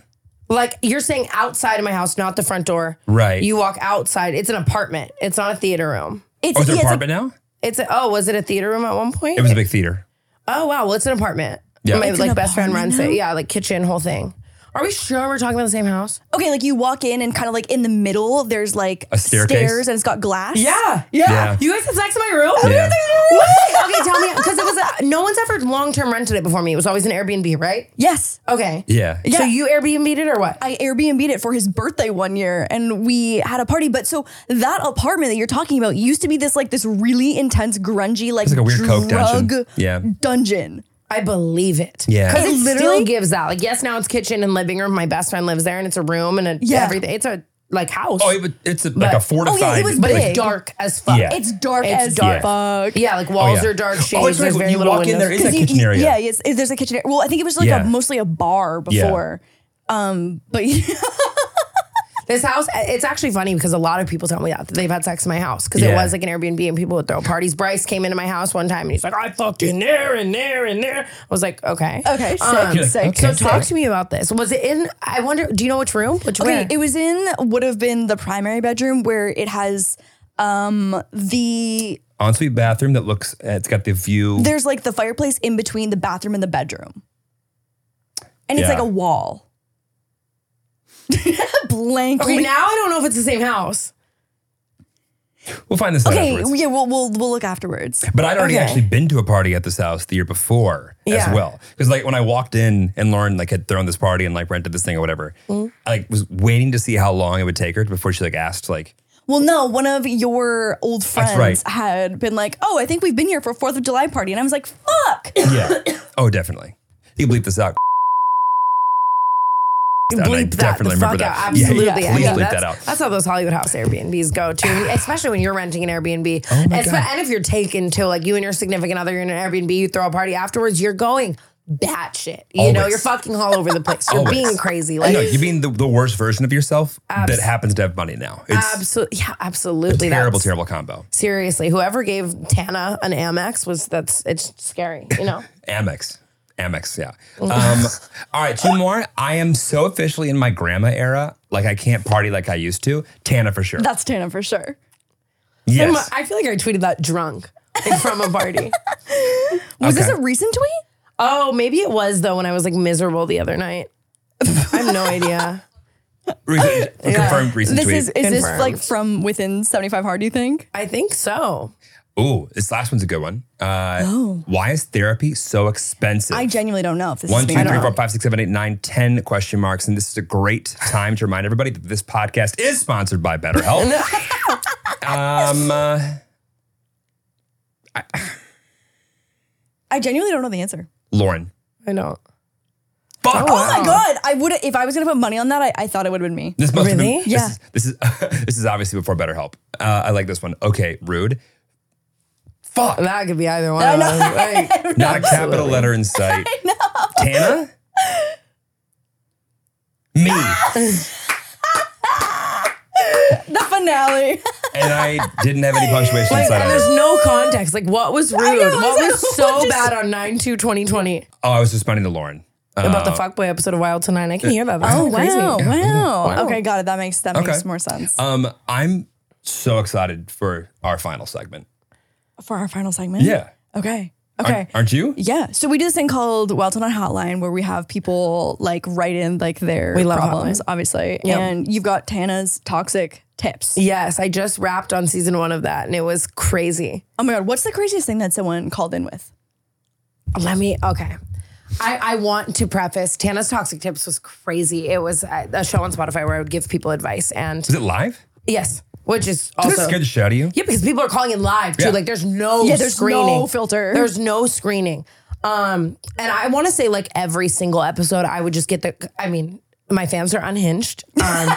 [SPEAKER 1] Like you're saying, outside of my house, not the front door.
[SPEAKER 2] right?
[SPEAKER 1] You walk outside. It's an apartment. It's not a theater room.
[SPEAKER 4] It's,
[SPEAKER 2] oh, it's an
[SPEAKER 4] yeah, it's like-
[SPEAKER 2] apartment now.
[SPEAKER 1] It's a, oh, was it a theater room at one point?
[SPEAKER 2] It was a big theater.
[SPEAKER 1] oh wow, well it's an apartment.
[SPEAKER 2] Yeah.
[SPEAKER 1] my
[SPEAKER 2] It's
[SPEAKER 1] like
[SPEAKER 4] an
[SPEAKER 1] best friend
[SPEAKER 4] apartment
[SPEAKER 1] runs it. Yeah, like kitchen, whole thing. Are we sure we're talking about the same house?
[SPEAKER 4] okay, like you walk in and kind of like in the middle, there's like
[SPEAKER 2] A staircase?
[SPEAKER 4] stairs and it's got glass.
[SPEAKER 1] yeah.
[SPEAKER 2] Yeah.
[SPEAKER 1] You guys had sex in my
[SPEAKER 4] Oh,
[SPEAKER 1] room?
[SPEAKER 2] Yeah.
[SPEAKER 1] What? okay, tell me because it was a, no one's ever long term rented it before me. It was always an Airbnb, right?
[SPEAKER 4] Yes.
[SPEAKER 1] Okay.
[SPEAKER 2] Yeah.
[SPEAKER 1] So you Airbnb'd it or what?
[SPEAKER 4] I Airbnb'd it for his birthday one year and we had a party. But so that apartment that you're talking about used to be this like this really intense, grungy, like,
[SPEAKER 2] It's like a weird coke
[SPEAKER 4] drug
[SPEAKER 2] dungeon. Yeah.
[SPEAKER 4] dungeon.
[SPEAKER 1] I believe it.
[SPEAKER 2] Yeah.
[SPEAKER 1] Because it
[SPEAKER 4] Literally?
[SPEAKER 1] still gives that. Like, yes, now it's kitchen and living room. My best friend lives there and it's a room and a,
[SPEAKER 4] Yeah.
[SPEAKER 1] everything. It's a like house.
[SPEAKER 2] Oh, it, was- it's a, like a
[SPEAKER 1] But-
[SPEAKER 2] fortified.
[SPEAKER 4] oh, yeah, it was
[SPEAKER 1] but
[SPEAKER 4] big.
[SPEAKER 1] it's dark as fuck.
[SPEAKER 2] Yeah.
[SPEAKER 4] It's dark
[SPEAKER 1] It's
[SPEAKER 4] as
[SPEAKER 1] dark.
[SPEAKER 4] fuck.
[SPEAKER 1] Yeah, like walls
[SPEAKER 2] yeah.
[SPEAKER 1] are dark,
[SPEAKER 2] Oh,
[SPEAKER 1] shades,
[SPEAKER 2] it's
[SPEAKER 1] there's
[SPEAKER 2] right,
[SPEAKER 1] very
[SPEAKER 2] you
[SPEAKER 1] little
[SPEAKER 2] walk in,
[SPEAKER 1] windows.
[SPEAKER 2] there is that
[SPEAKER 4] you-
[SPEAKER 2] kitchen
[SPEAKER 4] you-
[SPEAKER 2] area.
[SPEAKER 4] Yeah, yes, it- there's a kitchen area. Well, I think it was like
[SPEAKER 2] Yeah.
[SPEAKER 4] a, mostly a bar
[SPEAKER 2] Yeah.
[SPEAKER 4] before. Um, but (laughs)
[SPEAKER 1] This house, it's actually funny because a lot of people tell me that, that they've had sex in my house because it
[SPEAKER 2] Yeah.
[SPEAKER 1] was like an Airbnb and people would throw parties. Bryce came into my house one time and he's like, I fucked in there and there and there. I was like, okay. Um,
[SPEAKER 4] okay, sick,
[SPEAKER 2] You're like,
[SPEAKER 4] sick.
[SPEAKER 1] So
[SPEAKER 2] okay.
[SPEAKER 1] talk to me about this. Was it in, I wonder, do you know which room? Which
[SPEAKER 4] Okay,
[SPEAKER 1] where?
[SPEAKER 4] it was in would have been the primary bedroom where it has um the
[SPEAKER 2] ensuite bathroom that looks. uh, It's got the view.
[SPEAKER 4] there's like the fireplace in between the bathroom and the bedroom. And it's
[SPEAKER 2] Yeah.
[SPEAKER 4] like a wall. (laughs) Blank.
[SPEAKER 1] okay, now I don't know if it's the same house.
[SPEAKER 2] we'll find this out
[SPEAKER 4] Okay,
[SPEAKER 2] afterwards.
[SPEAKER 4] yeah, we'll, we'll we'll look afterwards.
[SPEAKER 2] But I'd already
[SPEAKER 1] Okay.
[SPEAKER 2] actually been to a party at this house the year before
[SPEAKER 1] Yeah.
[SPEAKER 2] as well. Because like when I walked in and Lauren like had thrown this party and like rented this thing or whatever,
[SPEAKER 4] Mm.
[SPEAKER 2] I like was waiting to see how long it would take her before she like asked like,
[SPEAKER 4] Well, no, one of your old friends
[SPEAKER 2] right.
[SPEAKER 4] had been like, "Oh, I think we've been here for Fourth of July party," and I was like, "Fuck!"
[SPEAKER 2] yeah, (coughs) oh definitely. You can bleep this out. And I
[SPEAKER 1] Bleep that the
[SPEAKER 2] definitely
[SPEAKER 1] fuck
[SPEAKER 2] remember that.
[SPEAKER 1] out.
[SPEAKER 2] Yeah,
[SPEAKER 1] Absolutely.
[SPEAKER 2] yeah,
[SPEAKER 1] I
[SPEAKER 2] please
[SPEAKER 1] mean,
[SPEAKER 2] bleep
[SPEAKER 1] that's,
[SPEAKER 2] that out.
[SPEAKER 1] That's how those Hollywood house Airbnbs go
[SPEAKER 2] (sighs)
[SPEAKER 1] too, especially when you're renting an Airbnb.
[SPEAKER 2] Oh my
[SPEAKER 1] Espe-
[SPEAKER 2] God.
[SPEAKER 1] And if you're taken to like you and your significant other, you're in an Airbnb, you throw a party afterwards, you're going batshit. You know,
[SPEAKER 2] Always.
[SPEAKER 1] you're fucking all over the place. You're
[SPEAKER 2] Always.
[SPEAKER 1] being crazy.
[SPEAKER 2] I
[SPEAKER 1] Like,
[SPEAKER 2] know you mean the, the worst version of yourself that happens to have money now. It's
[SPEAKER 1] absolutely. Yeah,
[SPEAKER 2] a
[SPEAKER 1] absolutely.
[SPEAKER 2] terrible,
[SPEAKER 1] That's-
[SPEAKER 2] terrible combo.
[SPEAKER 1] Seriously, whoever gave Tana an Amex was that's it's scary, you know?
[SPEAKER 2] Amex. Amex, yeah.
[SPEAKER 4] (laughs)
[SPEAKER 2] Um, all right, two more. I am so officially in my grandma era. Like I can't party like I used to. Tana for sure.
[SPEAKER 4] (laughs) That's Tana for sure.
[SPEAKER 1] I'm-
[SPEAKER 2] (laughs) yes.
[SPEAKER 1] I feel like I tweeted that drunk and from a
[SPEAKER 2] (laughs)
[SPEAKER 1] party.
[SPEAKER 4] Was this
[SPEAKER 2] Okay.
[SPEAKER 4] a recent tweet?
[SPEAKER 1] Oh, maybe it was though when I was like miserable the other night. I have no idea.
[SPEAKER 4] (gasps)
[SPEAKER 2] Recent, Confirmed recent
[SPEAKER 4] This
[SPEAKER 2] tweet.
[SPEAKER 4] is is this
[SPEAKER 1] Confirmed.
[SPEAKER 4] like from within seventy five hard? Do you think?
[SPEAKER 1] I think so.
[SPEAKER 2] Ooh, this last one's a good one. Uh, Why is therapy so expensive?
[SPEAKER 4] Oh. I genuinely don't know if this
[SPEAKER 2] One,
[SPEAKER 4] is
[SPEAKER 2] two,
[SPEAKER 4] being
[SPEAKER 2] three,
[SPEAKER 4] done.
[SPEAKER 2] four, five, six, seven, eight, nine, ten question marks. And this is a great time to remind everybody that this podcast is sponsored
[SPEAKER 1] (laughs)
[SPEAKER 2] by BetterHelp. um, uh,
[SPEAKER 4] I genuinely don't know the answer.
[SPEAKER 2] Lauren.
[SPEAKER 1] I don't.
[SPEAKER 2] Fuck.
[SPEAKER 4] Oh my god! I would if I was gonna put money on that. I, I thought it would have been me.
[SPEAKER 2] This must
[SPEAKER 1] Really?
[SPEAKER 2] have been.
[SPEAKER 4] Yeah.
[SPEAKER 2] This is (laughs) this is, this is obviously before BetterHelp. Uh, I like this one. Okay, rude. Fuck.
[SPEAKER 1] That could be either one. of us. (laughs) Like,
[SPEAKER 2] Not a capital letter
[SPEAKER 1] (laughs)
[SPEAKER 2] in sight. Tana. Me.
[SPEAKER 4] The finale.
[SPEAKER 2] and I didn't have any punctuation
[SPEAKER 1] like,
[SPEAKER 2] inside.
[SPEAKER 1] and
[SPEAKER 2] of it.
[SPEAKER 1] there's no context. Like, what was rude?
[SPEAKER 4] know, I
[SPEAKER 1] what (laughs)
[SPEAKER 4] was
[SPEAKER 1] was
[SPEAKER 4] like,
[SPEAKER 1] so
[SPEAKER 4] what
[SPEAKER 1] bad on 9 2 2020
[SPEAKER 2] Oh, I was responding to Lauren. Uh,
[SPEAKER 1] about the fuckboy episode of Wild Tonight? I can hear that. That's
[SPEAKER 4] Oh
[SPEAKER 1] kinda crazy.
[SPEAKER 4] wow! Wow.
[SPEAKER 1] Wow. Uh,
[SPEAKER 4] Okay, got it. That makes that
[SPEAKER 2] Okay.
[SPEAKER 4] makes more sense
[SPEAKER 2] Um, I'm so excited for our final segment.
[SPEAKER 4] for our final segment.
[SPEAKER 2] Yeah.
[SPEAKER 4] Okay.
[SPEAKER 2] Aren't-
[SPEAKER 4] Okay. (laughs)
[SPEAKER 2] Aren't, you?
[SPEAKER 4] Yeah. So we do this thing called Welton on Hotline where we have people like write in like their
[SPEAKER 1] We love
[SPEAKER 4] problems,
[SPEAKER 1] Hotline.
[SPEAKER 4] obviously.
[SPEAKER 1] Yeah.
[SPEAKER 4] And you've got Tana's toxic tips.
[SPEAKER 1] Yes, I just wrapped on season one of that and it was crazy.
[SPEAKER 4] Oh my God. What's the craziest thing that someone called in with?
[SPEAKER 1] Let me, okay. I, I want to preface Tana's Toxic Tips was crazy. It was a, a show on Spotify where I would give people advice and
[SPEAKER 2] Is it live?
[SPEAKER 1] Yes, which is
[SPEAKER 2] Does that
[SPEAKER 1] also
[SPEAKER 2] scare the shit out of you?
[SPEAKER 1] yeah, because people are calling it live too.
[SPEAKER 2] Yeah.
[SPEAKER 1] Like there's no
[SPEAKER 4] Yeah, there's
[SPEAKER 1] screening.
[SPEAKER 4] no filter.
[SPEAKER 1] There's no screening. Um, and I want to say like every single episode, I would just get the. I mean, my fans are unhinged.
[SPEAKER 4] (laughs)
[SPEAKER 1] Um,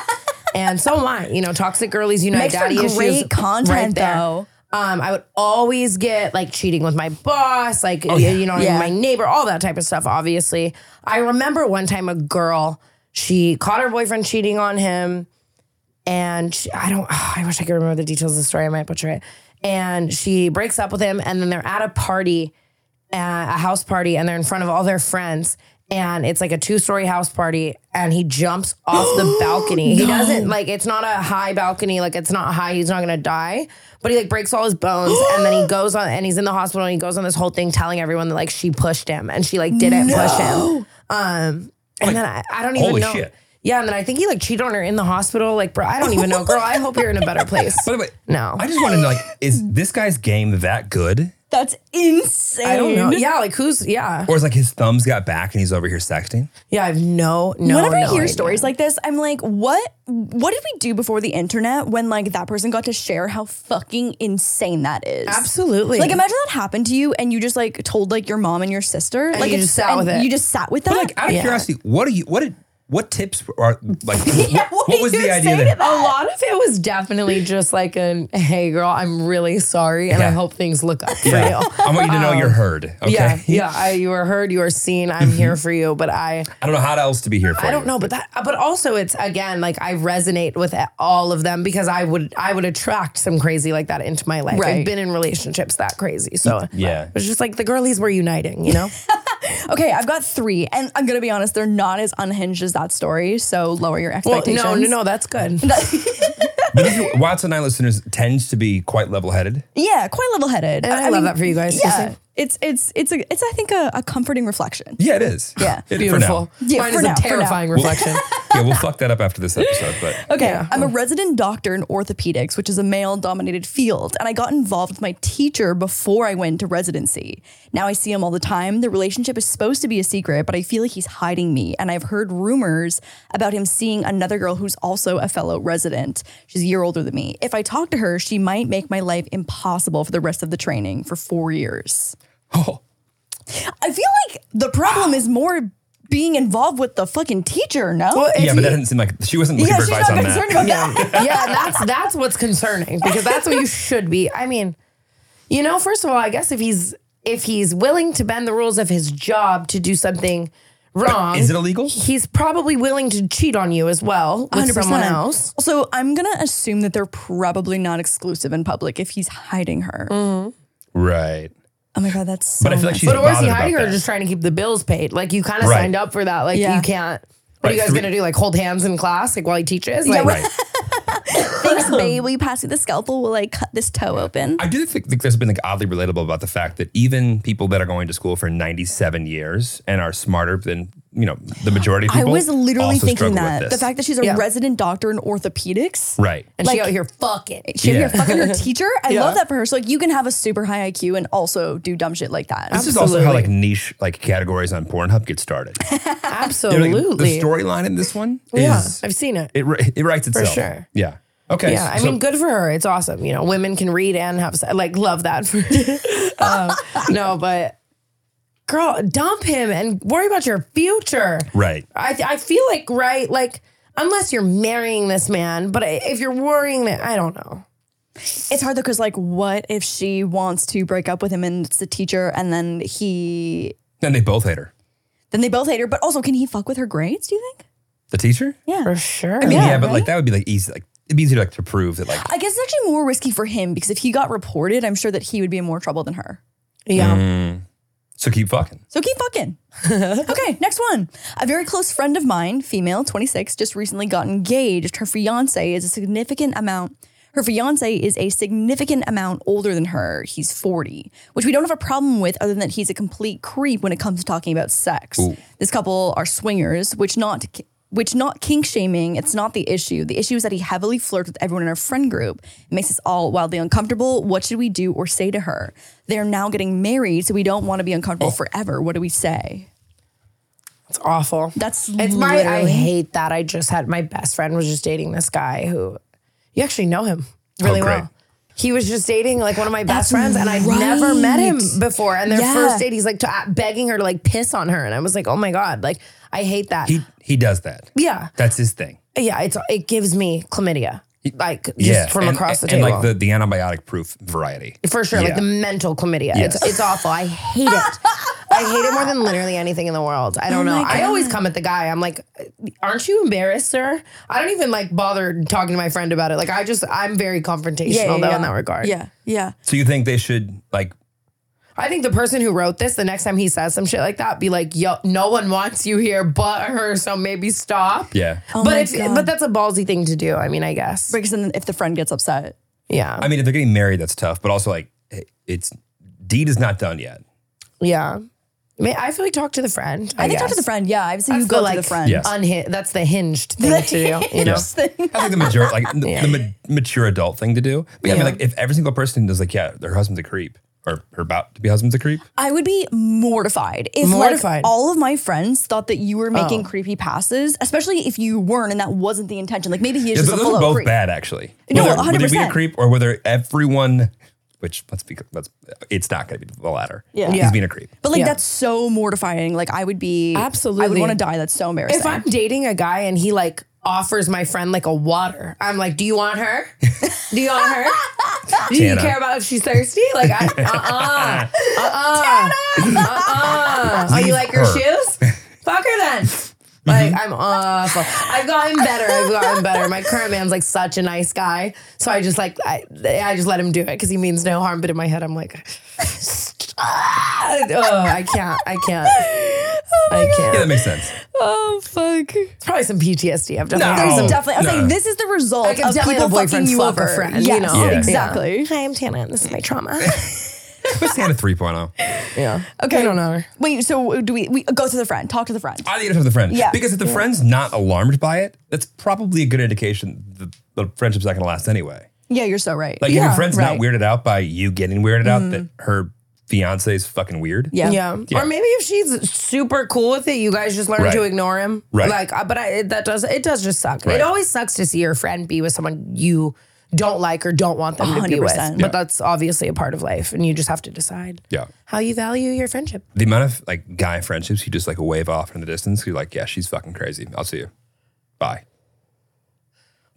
[SPEAKER 1] and so am I. You know, toxic girlies unite.
[SPEAKER 4] Makes for
[SPEAKER 1] daddy issues
[SPEAKER 4] great content,
[SPEAKER 1] right there.
[SPEAKER 4] though.
[SPEAKER 1] Um, I would always get like cheating with my boss, like you- you know, what I mean,
[SPEAKER 4] Yeah.
[SPEAKER 1] my neighbor, all that type of stuff. Obviously, I remember one time a girl she caught her boyfriend cheating on him, and she, I don't. (sighs) ah, I wish I could remember the details of the story. I might butcher it. And she breaks up with him, and then they're at a party, uh, a house party, and they're in front of all their friends. And it's like a two-story house party, and he
[SPEAKER 4] (gasps)
[SPEAKER 1] jumps off the balcony. He doesn't like it's not a high balcony, like it's not high. He's not gonna die, but he like breaks all his
[SPEAKER 4] (gasps)
[SPEAKER 1] bones, and then he goes on, and he's in the hospital, and he goes on this whole thing telling everyone that like she pushed him, and she like didn't push him. Um, and then I, I don't even
[SPEAKER 2] holy
[SPEAKER 1] know.
[SPEAKER 2] shit.
[SPEAKER 1] Yeah, and then I think he like cheated on her in the hospital. Like, bro, I don't even know, girl. I hope you're in a
[SPEAKER 4] (laughs)
[SPEAKER 1] better place.
[SPEAKER 2] By the way,
[SPEAKER 1] No.
[SPEAKER 2] I just want to know, like, is this guy's game that good,
[SPEAKER 4] That's insane.
[SPEAKER 1] I don't know. Yeah, like who's? Yeah,
[SPEAKER 2] or is like his thumbs got back and he's over here sexting?
[SPEAKER 1] yeah. I have no, no.
[SPEAKER 4] Whenever I
[SPEAKER 1] no
[SPEAKER 4] hear
[SPEAKER 1] idea.
[SPEAKER 4] stories like this, I'm like, what what did we do before the internet when like that person got to share how fucking insane that is?
[SPEAKER 1] absolutely.
[SPEAKER 4] Like imagine that happened to you and you just like told like your mom and your sister. like
[SPEAKER 1] you
[SPEAKER 4] it's-
[SPEAKER 1] just sat with
[SPEAKER 4] and
[SPEAKER 1] it.
[SPEAKER 4] You just sat with that.
[SPEAKER 2] But like, out of
[SPEAKER 1] Yeah.
[SPEAKER 2] curiosity, what do you? What did? What tips are like?
[SPEAKER 4] Yeah,
[SPEAKER 2] what, what
[SPEAKER 4] do
[SPEAKER 2] was
[SPEAKER 4] you
[SPEAKER 2] the idea?
[SPEAKER 4] say to
[SPEAKER 2] That,
[SPEAKER 1] a lot of it was definitely just like an hey, girl, I'm really sorry, and I
[SPEAKER 2] Yeah.
[SPEAKER 1] hope things look up for
[SPEAKER 2] yeah.
[SPEAKER 1] you.
[SPEAKER 2] I want you to know you're heard. Okay.
[SPEAKER 1] Yeah, yeah. I, you were heard. You were seen. I'm here
[SPEAKER 2] Mm-hmm.
[SPEAKER 1] for you. But I,
[SPEAKER 2] I don't know how else to be here for.
[SPEAKER 1] I don't know, but that, but also it's again like I resonate with all of them because I would, I would attract some crazy like that into my life. I've
[SPEAKER 4] Right.
[SPEAKER 1] been in relationships that crazy, so
[SPEAKER 2] Yeah.
[SPEAKER 1] it's just like the girlies were uniting,
[SPEAKER 2] (laughs)
[SPEAKER 1] you know.
[SPEAKER 4] okay, I've got three, and I'm gonna be honest, they're not as unhinged as that story. So lower your
[SPEAKER 1] well,
[SPEAKER 4] expectations.
[SPEAKER 1] no, no, no, that's good.
[SPEAKER 2] But this is- Watson and I listeners tends to be quite level-headed.
[SPEAKER 4] (laughs) Yeah, quite level headed.
[SPEAKER 1] And I love that for you guys,
[SPEAKER 4] Yeah,
[SPEAKER 1] Susan.
[SPEAKER 4] it's it's it's a it's I think a, a comforting reflection.
[SPEAKER 2] Yeah, it is.
[SPEAKER 4] Yeah.
[SPEAKER 2] It- for now.
[SPEAKER 1] Beautiful.
[SPEAKER 4] Yeah,
[SPEAKER 1] Mine
[SPEAKER 4] for
[SPEAKER 1] is
[SPEAKER 4] now,
[SPEAKER 1] a
[SPEAKER 4] for now.
[SPEAKER 1] terrifying reflection.
[SPEAKER 2] yeah, (laughs) we'll fuck that up after this episode. But
[SPEAKER 4] Okay, I'm a resident doctor in orthopedics, which is a male dominated field, and I got involved with my teacher before I went to residency. Now I see him all the time. The relationship is supposed to be a secret, but I feel like he's hiding me, and I've heard rumors about him seeing another girl who's also a fellow resident. She's a year older than me. If I talk to her, she might make my life impossible for the rest of the training for 4 years.
[SPEAKER 2] Oh,
[SPEAKER 4] I feel like the problem is more being involved with the fucking teacher, no?
[SPEAKER 2] yeah, but that didn't seem like she wasn't looking
[SPEAKER 4] yeah,
[SPEAKER 2] for
[SPEAKER 4] she's
[SPEAKER 2] advice
[SPEAKER 4] not
[SPEAKER 2] on
[SPEAKER 4] concerned
[SPEAKER 2] that.
[SPEAKER 4] about that. (laughs)
[SPEAKER 1] yeah, that's that's what's concerning because that's what you should be. I mean, you know, first of all, I guess if he's if he's willing to bend the rules of his job to do something wrong,
[SPEAKER 2] Is it illegal?
[SPEAKER 1] He's probably willing to cheat on you as well with
[SPEAKER 4] 100%.
[SPEAKER 1] someone else.
[SPEAKER 4] Also, I'm gonna assume that they're probably not exclusive in public if he's hiding her.
[SPEAKER 1] Mm.
[SPEAKER 2] Right.
[SPEAKER 4] Oh my god, that's so
[SPEAKER 2] But I feel like
[SPEAKER 4] messed
[SPEAKER 2] she's
[SPEAKER 1] But or is
[SPEAKER 2] bothered
[SPEAKER 1] he
[SPEAKER 2] about
[SPEAKER 1] hiding or
[SPEAKER 2] that.
[SPEAKER 1] just trying to keep the bills paid? Like you kind of
[SPEAKER 2] Right.
[SPEAKER 1] signed up for that. Like
[SPEAKER 4] Yeah.
[SPEAKER 1] you can't. What are you
[SPEAKER 2] Right,
[SPEAKER 1] guys
[SPEAKER 2] three-
[SPEAKER 1] gonna do? Like hold hands in class, like while he teaches? Like,
[SPEAKER 2] Right.
[SPEAKER 4] up. Thanks, babe. Will you pass me the scalpel? Will I cut this toe open?
[SPEAKER 2] I do think, think there's been like oddly relatable about the fact that even people that are going to school for 97 years and are smarter than you know the majority of
[SPEAKER 4] I
[SPEAKER 2] people.
[SPEAKER 4] was literally
[SPEAKER 2] also
[SPEAKER 4] thinking
[SPEAKER 2] struggle
[SPEAKER 4] that
[SPEAKER 2] with
[SPEAKER 4] the
[SPEAKER 2] this.
[SPEAKER 4] fact that she's a
[SPEAKER 1] Yeah.
[SPEAKER 4] resident doctor in orthopedics.
[SPEAKER 2] right.
[SPEAKER 1] and she
[SPEAKER 4] Like-
[SPEAKER 1] out here fucking.
[SPEAKER 4] (laughs) She
[SPEAKER 2] Yeah.
[SPEAKER 4] yeah.
[SPEAKER 1] (laughs)
[SPEAKER 4] fucking her teacher. I
[SPEAKER 1] Yeah.
[SPEAKER 4] love that for her. So like, you can have a super high IQ and also do dumb shit like that.
[SPEAKER 2] This is also how like niche like categories on Pornhub get started. You know, like,
[SPEAKER 1] Absolutely.
[SPEAKER 2] the storyline in this one
[SPEAKER 1] yeah,
[SPEAKER 2] is
[SPEAKER 1] I've seen it.
[SPEAKER 2] it ri- it writes itself.
[SPEAKER 1] sure.
[SPEAKER 2] Yeah. Okay.
[SPEAKER 1] Yeah, I
[SPEAKER 2] so-
[SPEAKER 1] mean, good for her. It's awesome. You know, women can read and have se- like love that. For, (laughs) um, no, but girl, dump him and worry about your future.
[SPEAKER 2] Right.
[SPEAKER 1] I I feel like right like unless you're marrying this man, but I- if you're worrying that I don't know.
[SPEAKER 4] It's hard though, because like, what if she wants to break up with him and it's the teacher, and then he,
[SPEAKER 2] Then they both hate her.
[SPEAKER 4] then they both hate her. But also, can he fuck with her grades? Do you think?
[SPEAKER 2] The teacher?
[SPEAKER 4] Yeah,
[SPEAKER 1] For sure.
[SPEAKER 2] I mean, yeah,
[SPEAKER 4] Yeah,
[SPEAKER 2] but like
[SPEAKER 4] right?
[SPEAKER 2] that would be like easy. Like it'd be easier like to prove that like
[SPEAKER 4] I guess it's actually more risky for him because if he got reported, I'm sure that he would be in more trouble than her.
[SPEAKER 1] yeah.
[SPEAKER 2] so keep fucking.
[SPEAKER 4] So keep fucking. okay, next one. A very close friend of mine, female, 26, just recently got engaged. Her fiance is a significant amount. Her fiance is a significant amount older than her. He's 40, which we don't have a problem with other than that he's a complete creep when it comes to talking about sex. This couple are swingers, which not which not kink shaming, it's not the issue. The issue is that he heavily flirts with everyone in our friend group. It makes us all wildly uncomfortable. What should we do or say to her? They're now getting married, so we don't want to be uncomfortable forever. What do we say?
[SPEAKER 1] It's awful.
[SPEAKER 4] That's
[SPEAKER 1] it's my I
[SPEAKER 4] literally-
[SPEAKER 1] hate that. I just had my best friend was just dating this guy who You actually know him really
[SPEAKER 2] Oh, great.
[SPEAKER 1] well. He was just dating like one of my best friends, and I've
[SPEAKER 4] right.
[SPEAKER 1] never met him before. And their
[SPEAKER 4] Yeah.
[SPEAKER 1] first date, he's like t- begging her to like piss on her, and I was like, oh my god, like I hate that.
[SPEAKER 2] He he does that.
[SPEAKER 1] yeah,
[SPEAKER 2] That's his thing.
[SPEAKER 1] yeah, it's it gives me chlamydia, like just
[SPEAKER 2] yeah,
[SPEAKER 1] from
[SPEAKER 2] and-
[SPEAKER 1] across the
[SPEAKER 2] and
[SPEAKER 1] table.
[SPEAKER 2] like the, the antibiotic proof variety.
[SPEAKER 1] For sure, like
[SPEAKER 2] Yeah.
[SPEAKER 1] the mental chlamydia. It's,
[SPEAKER 2] Yes.
[SPEAKER 1] it's awful. I hate it. I hate it more than literally anything in the world.
[SPEAKER 4] Oh
[SPEAKER 1] I don't know. I always come at the guy. I'm like, aren't you embarrassed, sir? I don't even like bother talking to my friend about it. Like I just, I'm very confrontational
[SPEAKER 4] yeah,
[SPEAKER 1] though
[SPEAKER 4] yeah.
[SPEAKER 1] in that regard.
[SPEAKER 4] Yeah, yeah.
[SPEAKER 2] So you think they should like
[SPEAKER 1] I think the person who wrote this, the next time he says some shit like that, be like, yo, no one wants you here but her, so maybe stop.
[SPEAKER 2] yeah.
[SPEAKER 1] but
[SPEAKER 4] my
[SPEAKER 1] if,
[SPEAKER 4] God.
[SPEAKER 1] but that's a ballsy thing to do. I mean, I guess.
[SPEAKER 4] Because then if the friend gets upset,
[SPEAKER 1] Yeah.
[SPEAKER 2] I mean if they're getting married that's tough, but also like it- it's deed is not done yet.
[SPEAKER 1] yeah. I, mean, I feel like talk to the friend. I,
[SPEAKER 4] I think talk to
[SPEAKER 1] guess.
[SPEAKER 4] the friend. Yeah, I've seen you
[SPEAKER 1] That's
[SPEAKER 4] go
[SPEAKER 1] the,
[SPEAKER 4] to
[SPEAKER 1] like,
[SPEAKER 4] the friend.
[SPEAKER 2] Yes.
[SPEAKER 1] Unhi- that's the hinged thing to do. You know,
[SPEAKER 2] I think the mature like the, the ma- mature adult thing to do. But yeah, I mean like if every single person is like yeah, their husband's a creep or her about to be husband's a creep.
[SPEAKER 4] I would be mortified if
[SPEAKER 1] Mortified.
[SPEAKER 4] like all of my friends thought that you were making creepy passes, especially if you weren't and that wasn't the intention. Like maybe he is
[SPEAKER 2] Yeah,
[SPEAKER 4] just
[SPEAKER 2] th-
[SPEAKER 4] a
[SPEAKER 2] those
[SPEAKER 4] full
[SPEAKER 2] are
[SPEAKER 4] out
[SPEAKER 2] both
[SPEAKER 4] creep.
[SPEAKER 2] bad actually.
[SPEAKER 4] No,
[SPEAKER 2] whether, whether being a
[SPEAKER 4] 100%.
[SPEAKER 2] creep or whether everyone which let's be let's it's not going to be the latter.
[SPEAKER 4] Yeah.
[SPEAKER 2] He's
[SPEAKER 1] Yeah.
[SPEAKER 2] being a creep.
[SPEAKER 4] But like
[SPEAKER 1] Yeah.
[SPEAKER 4] that's so mortifying. Like I would be I would
[SPEAKER 1] Absolutely.
[SPEAKER 4] want to die. That's so embarrassing.
[SPEAKER 1] if I'm dating a guy and he like offers my friend like a water, I'm like, do you want her? Do you want (laughs) her? Do you
[SPEAKER 2] Tana.
[SPEAKER 1] care about if she's thirsty? Like, I, uh-uh,
[SPEAKER 2] (laughs)
[SPEAKER 1] uh-uh, uh-uh. Oh, you like her
[SPEAKER 2] Her.
[SPEAKER 1] shoes? Fuck her then. Like, I'm awful. I've gotten better. I've gotten better. My current man's like such a nice guy. So I just like, I, I just let him do it because he means no harm. But in my head, I'm like, oh, I can't. I can't. I can't.
[SPEAKER 2] Yeah, that makes sense.
[SPEAKER 4] oh fuck.
[SPEAKER 1] Probably some PTSD. I've done that.
[SPEAKER 2] No.
[SPEAKER 4] There's
[SPEAKER 2] Oh,
[SPEAKER 4] definitely I'm
[SPEAKER 2] no.
[SPEAKER 4] saying this is the result
[SPEAKER 1] Like,
[SPEAKER 4] of
[SPEAKER 1] definitely
[SPEAKER 4] people
[SPEAKER 1] the
[SPEAKER 4] fucking
[SPEAKER 1] boyfriend
[SPEAKER 4] you
[SPEAKER 1] fuck a
[SPEAKER 4] over.
[SPEAKER 1] friend,
[SPEAKER 4] yes,
[SPEAKER 1] you know? Yeah.
[SPEAKER 4] exactly.
[SPEAKER 1] Hi, I'm Tana, and this is my trauma.
[SPEAKER 2] What's Santa oh? 3.0?
[SPEAKER 1] yeah.
[SPEAKER 4] Okay.
[SPEAKER 1] I don't know her.
[SPEAKER 4] Wait, so do we we go to the friend, talk to the friend.
[SPEAKER 2] I think it's with the friend.
[SPEAKER 4] Yeah.
[SPEAKER 2] Because if the friend's not alarmed by it, that's probably a good indication that the friendship's not going to last anyway.
[SPEAKER 4] yeah, you're so right.
[SPEAKER 2] Like if
[SPEAKER 4] yeah.
[SPEAKER 2] your friend's
[SPEAKER 4] right. Mm-hmm.
[SPEAKER 2] not weirded out by you getting weirded out that her fiance is fucking weird.
[SPEAKER 4] Yeah.
[SPEAKER 1] Yeah.
[SPEAKER 2] Yeah.
[SPEAKER 1] Or maybe if she's super cool with it, you guys just learn
[SPEAKER 2] Right.
[SPEAKER 1] to ignore him.
[SPEAKER 2] Right.
[SPEAKER 1] Like, uh, but I, it- that does it does just suck.
[SPEAKER 2] Right.
[SPEAKER 1] It always sucks to see your friend be with someone you don't like or don't want them to be with.
[SPEAKER 4] 100%.
[SPEAKER 1] But that's obviously a part of life, and you just have to decide
[SPEAKER 2] Yeah.
[SPEAKER 1] how you value your friendship.
[SPEAKER 2] The amount of like guy friendships you just like wave off in the distance, you're like, yeah, she's fucking crazy. I'll see you. Bye. (laughs)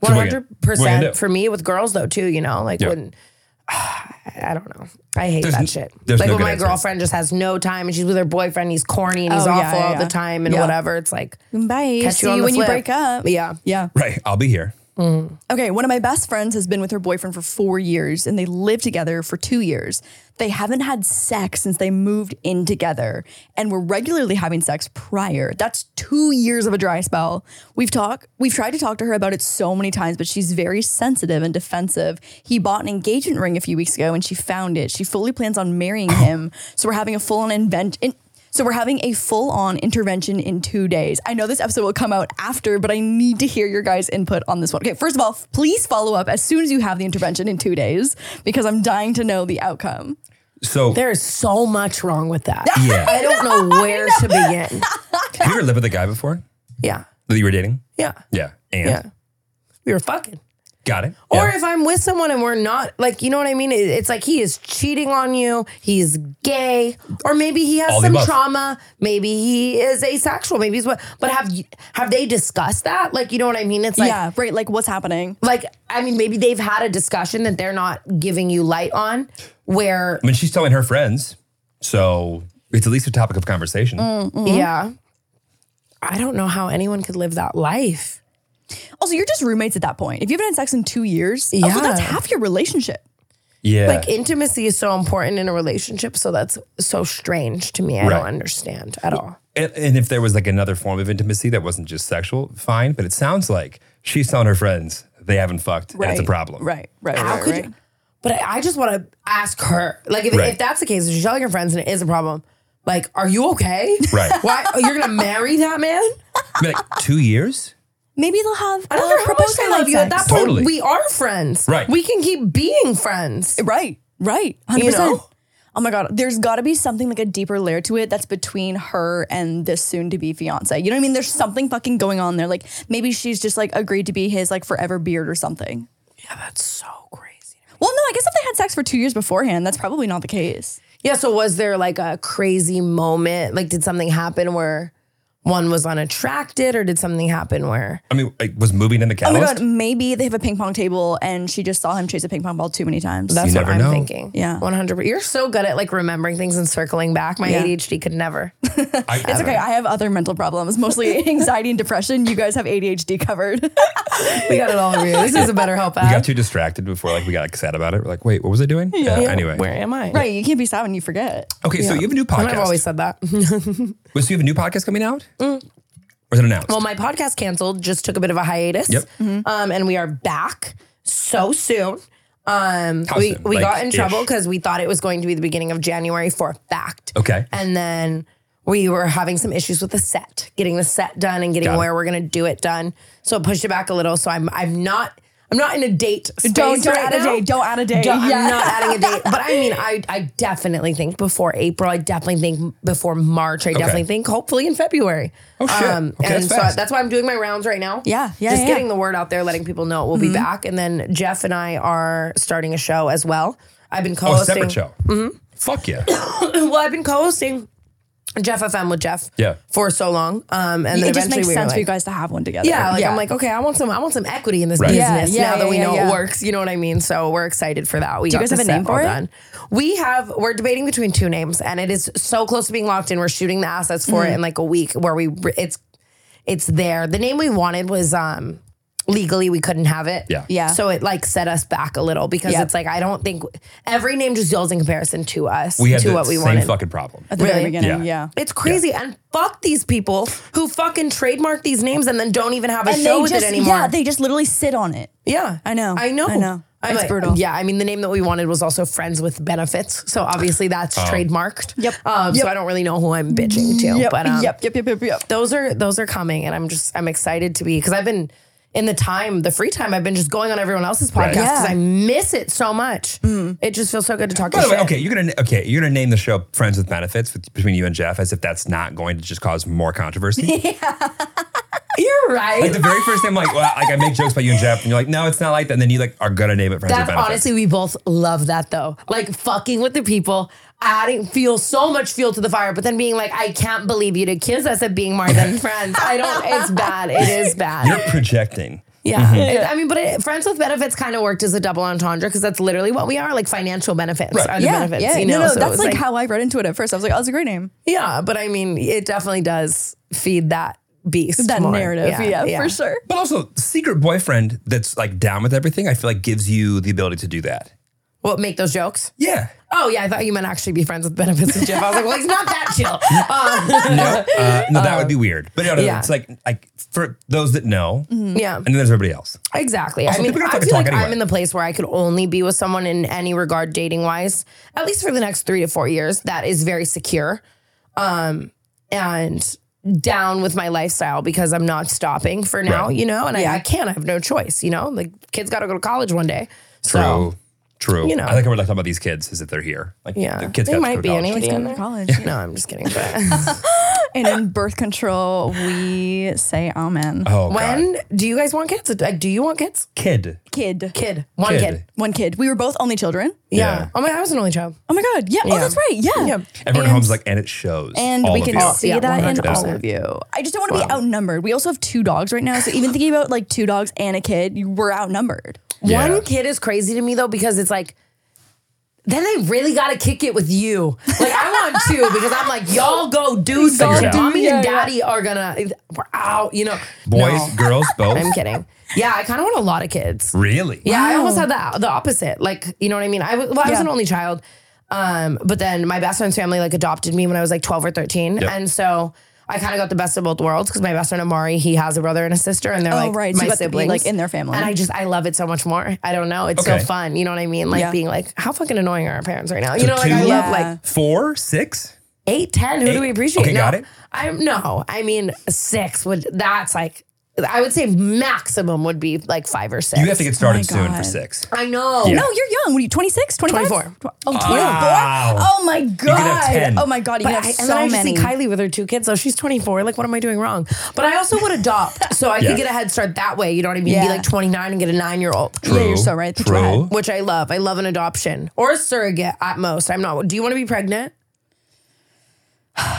[SPEAKER 2] So
[SPEAKER 1] One
[SPEAKER 2] what are you gonna-
[SPEAKER 1] hundred
[SPEAKER 2] what are you gonna
[SPEAKER 1] percent
[SPEAKER 2] do?
[SPEAKER 1] for me with girls though too. You know, like
[SPEAKER 2] Yeah.
[SPEAKER 1] when (sighs) I don't know, I hate
[SPEAKER 2] There's n-
[SPEAKER 1] that shit.
[SPEAKER 2] there's
[SPEAKER 1] Like
[SPEAKER 2] no
[SPEAKER 1] when
[SPEAKER 2] good
[SPEAKER 1] my
[SPEAKER 2] answer.
[SPEAKER 1] girlfriend just has no time and she's with her boyfriend, he's corny and he's
[SPEAKER 4] Oh, yeah,
[SPEAKER 1] awful
[SPEAKER 4] yeah,
[SPEAKER 1] all the
[SPEAKER 4] yeah.
[SPEAKER 1] time and
[SPEAKER 4] Yeah.
[SPEAKER 1] whatever. It's like
[SPEAKER 4] Bye.
[SPEAKER 1] catch
[SPEAKER 4] See
[SPEAKER 1] you, on
[SPEAKER 4] you
[SPEAKER 1] the
[SPEAKER 4] when you
[SPEAKER 1] flip.
[SPEAKER 4] break up.
[SPEAKER 1] Yeah,
[SPEAKER 4] Yeah.
[SPEAKER 2] Right. I'll be here.
[SPEAKER 4] Okay, one of my best friends has been with her boyfriend for four years and they lived together for two years. They haven't had sex since they moved in together and were regularly having sex prior. That's two years of a dry spell. We've talked, we've tried to talk to her about it so many times, but she's very sensitive and defensive. He bought an engagement ring a few weeks ago and she found it. She fully plans on marrying him. So we're having a full on invent. In- so we're having a full-on intervention in two days. I know this episode will come out after, but I need to hear your guys' input on this one. Okay, first of all, f- please follow up as soon as you have the intervention in two days because I'm dying to know the outcome.
[SPEAKER 2] So
[SPEAKER 1] there is so much wrong with that.
[SPEAKER 2] (laughs) Yeah.
[SPEAKER 1] I don't know where to
[SPEAKER 2] (laughs)
[SPEAKER 1] begin.
[SPEAKER 2] have you ever lived with a guy before
[SPEAKER 1] Yeah,
[SPEAKER 2] that you were dating?
[SPEAKER 1] yeah,
[SPEAKER 2] Yeah. And
[SPEAKER 1] yeah. We were fucking.
[SPEAKER 2] got it.
[SPEAKER 1] Or
[SPEAKER 2] Yeah.
[SPEAKER 1] if I'm with someone and we're not, like, you know what I mean? It- It's like he is cheating on you. He's gay, or maybe he has
[SPEAKER 2] All the
[SPEAKER 1] some
[SPEAKER 2] above.
[SPEAKER 1] trauma. Maybe he is asexual. Maybe he's what? But have you, have they discussed that? Like, you know what I mean? It's like,
[SPEAKER 4] yeah, right. Like what's happening?
[SPEAKER 1] like I mean, maybe they've had a discussion that they're not giving you light on. Where,
[SPEAKER 2] I mean, she's telling her friends. So it's at least a topic of conversation.
[SPEAKER 4] Mm.
[SPEAKER 1] yeah, I don't know how anyone could live that life.
[SPEAKER 4] Also, you're just roommates at that point. If you haven't had sex in two years, yeah,
[SPEAKER 1] Yeah.
[SPEAKER 4] that's half your relationship.
[SPEAKER 2] Yeah.
[SPEAKER 1] Like intimacy is so important in a relationship, so that's so strange to me. I
[SPEAKER 2] Right.
[SPEAKER 1] don't understand at all.
[SPEAKER 2] And, and if there was like another form of intimacy that wasn't just sexual, fine. But it sounds like she's telling her friends they haven't fucked. and it's a problem.
[SPEAKER 4] Right, right.
[SPEAKER 1] How
[SPEAKER 4] right,
[SPEAKER 1] could
[SPEAKER 4] right.
[SPEAKER 1] you? But I, I just want to ask her, like, if,
[SPEAKER 2] Right.
[SPEAKER 1] if that's the case, if she's telling her friends and it is a problem, like, are you okay?
[SPEAKER 2] Right.
[SPEAKER 1] (laughs) Why oh, you're gonna marry that man?
[SPEAKER 2] I mean, like two years?
[SPEAKER 4] Maybe they'll have
[SPEAKER 1] I don't
[SPEAKER 4] uh,
[SPEAKER 1] care how much I
[SPEAKER 4] proposal
[SPEAKER 1] love you. At that
[SPEAKER 4] sex.
[SPEAKER 1] point,
[SPEAKER 2] Totally.
[SPEAKER 1] we are friends.
[SPEAKER 2] Right.
[SPEAKER 1] We can keep being friends.
[SPEAKER 4] Right, right. 100%.
[SPEAKER 1] You know?
[SPEAKER 4] Oh my God. There's got to be something like a deeper layer to it that's between her and this soon to be fiance. You know what I mean? There's something fucking going on there. Like maybe she's just like agreed to be his like forever beard or something.
[SPEAKER 1] Yeah, that's so crazy.
[SPEAKER 4] Well, no, I guess if they had sex for two years beforehand, that's probably not the case.
[SPEAKER 1] Yeah, so was there like a crazy moment? Like, did something happen where one was unattracted, or did something happen where?
[SPEAKER 2] I mean, like, was moving in the
[SPEAKER 4] Oh my
[SPEAKER 2] catalyst?
[SPEAKER 4] god, maybe they have a ping pong table and she just saw him chase a ping pong ball too many times.
[SPEAKER 1] That's
[SPEAKER 2] You
[SPEAKER 1] what
[SPEAKER 2] never
[SPEAKER 1] I'm
[SPEAKER 2] know.
[SPEAKER 1] thinking.
[SPEAKER 4] Yeah.
[SPEAKER 1] 100%. You're so good at like remembering things and circling back. My
[SPEAKER 4] Yeah.
[SPEAKER 1] ADHD could
[SPEAKER 4] (laughs)
[SPEAKER 1] never.
[SPEAKER 2] I-
[SPEAKER 4] it's okay. I have other mental problems, (laughs) mostly anxiety and depression. You guys have ADHD covered.
[SPEAKER 1] we got it all over you. This is a better help
[SPEAKER 2] We got
[SPEAKER 1] app.
[SPEAKER 2] too distracted before like we got like, sad about it. We're like, wait, what was I doing? Yeah. anyway.
[SPEAKER 1] Where am I?
[SPEAKER 4] (laughs) right. You can't be sad when you forget.
[SPEAKER 2] Okay, so you have a new
[SPEAKER 1] I mean, I've
[SPEAKER 2] podcast.
[SPEAKER 1] always said that.
[SPEAKER 2] Wait, so you have a new podcast coming out? Or is it announced?
[SPEAKER 1] well, my podcast canceled, just took a bit of a hiatus.
[SPEAKER 2] Yep.
[SPEAKER 4] Mm-hmm.
[SPEAKER 1] Um, and we are back so soon. Um,
[SPEAKER 2] How
[SPEAKER 1] we
[SPEAKER 2] soon?
[SPEAKER 1] we
[SPEAKER 2] Like,
[SPEAKER 1] got in
[SPEAKER 2] ish.
[SPEAKER 1] trouble because we thought it was going to be the beginning of January for a fact.
[SPEAKER 2] okay. Oh,
[SPEAKER 1] And then we were having some issues with the set, getting the set done and getting
[SPEAKER 2] Got it.
[SPEAKER 1] where we're gonna do it done. So I pushed it back a little. So I'm I'm not I'm not in a date. Space right now.
[SPEAKER 4] Don't add a day.
[SPEAKER 1] Don't-
[SPEAKER 4] yeah.
[SPEAKER 1] I'm not adding a
[SPEAKER 4] (laughs)
[SPEAKER 1] date. But I mean, I I definitely think before April. I definitely think before March. I definitely think hopefully in February. Um,
[SPEAKER 2] Oh, shit. Okay,
[SPEAKER 1] and
[SPEAKER 2] that's
[SPEAKER 1] so
[SPEAKER 2] fast.
[SPEAKER 1] that's why I'm doing my rounds right now.
[SPEAKER 4] Yeah, yeah,
[SPEAKER 1] Just getting
[SPEAKER 4] yeah, yeah. Mm-hmm.
[SPEAKER 1] the word out there, letting people know we'll be back. And then Jeff and I are starting a show as well. I've been
[SPEAKER 2] Oh, a
[SPEAKER 1] co-hosting.
[SPEAKER 2] separate show. Fuck yeah.
[SPEAKER 1] (clears throat) well, I've been co-hosting Jeff FM with Jeff.
[SPEAKER 2] Yeah.
[SPEAKER 1] For so long, um, and then
[SPEAKER 4] It just
[SPEAKER 1] eventually
[SPEAKER 4] makes
[SPEAKER 1] we were
[SPEAKER 4] sense for you
[SPEAKER 1] like-
[SPEAKER 4] guys to have one together.
[SPEAKER 1] yeah, like I'm like, okay, I want some, I want some equity in this
[SPEAKER 2] Right.
[SPEAKER 4] Yeah,
[SPEAKER 1] business
[SPEAKER 4] yeah,
[SPEAKER 1] now that
[SPEAKER 4] yeah,
[SPEAKER 1] we
[SPEAKER 4] yeah,
[SPEAKER 1] know
[SPEAKER 4] yeah.
[SPEAKER 1] it works. You know what I mean? So we're excited for that. We
[SPEAKER 4] Do you
[SPEAKER 1] got
[SPEAKER 4] guys have
[SPEAKER 1] the
[SPEAKER 4] a
[SPEAKER 1] set
[SPEAKER 4] name for
[SPEAKER 1] all
[SPEAKER 4] it?
[SPEAKER 1] Done. We have. We're debating between two names, and it is so close to being locked in. We're shooting the assets for it
[SPEAKER 4] Mm.
[SPEAKER 1] in like a week, where we it's it's there. The name we wanted was um legally we couldn't have it.
[SPEAKER 2] Yeah.
[SPEAKER 4] Yeah.
[SPEAKER 1] So it like set us back a little because
[SPEAKER 4] Yep.
[SPEAKER 1] it's like I don't think every name just deals in comparison to us
[SPEAKER 2] We had
[SPEAKER 1] to
[SPEAKER 2] the
[SPEAKER 1] what we
[SPEAKER 2] same
[SPEAKER 1] wanted.
[SPEAKER 2] fucking problem.
[SPEAKER 4] at the
[SPEAKER 1] Really?
[SPEAKER 4] very beginning.
[SPEAKER 2] Yeah.
[SPEAKER 4] Yeah.
[SPEAKER 1] It's crazy. And fuck these people who fucking trademark these names and then don't even have a
[SPEAKER 4] And
[SPEAKER 1] show
[SPEAKER 4] they
[SPEAKER 1] with
[SPEAKER 4] just
[SPEAKER 1] it anymore.
[SPEAKER 4] yeah, they just literally sit on it.
[SPEAKER 1] Yeah.
[SPEAKER 4] I know.
[SPEAKER 1] I know.
[SPEAKER 4] I know.
[SPEAKER 1] I'm
[SPEAKER 4] It's
[SPEAKER 1] like-
[SPEAKER 4] brutal.
[SPEAKER 1] Yeah. I mean, the name that we wanted was also Friends with Benefits. So obviously
[SPEAKER 2] Oh.
[SPEAKER 1] that's trademarked.
[SPEAKER 4] Yep.
[SPEAKER 1] Um, So I don't really know who I'm bitching to. But um,
[SPEAKER 4] yep, yep, yep, yep, yep.
[SPEAKER 1] those are those are coming. And I'm just, I'm excited to be, because I've been in the time, the free time, I've been just going on everyone else's podcast because
[SPEAKER 4] Yeah. Mm.
[SPEAKER 1] I miss it so much. It just feels so good to talk
[SPEAKER 2] By
[SPEAKER 1] to
[SPEAKER 2] the way,
[SPEAKER 1] shit.
[SPEAKER 2] okay, you're gonna okay, you're gonna name the show "Friends with Benefits" with, between you and Jeff, as if that's not going to just cause more
[SPEAKER 1] (laughs)
[SPEAKER 2] controversy.
[SPEAKER 1] You're right.
[SPEAKER 2] like the very first name, like, well, like I make jokes about you and Jeff, and you're like, no, it's not like that. And then you like are gonna name it "Friends with
[SPEAKER 1] That
[SPEAKER 2] Benefits."
[SPEAKER 1] honestly, we both love that though. Like fucking with the people, adding feel so much fuel to the fire, but then being like, I can't believe you to accuse us of being more than friends. I don't. It's bad. It is
[SPEAKER 2] you're
[SPEAKER 1] bad.
[SPEAKER 2] projecting.
[SPEAKER 1] Yeah. It- I mean, but it, friends with benefits kind of worked as a double entendre because that's literally what we are. Like financial benefits are the benefits. You know,
[SPEAKER 4] no,
[SPEAKER 1] So
[SPEAKER 4] no,
[SPEAKER 1] it
[SPEAKER 4] that's
[SPEAKER 1] was
[SPEAKER 4] like, how I read into it at first. I was like, oh, it's a great name.
[SPEAKER 1] Yeah, but I mean, it definitely does feed that beast,
[SPEAKER 4] That
[SPEAKER 1] more.
[SPEAKER 4] narrative. Yeah, for
[SPEAKER 1] (laughs)
[SPEAKER 4] sure.
[SPEAKER 2] But also, secret boyfriend that's like down with everything. I feel like gives you the ability to do that.
[SPEAKER 1] What make those jokes? (laughs)
[SPEAKER 2] Yeah.
[SPEAKER 1] Oh yeah, I thought you meant actually be friends with benefits and Jeff. I was like, well, he's not that chill. Um,
[SPEAKER 2] No, uh, no, that would be weird. But no, no,
[SPEAKER 1] yeah. Mm-hmm.
[SPEAKER 2] it's like like for those that know,
[SPEAKER 1] yeah.
[SPEAKER 2] and then there's everybody else.
[SPEAKER 1] Exactly.
[SPEAKER 2] Also,
[SPEAKER 1] I mean,
[SPEAKER 2] people are gonna
[SPEAKER 1] I
[SPEAKER 2] fucking
[SPEAKER 1] feel like
[SPEAKER 2] talk anyway.
[SPEAKER 1] I'm in the place where I could only be with someone in any regard, dating wise, at least for the next three to four years. That is very secure, um, and down with my lifestyle because I'm not stopping for now.
[SPEAKER 2] Right.
[SPEAKER 1] You know, and I, I can't. I have no choice. You know, like kids got to go to college one day. So
[SPEAKER 2] True.
[SPEAKER 1] you know.
[SPEAKER 2] I think we're like talking about these kids is if they're here. Like
[SPEAKER 1] yeah,
[SPEAKER 2] the kids
[SPEAKER 1] they
[SPEAKER 2] got to
[SPEAKER 1] might
[SPEAKER 2] go to
[SPEAKER 1] be
[SPEAKER 2] college.
[SPEAKER 1] anyway.
[SPEAKER 4] It's
[SPEAKER 1] in
[SPEAKER 4] going
[SPEAKER 1] there.
[SPEAKER 4] to
[SPEAKER 1] (laughs)
[SPEAKER 4] college.
[SPEAKER 1] No, I'm just kidding. But
[SPEAKER 4] And in birth control, we say amen.
[SPEAKER 2] (laughs) Oh, God.
[SPEAKER 1] when do you guys want kids? Like, do you want kids?
[SPEAKER 2] kid.
[SPEAKER 4] Kid.
[SPEAKER 1] Kid, one kid.
[SPEAKER 2] Kid.
[SPEAKER 4] One kid. We were both only children.
[SPEAKER 1] Yeah.
[SPEAKER 2] Yeah.
[SPEAKER 1] Oh my, I was an only child.
[SPEAKER 4] Oh my God. Yeah. Oh, that's right. Yeah.
[SPEAKER 2] Everyone
[SPEAKER 4] And-
[SPEAKER 2] at home's like, and it shows.
[SPEAKER 4] And
[SPEAKER 2] all
[SPEAKER 4] we
[SPEAKER 2] of
[SPEAKER 4] can
[SPEAKER 2] you.
[SPEAKER 4] see
[SPEAKER 1] Yeah,
[SPEAKER 4] that in
[SPEAKER 1] 100%.
[SPEAKER 4] all of you. I just don't want to be outnumbered. We also have two dogs right now. So even thinking about like two dogs and a kid, you we're outnumbered.
[SPEAKER 2] Yeah.
[SPEAKER 1] One kid is crazy to me though because it's like then they really got to kick it with you. Like I want two because I'm like y'all go do
[SPEAKER 2] it
[SPEAKER 1] something.
[SPEAKER 2] out.
[SPEAKER 1] Mommy and
[SPEAKER 4] Yeah, yeah.
[SPEAKER 1] daddy are gonna we're out. You know,
[SPEAKER 2] (laughs) Boys,
[SPEAKER 1] No,
[SPEAKER 4] (laughs)
[SPEAKER 2] girls, both.
[SPEAKER 1] I'm kidding. Yeah, I kind of want a lot of kids.
[SPEAKER 2] Really?
[SPEAKER 1] Yeah, I
[SPEAKER 4] Wow.
[SPEAKER 1] almost had the the opposite. Like you know what I mean. I was, well, I was
[SPEAKER 4] Yeah.
[SPEAKER 1] an only child, um, but then my best friend's family like adopted me when I was like 12 or 13, and so. I kind of got the best of both worlds because my best friend Amari, he has a brother and a sister, and they're
[SPEAKER 4] Oh,
[SPEAKER 1] like
[SPEAKER 4] right. So
[SPEAKER 1] my
[SPEAKER 4] you got to be,
[SPEAKER 1] siblings,
[SPEAKER 4] like, in their family.
[SPEAKER 1] And I just I love it so much more. I don't know. It's
[SPEAKER 2] Okay.
[SPEAKER 1] so fun. You know what I mean? Like
[SPEAKER 4] Yeah.
[SPEAKER 1] being like, how fucking annoying are our parents right now? You know, like I
[SPEAKER 2] two?
[SPEAKER 1] love
[SPEAKER 4] Yeah.
[SPEAKER 1] like
[SPEAKER 2] Four, six?
[SPEAKER 1] eight, ten. Who do
[SPEAKER 2] Eight?
[SPEAKER 1] we appreciate?
[SPEAKER 2] Okay,
[SPEAKER 1] no,
[SPEAKER 2] got it.
[SPEAKER 1] I'm no. I mean six would that's like I would say maximum would be like five or six.
[SPEAKER 2] You have to get started soon
[SPEAKER 4] Oh God.
[SPEAKER 2] for six.
[SPEAKER 1] I know.
[SPEAKER 2] Yeah.
[SPEAKER 4] No, you're young. What are you, 26, 25?
[SPEAKER 1] 24.
[SPEAKER 4] Oh, 24?
[SPEAKER 2] Wow.
[SPEAKER 4] Oh my God.
[SPEAKER 2] have 10.
[SPEAKER 4] Oh my God. You
[SPEAKER 1] But
[SPEAKER 4] can
[SPEAKER 1] I,
[SPEAKER 4] have
[SPEAKER 1] and
[SPEAKER 4] so
[SPEAKER 1] then I just
[SPEAKER 4] many.
[SPEAKER 1] see Kylie with her two kids. So she's 24. Like, what am I doing wrong? But I also would adopt. (laughs) So I
[SPEAKER 2] Yeah.
[SPEAKER 1] could get a head start that way. You know what I mean? Be
[SPEAKER 4] Yeah.
[SPEAKER 1] like 29 and get a nine year old,
[SPEAKER 4] Yeah, you're so right. That's
[SPEAKER 2] True.
[SPEAKER 4] right.
[SPEAKER 1] which I love. I love an adoption or a surrogate at most. I'm not. Do you want to be pregnant? (sighs)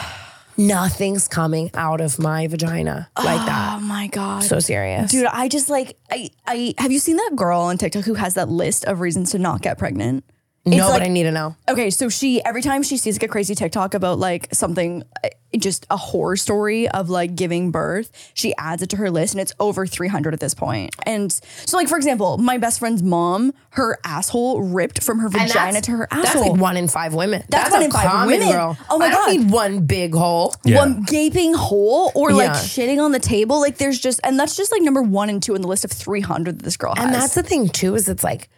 [SPEAKER 1] Nothing's coming out of my vagina like (gasps) that.
[SPEAKER 4] Oh my God.
[SPEAKER 1] So serious.
[SPEAKER 4] Dude, I just like I I have you seen that girl on TikTok who has that list of reasons to not get pregnant? It's
[SPEAKER 1] no,
[SPEAKER 4] like-
[SPEAKER 1] but I need to know.
[SPEAKER 4] Okay, so she every time she sees like a crazy TikTok about like something, uh, just a horror story of like giving birth, she adds it to her list, and it's over three hundred at this point. And so, like for example, my best friend's mom, her asshole ripped from her
[SPEAKER 1] And
[SPEAKER 4] vagina
[SPEAKER 1] that's-
[SPEAKER 4] to her
[SPEAKER 1] That's
[SPEAKER 4] asshole.
[SPEAKER 1] like one in five women.
[SPEAKER 4] That's one
[SPEAKER 1] a
[SPEAKER 4] in five
[SPEAKER 1] common
[SPEAKER 4] women.
[SPEAKER 1] Girl.
[SPEAKER 4] Oh my
[SPEAKER 1] I don't
[SPEAKER 4] God.
[SPEAKER 1] need one big hole.
[SPEAKER 2] Yeah.
[SPEAKER 4] one gaping hole or like
[SPEAKER 1] Yeah.
[SPEAKER 4] shitting on the table. Like there's just, and that's just like number one and two in the list of 300 that this girl has.
[SPEAKER 1] And that's the thing too, is it's like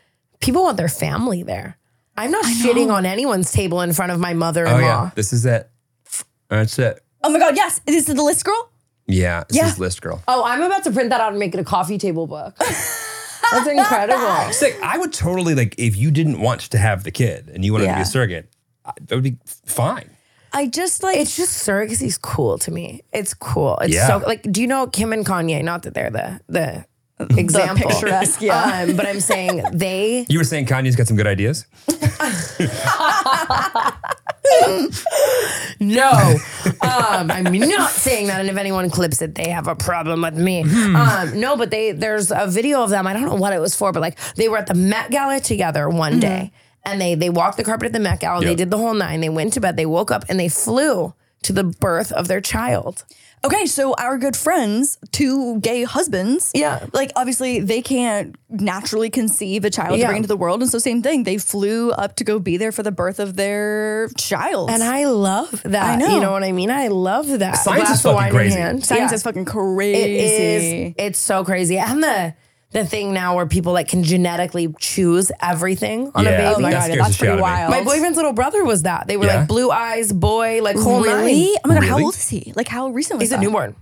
[SPEAKER 1] people want their family there. I'm not shitting on anyone's table in front of my mother-in-law.
[SPEAKER 2] Oh yeah, this is it. That's it.
[SPEAKER 4] oh my God, yes. Is this the list girl?
[SPEAKER 2] Yeah, this
[SPEAKER 4] Yeah.
[SPEAKER 2] is list girl.
[SPEAKER 1] Oh, I'm about to print that out and make it a coffee table (laughs) book. That's incredible.
[SPEAKER 2] Sick. I would totally like if you didn't want to have the kid and you wanted to be
[SPEAKER 4] Yeah.
[SPEAKER 2] a surrogate, I- that would be f- fine.
[SPEAKER 4] I just like,
[SPEAKER 1] It's just surrogacy's cool to me. It's cool. It's
[SPEAKER 2] Yeah.
[SPEAKER 1] so like, do you know Kim and Kanye? Not that they're the the example,
[SPEAKER 4] picturesque, yeah.
[SPEAKER 1] Um, but I'm saying they
[SPEAKER 2] You were saying Kanye's got some good ideas.
[SPEAKER 1] No, um, I'm not saying that. And if anyone clips it, they have a problem with me.
[SPEAKER 2] Hmm.
[SPEAKER 1] Um, no, but they there's a video of them. I don't know what it was for, but like they were at the Met Gala together one day, and they they walked the carpet at the Met Gala. They
[SPEAKER 2] Hmm. Yep.
[SPEAKER 1] did the whole nine. They went to bed. They woke up and they flew to the birth of their child.
[SPEAKER 4] okay, so our good friends, two gay husbands.
[SPEAKER 1] Yeah.
[SPEAKER 4] Like obviously they can't naturally conceive a child
[SPEAKER 1] Yeah.
[SPEAKER 4] to bring into the world. And so, same thing, they flew up to go be there for the birth of their child.
[SPEAKER 1] And I love that.
[SPEAKER 4] I know.
[SPEAKER 1] You know what I mean? I love that.
[SPEAKER 2] Science
[SPEAKER 1] Glass
[SPEAKER 2] is
[SPEAKER 1] of
[SPEAKER 2] fucking
[SPEAKER 1] wine in
[SPEAKER 2] crazy.
[SPEAKER 1] hand.
[SPEAKER 4] Science
[SPEAKER 1] Yeah.
[SPEAKER 4] is fucking crazy.
[SPEAKER 1] It is. It's so crazy. And the the thing now where people like can genetically choose everything on a
[SPEAKER 2] Yeah.
[SPEAKER 4] Oh
[SPEAKER 1] baby.
[SPEAKER 4] my
[SPEAKER 2] That
[SPEAKER 4] God,
[SPEAKER 2] scares
[SPEAKER 4] that's
[SPEAKER 2] the shit
[SPEAKER 4] pretty
[SPEAKER 2] out of me.
[SPEAKER 4] wild.
[SPEAKER 1] My boyfriend's little brother was that. They were
[SPEAKER 2] Yeah?
[SPEAKER 1] like blue eyes, boy, like whole nine.
[SPEAKER 4] Really? Oh my god, how
[SPEAKER 2] Really?
[SPEAKER 4] old is he? Like how recent was
[SPEAKER 1] He's a
[SPEAKER 4] that?
[SPEAKER 1] newborn.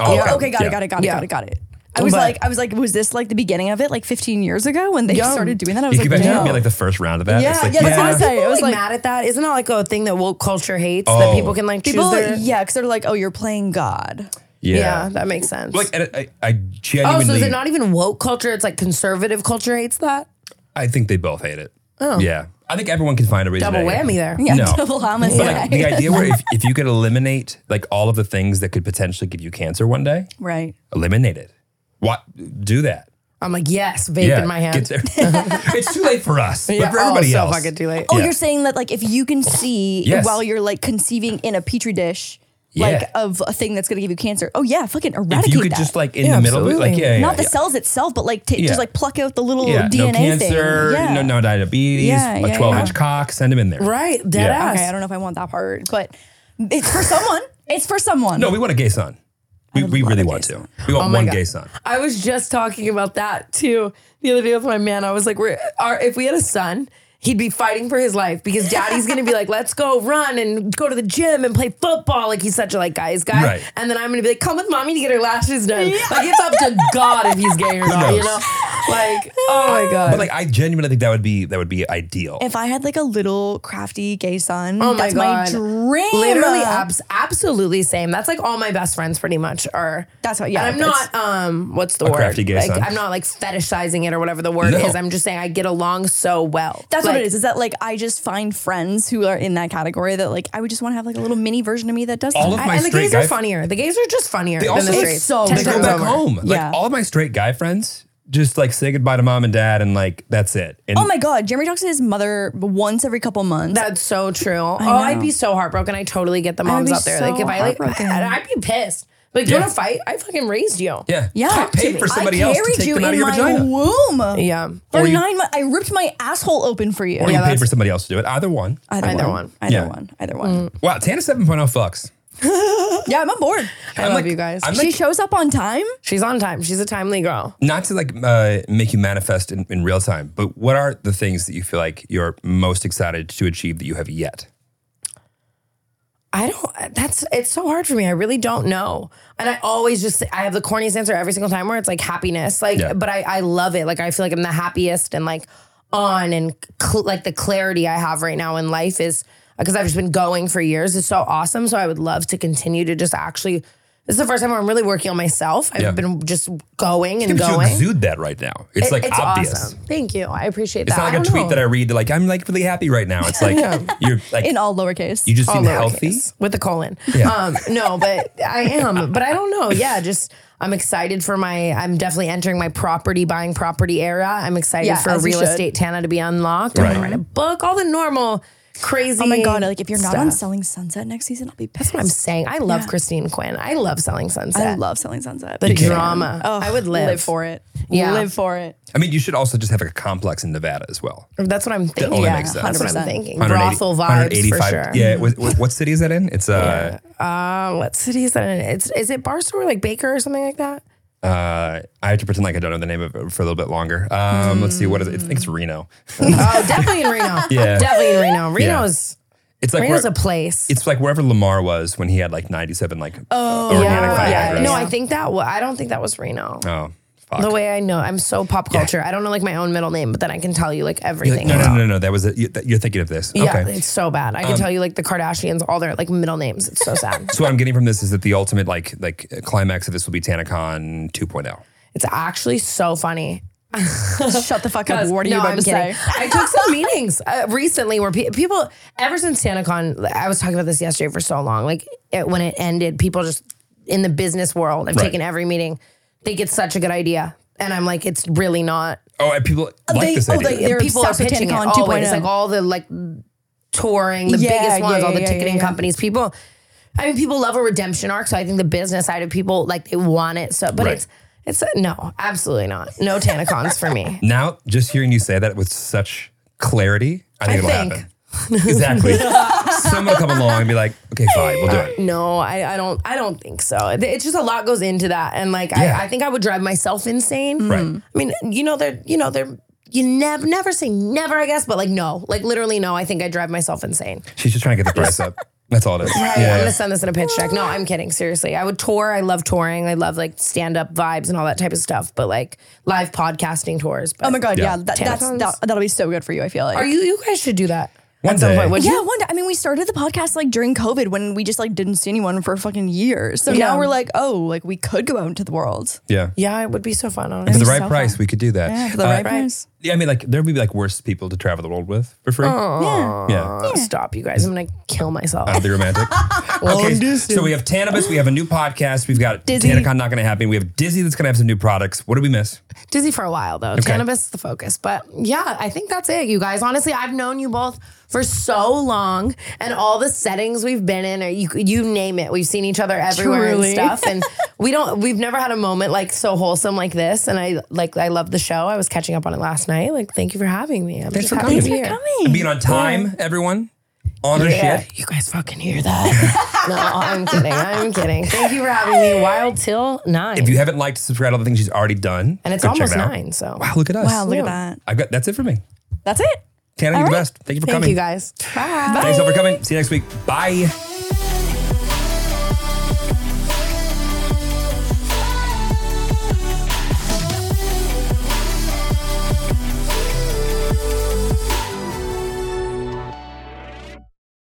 [SPEAKER 4] Oh,
[SPEAKER 2] okay.
[SPEAKER 4] okay, got
[SPEAKER 2] Yeah.
[SPEAKER 4] it, got it, got it,
[SPEAKER 1] Yeah.
[SPEAKER 4] got it, got it. I was
[SPEAKER 1] But-
[SPEAKER 4] like, I was like, was this like the beginning of it? Like 15 years ago when they
[SPEAKER 1] Young.
[SPEAKER 4] started doing that? I was
[SPEAKER 2] You
[SPEAKER 4] like,
[SPEAKER 2] could imagine
[SPEAKER 4] no.
[SPEAKER 2] being like the first round of that.
[SPEAKER 4] Yeah,
[SPEAKER 2] It's like,
[SPEAKER 4] yeah, that's what I
[SPEAKER 2] yeah.
[SPEAKER 4] said.
[SPEAKER 1] People
[SPEAKER 4] it was
[SPEAKER 1] like,
[SPEAKER 4] like-
[SPEAKER 1] mad at that. Isn't that like a thing that woke culture hates
[SPEAKER 2] Oh.
[SPEAKER 1] that people can like choose
[SPEAKER 4] people,
[SPEAKER 1] their-
[SPEAKER 4] yeah, because they're like, oh, you're playing God.
[SPEAKER 2] yeah.
[SPEAKER 1] yeah. that makes sense.
[SPEAKER 2] Like, and I,
[SPEAKER 1] oh,
[SPEAKER 2] I genuinely,
[SPEAKER 1] so is it not even woke culture? It's like conservative culture hates that.
[SPEAKER 2] I think they both hate it. Oh. Yeah. I think everyone can find a reason.
[SPEAKER 1] Double
[SPEAKER 2] to hate it.
[SPEAKER 1] whammy there.
[SPEAKER 4] (laughs) Yeah,
[SPEAKER 2] No.
[SPEAKER 4] double homicide.
[SPEAKER 2] But like, the idea where if, if you could eliminate like all of the things that could potentially give you cancer one day,
[SPEAKER 4] right.
[SPEAKER 2] eliminate it. What? Do that.
[SPEAKER 1] I'm like, yes, vape in my hand.
[SPEAKER 2] Get there. (laughs) it's too late for us,
[SPEAKER 1] Yeah,
[SPEAKER 2] but for everybody
[SPEAKER 1] oh,
[SPEAKER 2] else.
[SPEAKER 1] So fucking too late.
[SPEAKER 4] Oh,
[SPEAKER 2] Yeah.
[SPEAKER 4] you're saying that like if you can see
[SPEAKER 2] Yes.
[SPEAKER 4] while you're like conceiving in a petri dish, like
[SPEAKER 2] Yeah.
[SPEAKER 4] of a thing that's gonna give you cancer. Oh yeah, fucking eradicate
[SPEAKER 2] if you could
[SPEAKER 4] that.
[SPEAKER 2] just like in
[SPEAKER 1] Yeah,
[SPEAKER 2] the middle of it, like
[SPEAKER 1] absolutely.
[SPEAKER 2] yeah, yeah,
[SPEAKER 4] Not the
[SPEAKER 2] yeah.
[SPEAKER 4] cells itself, but like t-
[SPEAKER 2] Yeah.
[SPEAKER 4] just like pluck out the little
[SPEAKER 2] yeah,
[SPEAKER 4] DNA
[SPEAKER 2] no cancer,
[SPEAKER 4] thing. Yeah.
[SPEAKER 2] no, no diabetes,
[SPEAKER 4] Yeah,
[SPEAKER 2] a
[SPEAKER 4] yeah,
[SPEAKER 2] 12
[SPEAKER 4] yeah.
[SPEAKER 2] inch cock, send him in there.
[SPEAKER 1] Right, dead
[SPEAKER 2] Yeah.
[SPEAKER 1] ass.
[SPEAKER 4] Okay, I don't know if I want that part, but
[SPEAKER 2] (laughs)
[SPEAKER 4] it's for someone. It's for someone.
[SPEAKER 2] No, we want a gay son. We, we really want to. We want
[SPEAKER 1] Oh
[SPEAKER 2] one
[SPEAKER 1] my God.
[SPEAKER 2] gay son.
[SPEAKER 1] I was just talking about that too the other day with my man. I was like, we're, our, if we had a son, he'd be fighting for his life because daddy's gonna be like, let's go run and go to the gym and play football. Like he's such a like guys guy.
[SPEAKER 2] Right.
[SPEAKER 1] And then I'm gonna be like, come with mommy to get her lashes done. Like it's up to God if he's
[SPEAKER 2] (laughs)
[SPEAKER 1] gay or not, you
[SPEAKER 2] knows?
[SPEAKER 1] know? Like, oh my God.
[SPEAKER 2] But like, I genuinely think that would be that would be ideal.
[SPEAKER 4] If I had like a little crafty gay son,
[SPEAKER 1] Oh
[SPEAKER 4] that's
[SPEAKER 1] my
[SPEAKER 4] my
[SPEAKER 1] God.
[SPEAKER 4] dream.
[SPEAKER 1] Literally, abs- absolutely same. That's like all my best friends pretty much are.
[SPEAKER 4] That's what- yeah,
[SPEAKER 1] And I'm
[SPEAKER 4] that's-
[SPEAKER 1] not. Um, what's the
[SPEAKER 2] A
[SPEAKER 1] word?
[SPEAKER 2] crafty gay
[SPEAKER 1] like,
[SPEAKER 2] son.
[SPEAKER 1] I'm not like fetishizing it or whatever the word
[SPEAKER 2] No.
[SPEAKER 1] is. I'm just saying I get along so well.
[SPEAKER 4] That's what
[SPEAKER 1] Like,
[SPEAKER 4] it is. Is that like I just find friends who are in that category that like I would just want to have like a little mini version of me that does
[SPEAKER 2] All
[SPEAKER 4] that.
[SPEAKER 2] of
[SPEAKER 1] I-
[SPEAKER 2] my
[SPEAKER 1] and the
[SPEAKER 2] straight
[SPEAKER 1] gays
[SPEAKER 2] guy
[SPEAKER 1] are funnier. The gays are just funnier
[SPEAKER 2] They
[SPEAKER 1] than
[SPEAKER 2] also
[SPEAKER 1] the
[SPEAKER 2] it's
[SPEAKER 1] straies.
[SPEAKER 4] so
[SPEAKER 2] they
[SPEAKER 1] Ten
[SPEAKER 2] go
[SPEAKER 1] times
[SPEAKER 2] back
[SPEAKER 1] over.
[SPEAKER 2] home.
[SPEAKER 4] Yeah.
[SPEAKER 2] Like all of my straight guy friends, just like say goodbye to mom and dad, and like that's it. And
[SPEAKER 4] Oh my god, Jeremy talks to his mother once every couple months.
[SPEAKER 1] That's so true. oh, I'd be so heartbroken. I totally get the moms
[SPEAKER 4] be
[SPEAKER 1] out there.
[SPEAKER 4] so
[SPEAKER 1] like if I like,
[SPEAKER 4] heartbroken.
[SPEAKER 1] I'd be pissed. Like you
[SPEAKER 2] Yeah.
[SPEAKER 1] want to fight? I fucking raised you.
[SPEAKER 2] yeah,
[SPEAKER 4] yeah,
[SPEAKER 2] I paid for somebody else to
[SPEAKER 4] carried
[SPEAKER 2] take
[SPEAKER 4] you
[SPEAKER 2] them out of
[SPEAKER 4] in
[SPEAKER 2] your
[SPEAKER 4] my
[SPEAKER 2] vagina.
[SPEAKER 4] womb.
[SPEAKER 1] Yeah.
[SPEAKER 4] for
[SPEAKER 2] Or you-
[SPEAKER 4] nine months, I ripped my asshole open for you.
[SPEAKER 2] Or you paid
[SPEAKER 1] that's-
[SPEAKER 2] for somebody else to do it. Either one.
[SPEAKER 4] Either,
[SPEAKER 1] Either
[SPEAKER 4] one.
[SPEAKER 1] one. Mm.
[SPEAKER 4] Either
[SPEAKER 2] Yeah.
[SPEAKER 4] one. Either one.
[SPEAKER 2] Wow, Tana 7.0 fucks.
[SPEAKER 4] Yeah, I'm on board.
[SPEAKER 1] I love you guys.
[SPEAKER 2] I'm
[SPEAKER 4] she
[SPEAKER 2] like,
[SPEAKER 4] shows up on time.
[SPEAKER 1] She's on time. She's a timely girl.
[SPEAKER 2] not to like uh, make you manifest in, in real time, but what are the things that you feel like you're most excited to achieve that you have yet?
[SPEAKER 1] I don't. That's it's so hard for me. I really don't know. And I always just I have the corniest answer every single time where it's like happiness. Like,
[SPEAKER 2] Yeah.
[SPEAKER 1] but I I love it. Like I feel like I'm the happiest and like on and cl- like the clarity I have right now in life is because I've just been going for years. It's so awesome. So I would love to continue to just actually. This is the first time where I'm really working on myself. I've
[SPEAKER 2] Yeah.
[SPEAKER 1] been just going and
[SPEAKER 2] Because you
[SPEAKER 1] going.
[SPEAKER 2] exude that right now. It's
[SPEAKER 1] It-
[SPEAKER 2] like obvious.
[SPEAKER 1] Thank you. I appreciate
[SPEAKER 2] It's
[SPEAKER 1] that.
[SPEAKER 2] not like a tweet that I read that like I'm like really happy right now. It's like you're like
[SPEAKER 4] in all lowercase.
[SPEAKER 2] you just
[SPEAKER 1] all
[SPEAKER 2] seem healthy.
[SPEAKER 1] lowercase, with the colon.
[SPEAKER 2] Yeah.
[SPEAKER 1] Um, no, but I am. But I don't know. Yeah, just I'm excited for my. I'm definitely entering my property buying property era. I'm excited
[SPEAKER 4] Yeah,
[SPEAKER 1] for
[SPEAKER 4] as you
[SPEAKER 1] real
[SPEAKER 4] should.
[SPEAKER 1] estate Tana to be unlocked. I'm gonna
[SPEAKER 2] Right.
[SPEAKER 1] write a book. All the normal crazy.
[SPEAKER 4] oh my god! Like if you're not on
[SPEAKER 1] stuff.
[SPEAKER 4] Selling Sunset next season, I'll be pissed.
[SPEAKER 1] That's what I'm saying. I love Christine Quinn. I love selling sunset.
[SPEAKER 4] I love Selling Sunset.
[SPEAKER 1] the drama.
[SPEAKER 4] Oh,
[SPEAKER 1] I would live.
[SPEAKER 4] for it.
[SPEAKER 1] Yeah.
[SPEAKER 4] Live for it.
[SPEAKER 2] I mean, you should also just have a complex in Nevada as well.
[SPEAKER 1] That's what I'm thinking.
[SPEAKER 2] only
[SPEAKER 1] yeah,
[SPEAKER 2] makes sense.
[SPEAKER 1] That's what I'm
[SPEAKER 4] 100%.
[SPEAKER 1] thinking.
[SPEAKER 2] 180
[SPEAKER 1] Brothel vibes for
[SPEAKER 2] 185
[SPEAKER 1] sure.
[SPEAKER 2] Yeah. What, what- what city is that in? It's uh,
[SPEAKER 1] Uh, what city is that in? It's is it Barstool or like Baker or something like
[SPEAKER 2] (laughs)
[SPEAKER 1] that?
[SPEAKER 2] uh, I have to pretend like I don't know the name of it for a little bit longer. Um, Let's see. What is it? I think it's Reno.
[SPEAKER 1] oh, definitely in Reno.
[SPEAKER 2] Yeah.
[SPEAKER 1] Definitely in Reno. Reno's
[SPEAKER 2] It's like
[SPEAKER 1] Oh, Reno's
[SPEAKER 2] where-
[SPEAKER 1] a place.
[SPEAKER 2] it's like wherever Lamar was when he had like 97 like organic
[SPEAKER 1] Oh, yeah.
[SPEAKER 2] Viagra.
[SPEAKER 1] No, I think that was, I don't think that was Reno.
[SPEAKER 2] Oh, fuck.
[SPEAKER 1] The way I know, I'm so pop culture. I don't know like my own middle name, but then I can tell you like
[SPEAKER 2] You're
[SPEAKER 1] everything.
[SPEAKER 2] like, no, no, no, no, no. That was it. You- that- You're thinking of this.
[SPEAKER 1] Yeah,
[SPEAKER 2] Okay. Um,
[SPEAKER 1] it's so bad. I can tell you like the Kardashians, all their like middle names. It's so
[SPEAKER 2] (laughs)
[SPEAKER 1] sad.
[SPEAKER 2] So what I'm getting from this is that the ultimate like like climax of this will be TanaCon oh. 2.0.
[SPEAKER 1] it's actually so funny.
[SPEAKER 4] (laughs) Shut the fuck up. What are you
[SPEAKER 1] No,
[SPEAKER 4] about
[SPEAKER 1] I'm
[SPEAKER 4] to
[SPEAKER 1] kidding.
[SPEAKER 4] say?
[SPEAKER 1] I took
[SPEAKER 2] (laughs)
[SPEAKER 1] some meetings uh, recently where pe- people, ever since TanaCon, I was talking about this yesterday for so long. Like it, when it ended, people just in the business world, I've
[SPEAKER 2] Right.
[SPEAKER 1] taken every meeting, think it's such a good idea. And I'm like, it's really not.
[SPEAKER 2] Oh, and people like
[SPEAKER 4] They-
[SPEAKER 2] this
[SPEAKER 4] oh,
[SPEAKER 2] idea.
[SPEAKER 4] they- They're
[SPEAKER 1] people are
[SPEAKER 4] obsessed with
[SPEAKER 1] pitching it Oh,
[SPEAKER 4] TanaCon
[SPEAKER 1] always.
[SPEAKER 4] 2.0.
[SPEAKER 1] Like all the like touring, the
[SPEAKER 4] oh. Yeah,
[SPEAKER 1] biggest ones,
[SPEAKER 4] yeah,
[SPEAKER 1] all the
[SPEAKER 4] yeah, yeah,
[SPEAKER 1] ticketing
[SPEAKER 4] yeah.
[SPEAKER 1] companies. People, I mean, people love a redemption arc. So I think the business side of people, like they want it. So, but
[SPEAKER 2] Right.
[SPEAKER 1] it's, it's no, absolutely not. No TanaCons for me. (laughs)
[SPEAKER 2] now, just hearing you say that with such clarity, I think
[SPEAKER 1] I
[SPEAKER 2] it'll
[SPEAKER 1] think.
[SPEAKER 2] happen.
[SPEAKER 4] (laughs)
[SPEAKER 2] exactly. Someone will come along and be like, okay, fine, we'll do it.
[SPEAKER 1] Uh, No, I, I don't. I don't think so. It- It's just a lot goes into that, and like
[SPEAKER 2] Yeah.
[SPEAKER 1] I, I think I would drive myself insane.
[SPEAKER 2] Right.
[SPEAKER 4] Mm-hmm.
[SPEAKER 1] I mean, you know, they're you know they're you never never say never, I guess, but like no, like literally no. I think I drive myself insane.
[SPEAKER 2] She's just trying to get the price up. That's all it is.
[SPEAKER 1] Hey, I'm gonna send this in a pitch deck. No, I'm kidding. Seriously, I would tour. I love touring. I love like stand up vibes and all that type of stuff. But like live podcasting tours. But
[SPEAKER 4] Oh my god,
[SPEAKER 2] Yeah.
[SPEAKER 4] yeah, that, that's
[SPEAKER 1] Tampons.
[SPEAKER 4] that, that'll be so good for you. I feel like.
[SPEAKER 1] Are you? You guys should do that
[SPEAKER 2] One
[SPEAKER 1] at some
[SPEAKER 2] day.
[SPEAKER 1] point. Would
[SPEAKER 4] yeah,
[SPEAKER 1] you?
[SPEAKER 4] one day. I mean, we started the podcast like during COVID when we just like didn't see anyone for fucking years. So
[SPEAKER 1] Yeah.
[SPEAKER 4] now we're like, oh, like we could go out into the world.
[SPEAKER 2] Yeah.
[SPEAKER 1] Yeah, it would be so fun.
[SPEAKER 2] For the
[SPEAKER 1] Honestly.
[SPEAKER 2] right
[SPEAKER 4] so
[SPEAKER 2] price,
[SPEAKER 4] fun.
[SPEAKER 2] we could do that.
[SPEAKER 4] Yeah, for the
[SPEAKER 2] Uh,
[SPEAKER 4] right price.
[SPEAKER 2] Yeah, I mean, like there would be like worse people to travel the world with for free.
[SPEAKER 4] Yeah.
[SPEAKER 2] Yeah,
[SPEAKER 1] Stop, you guys. I'm gonna kill
[SPEAKER 2] (laughs)
[SPEAKER 1] myself.
[SPEAKER 2] that'd be
[SPEAKER 4] (laughs)
[SPEAKER 2] romantic. okay, so we have Tanibus, we have a new podcast, we've got
[SPEAKER 4] Dizzy.
[SPEAKER 2] TanaCon not going to happen. We have Dizzy that's going to have some new products. What did we miss?
[SPEAKER 1] Dizzy for a while though.
[SPEAKER 2] Okay.
[SPEAKER 1] Cannabis is the focus. But yeah, I think that's it, you guys. Honestly, I've known you both for so long and all the settings we've been in or you you name it. We've seen each other everywhere
[SPEAKER 4] Truly.
[SPEAKER 1] and stuff.
[SPEAKER 2] (laughs)
[SPEAKER 1] And we don't we've never had a moment like so wholesome like this. And I like I love the show. I was catching up on it last night. Like, thank you for having me. I'm Thanks
[SPEAKER 2] for
[SPEAKER 1] happy
[SPEAKER 2] coming.
[SPEAKER 1] to be
[SPEAKER 2] Thanks
[SPEAKER 1] here.
[SPEAKER 2] And being on time, everyone. On our shit.
[SPEAKER 1] You guys fucking hear that? (laughs) no, I'm kidding. I'm kidding. Thank you for having
[SPEAKER 2] (laughs)
[SPEAKER 1] me. Wild till nine.
[SPEAKER 2] If you haven't liked, subscribed, all the things she's already done,
[SPEAKER 1] and it's
[SPEAKER 2] go check
[SPEAKER 1] almost
[SPEAKER 2] it out.
[SPEAKER 1] nine. So
[SPEAKER 2] Wow, look at us.
[SPEAKER 4] Wow, look at that.
[SPEAKER 2] I got that's it for me.
[SPEAKER 4] That's it.
[SPEAKER 2] Tana,
[SPEAKER 4] All
[SPEAKER 2] you're the
[SPEAKER 4] right.
[SPEAKER 2] best. Thank you for
[SPEAKER 1] thank
[SPEAKER 2] coming.
[SPEAKER 1] you guys. Bye.
[SPEAKER 2] Thanks all for coming. See you next week. Bye.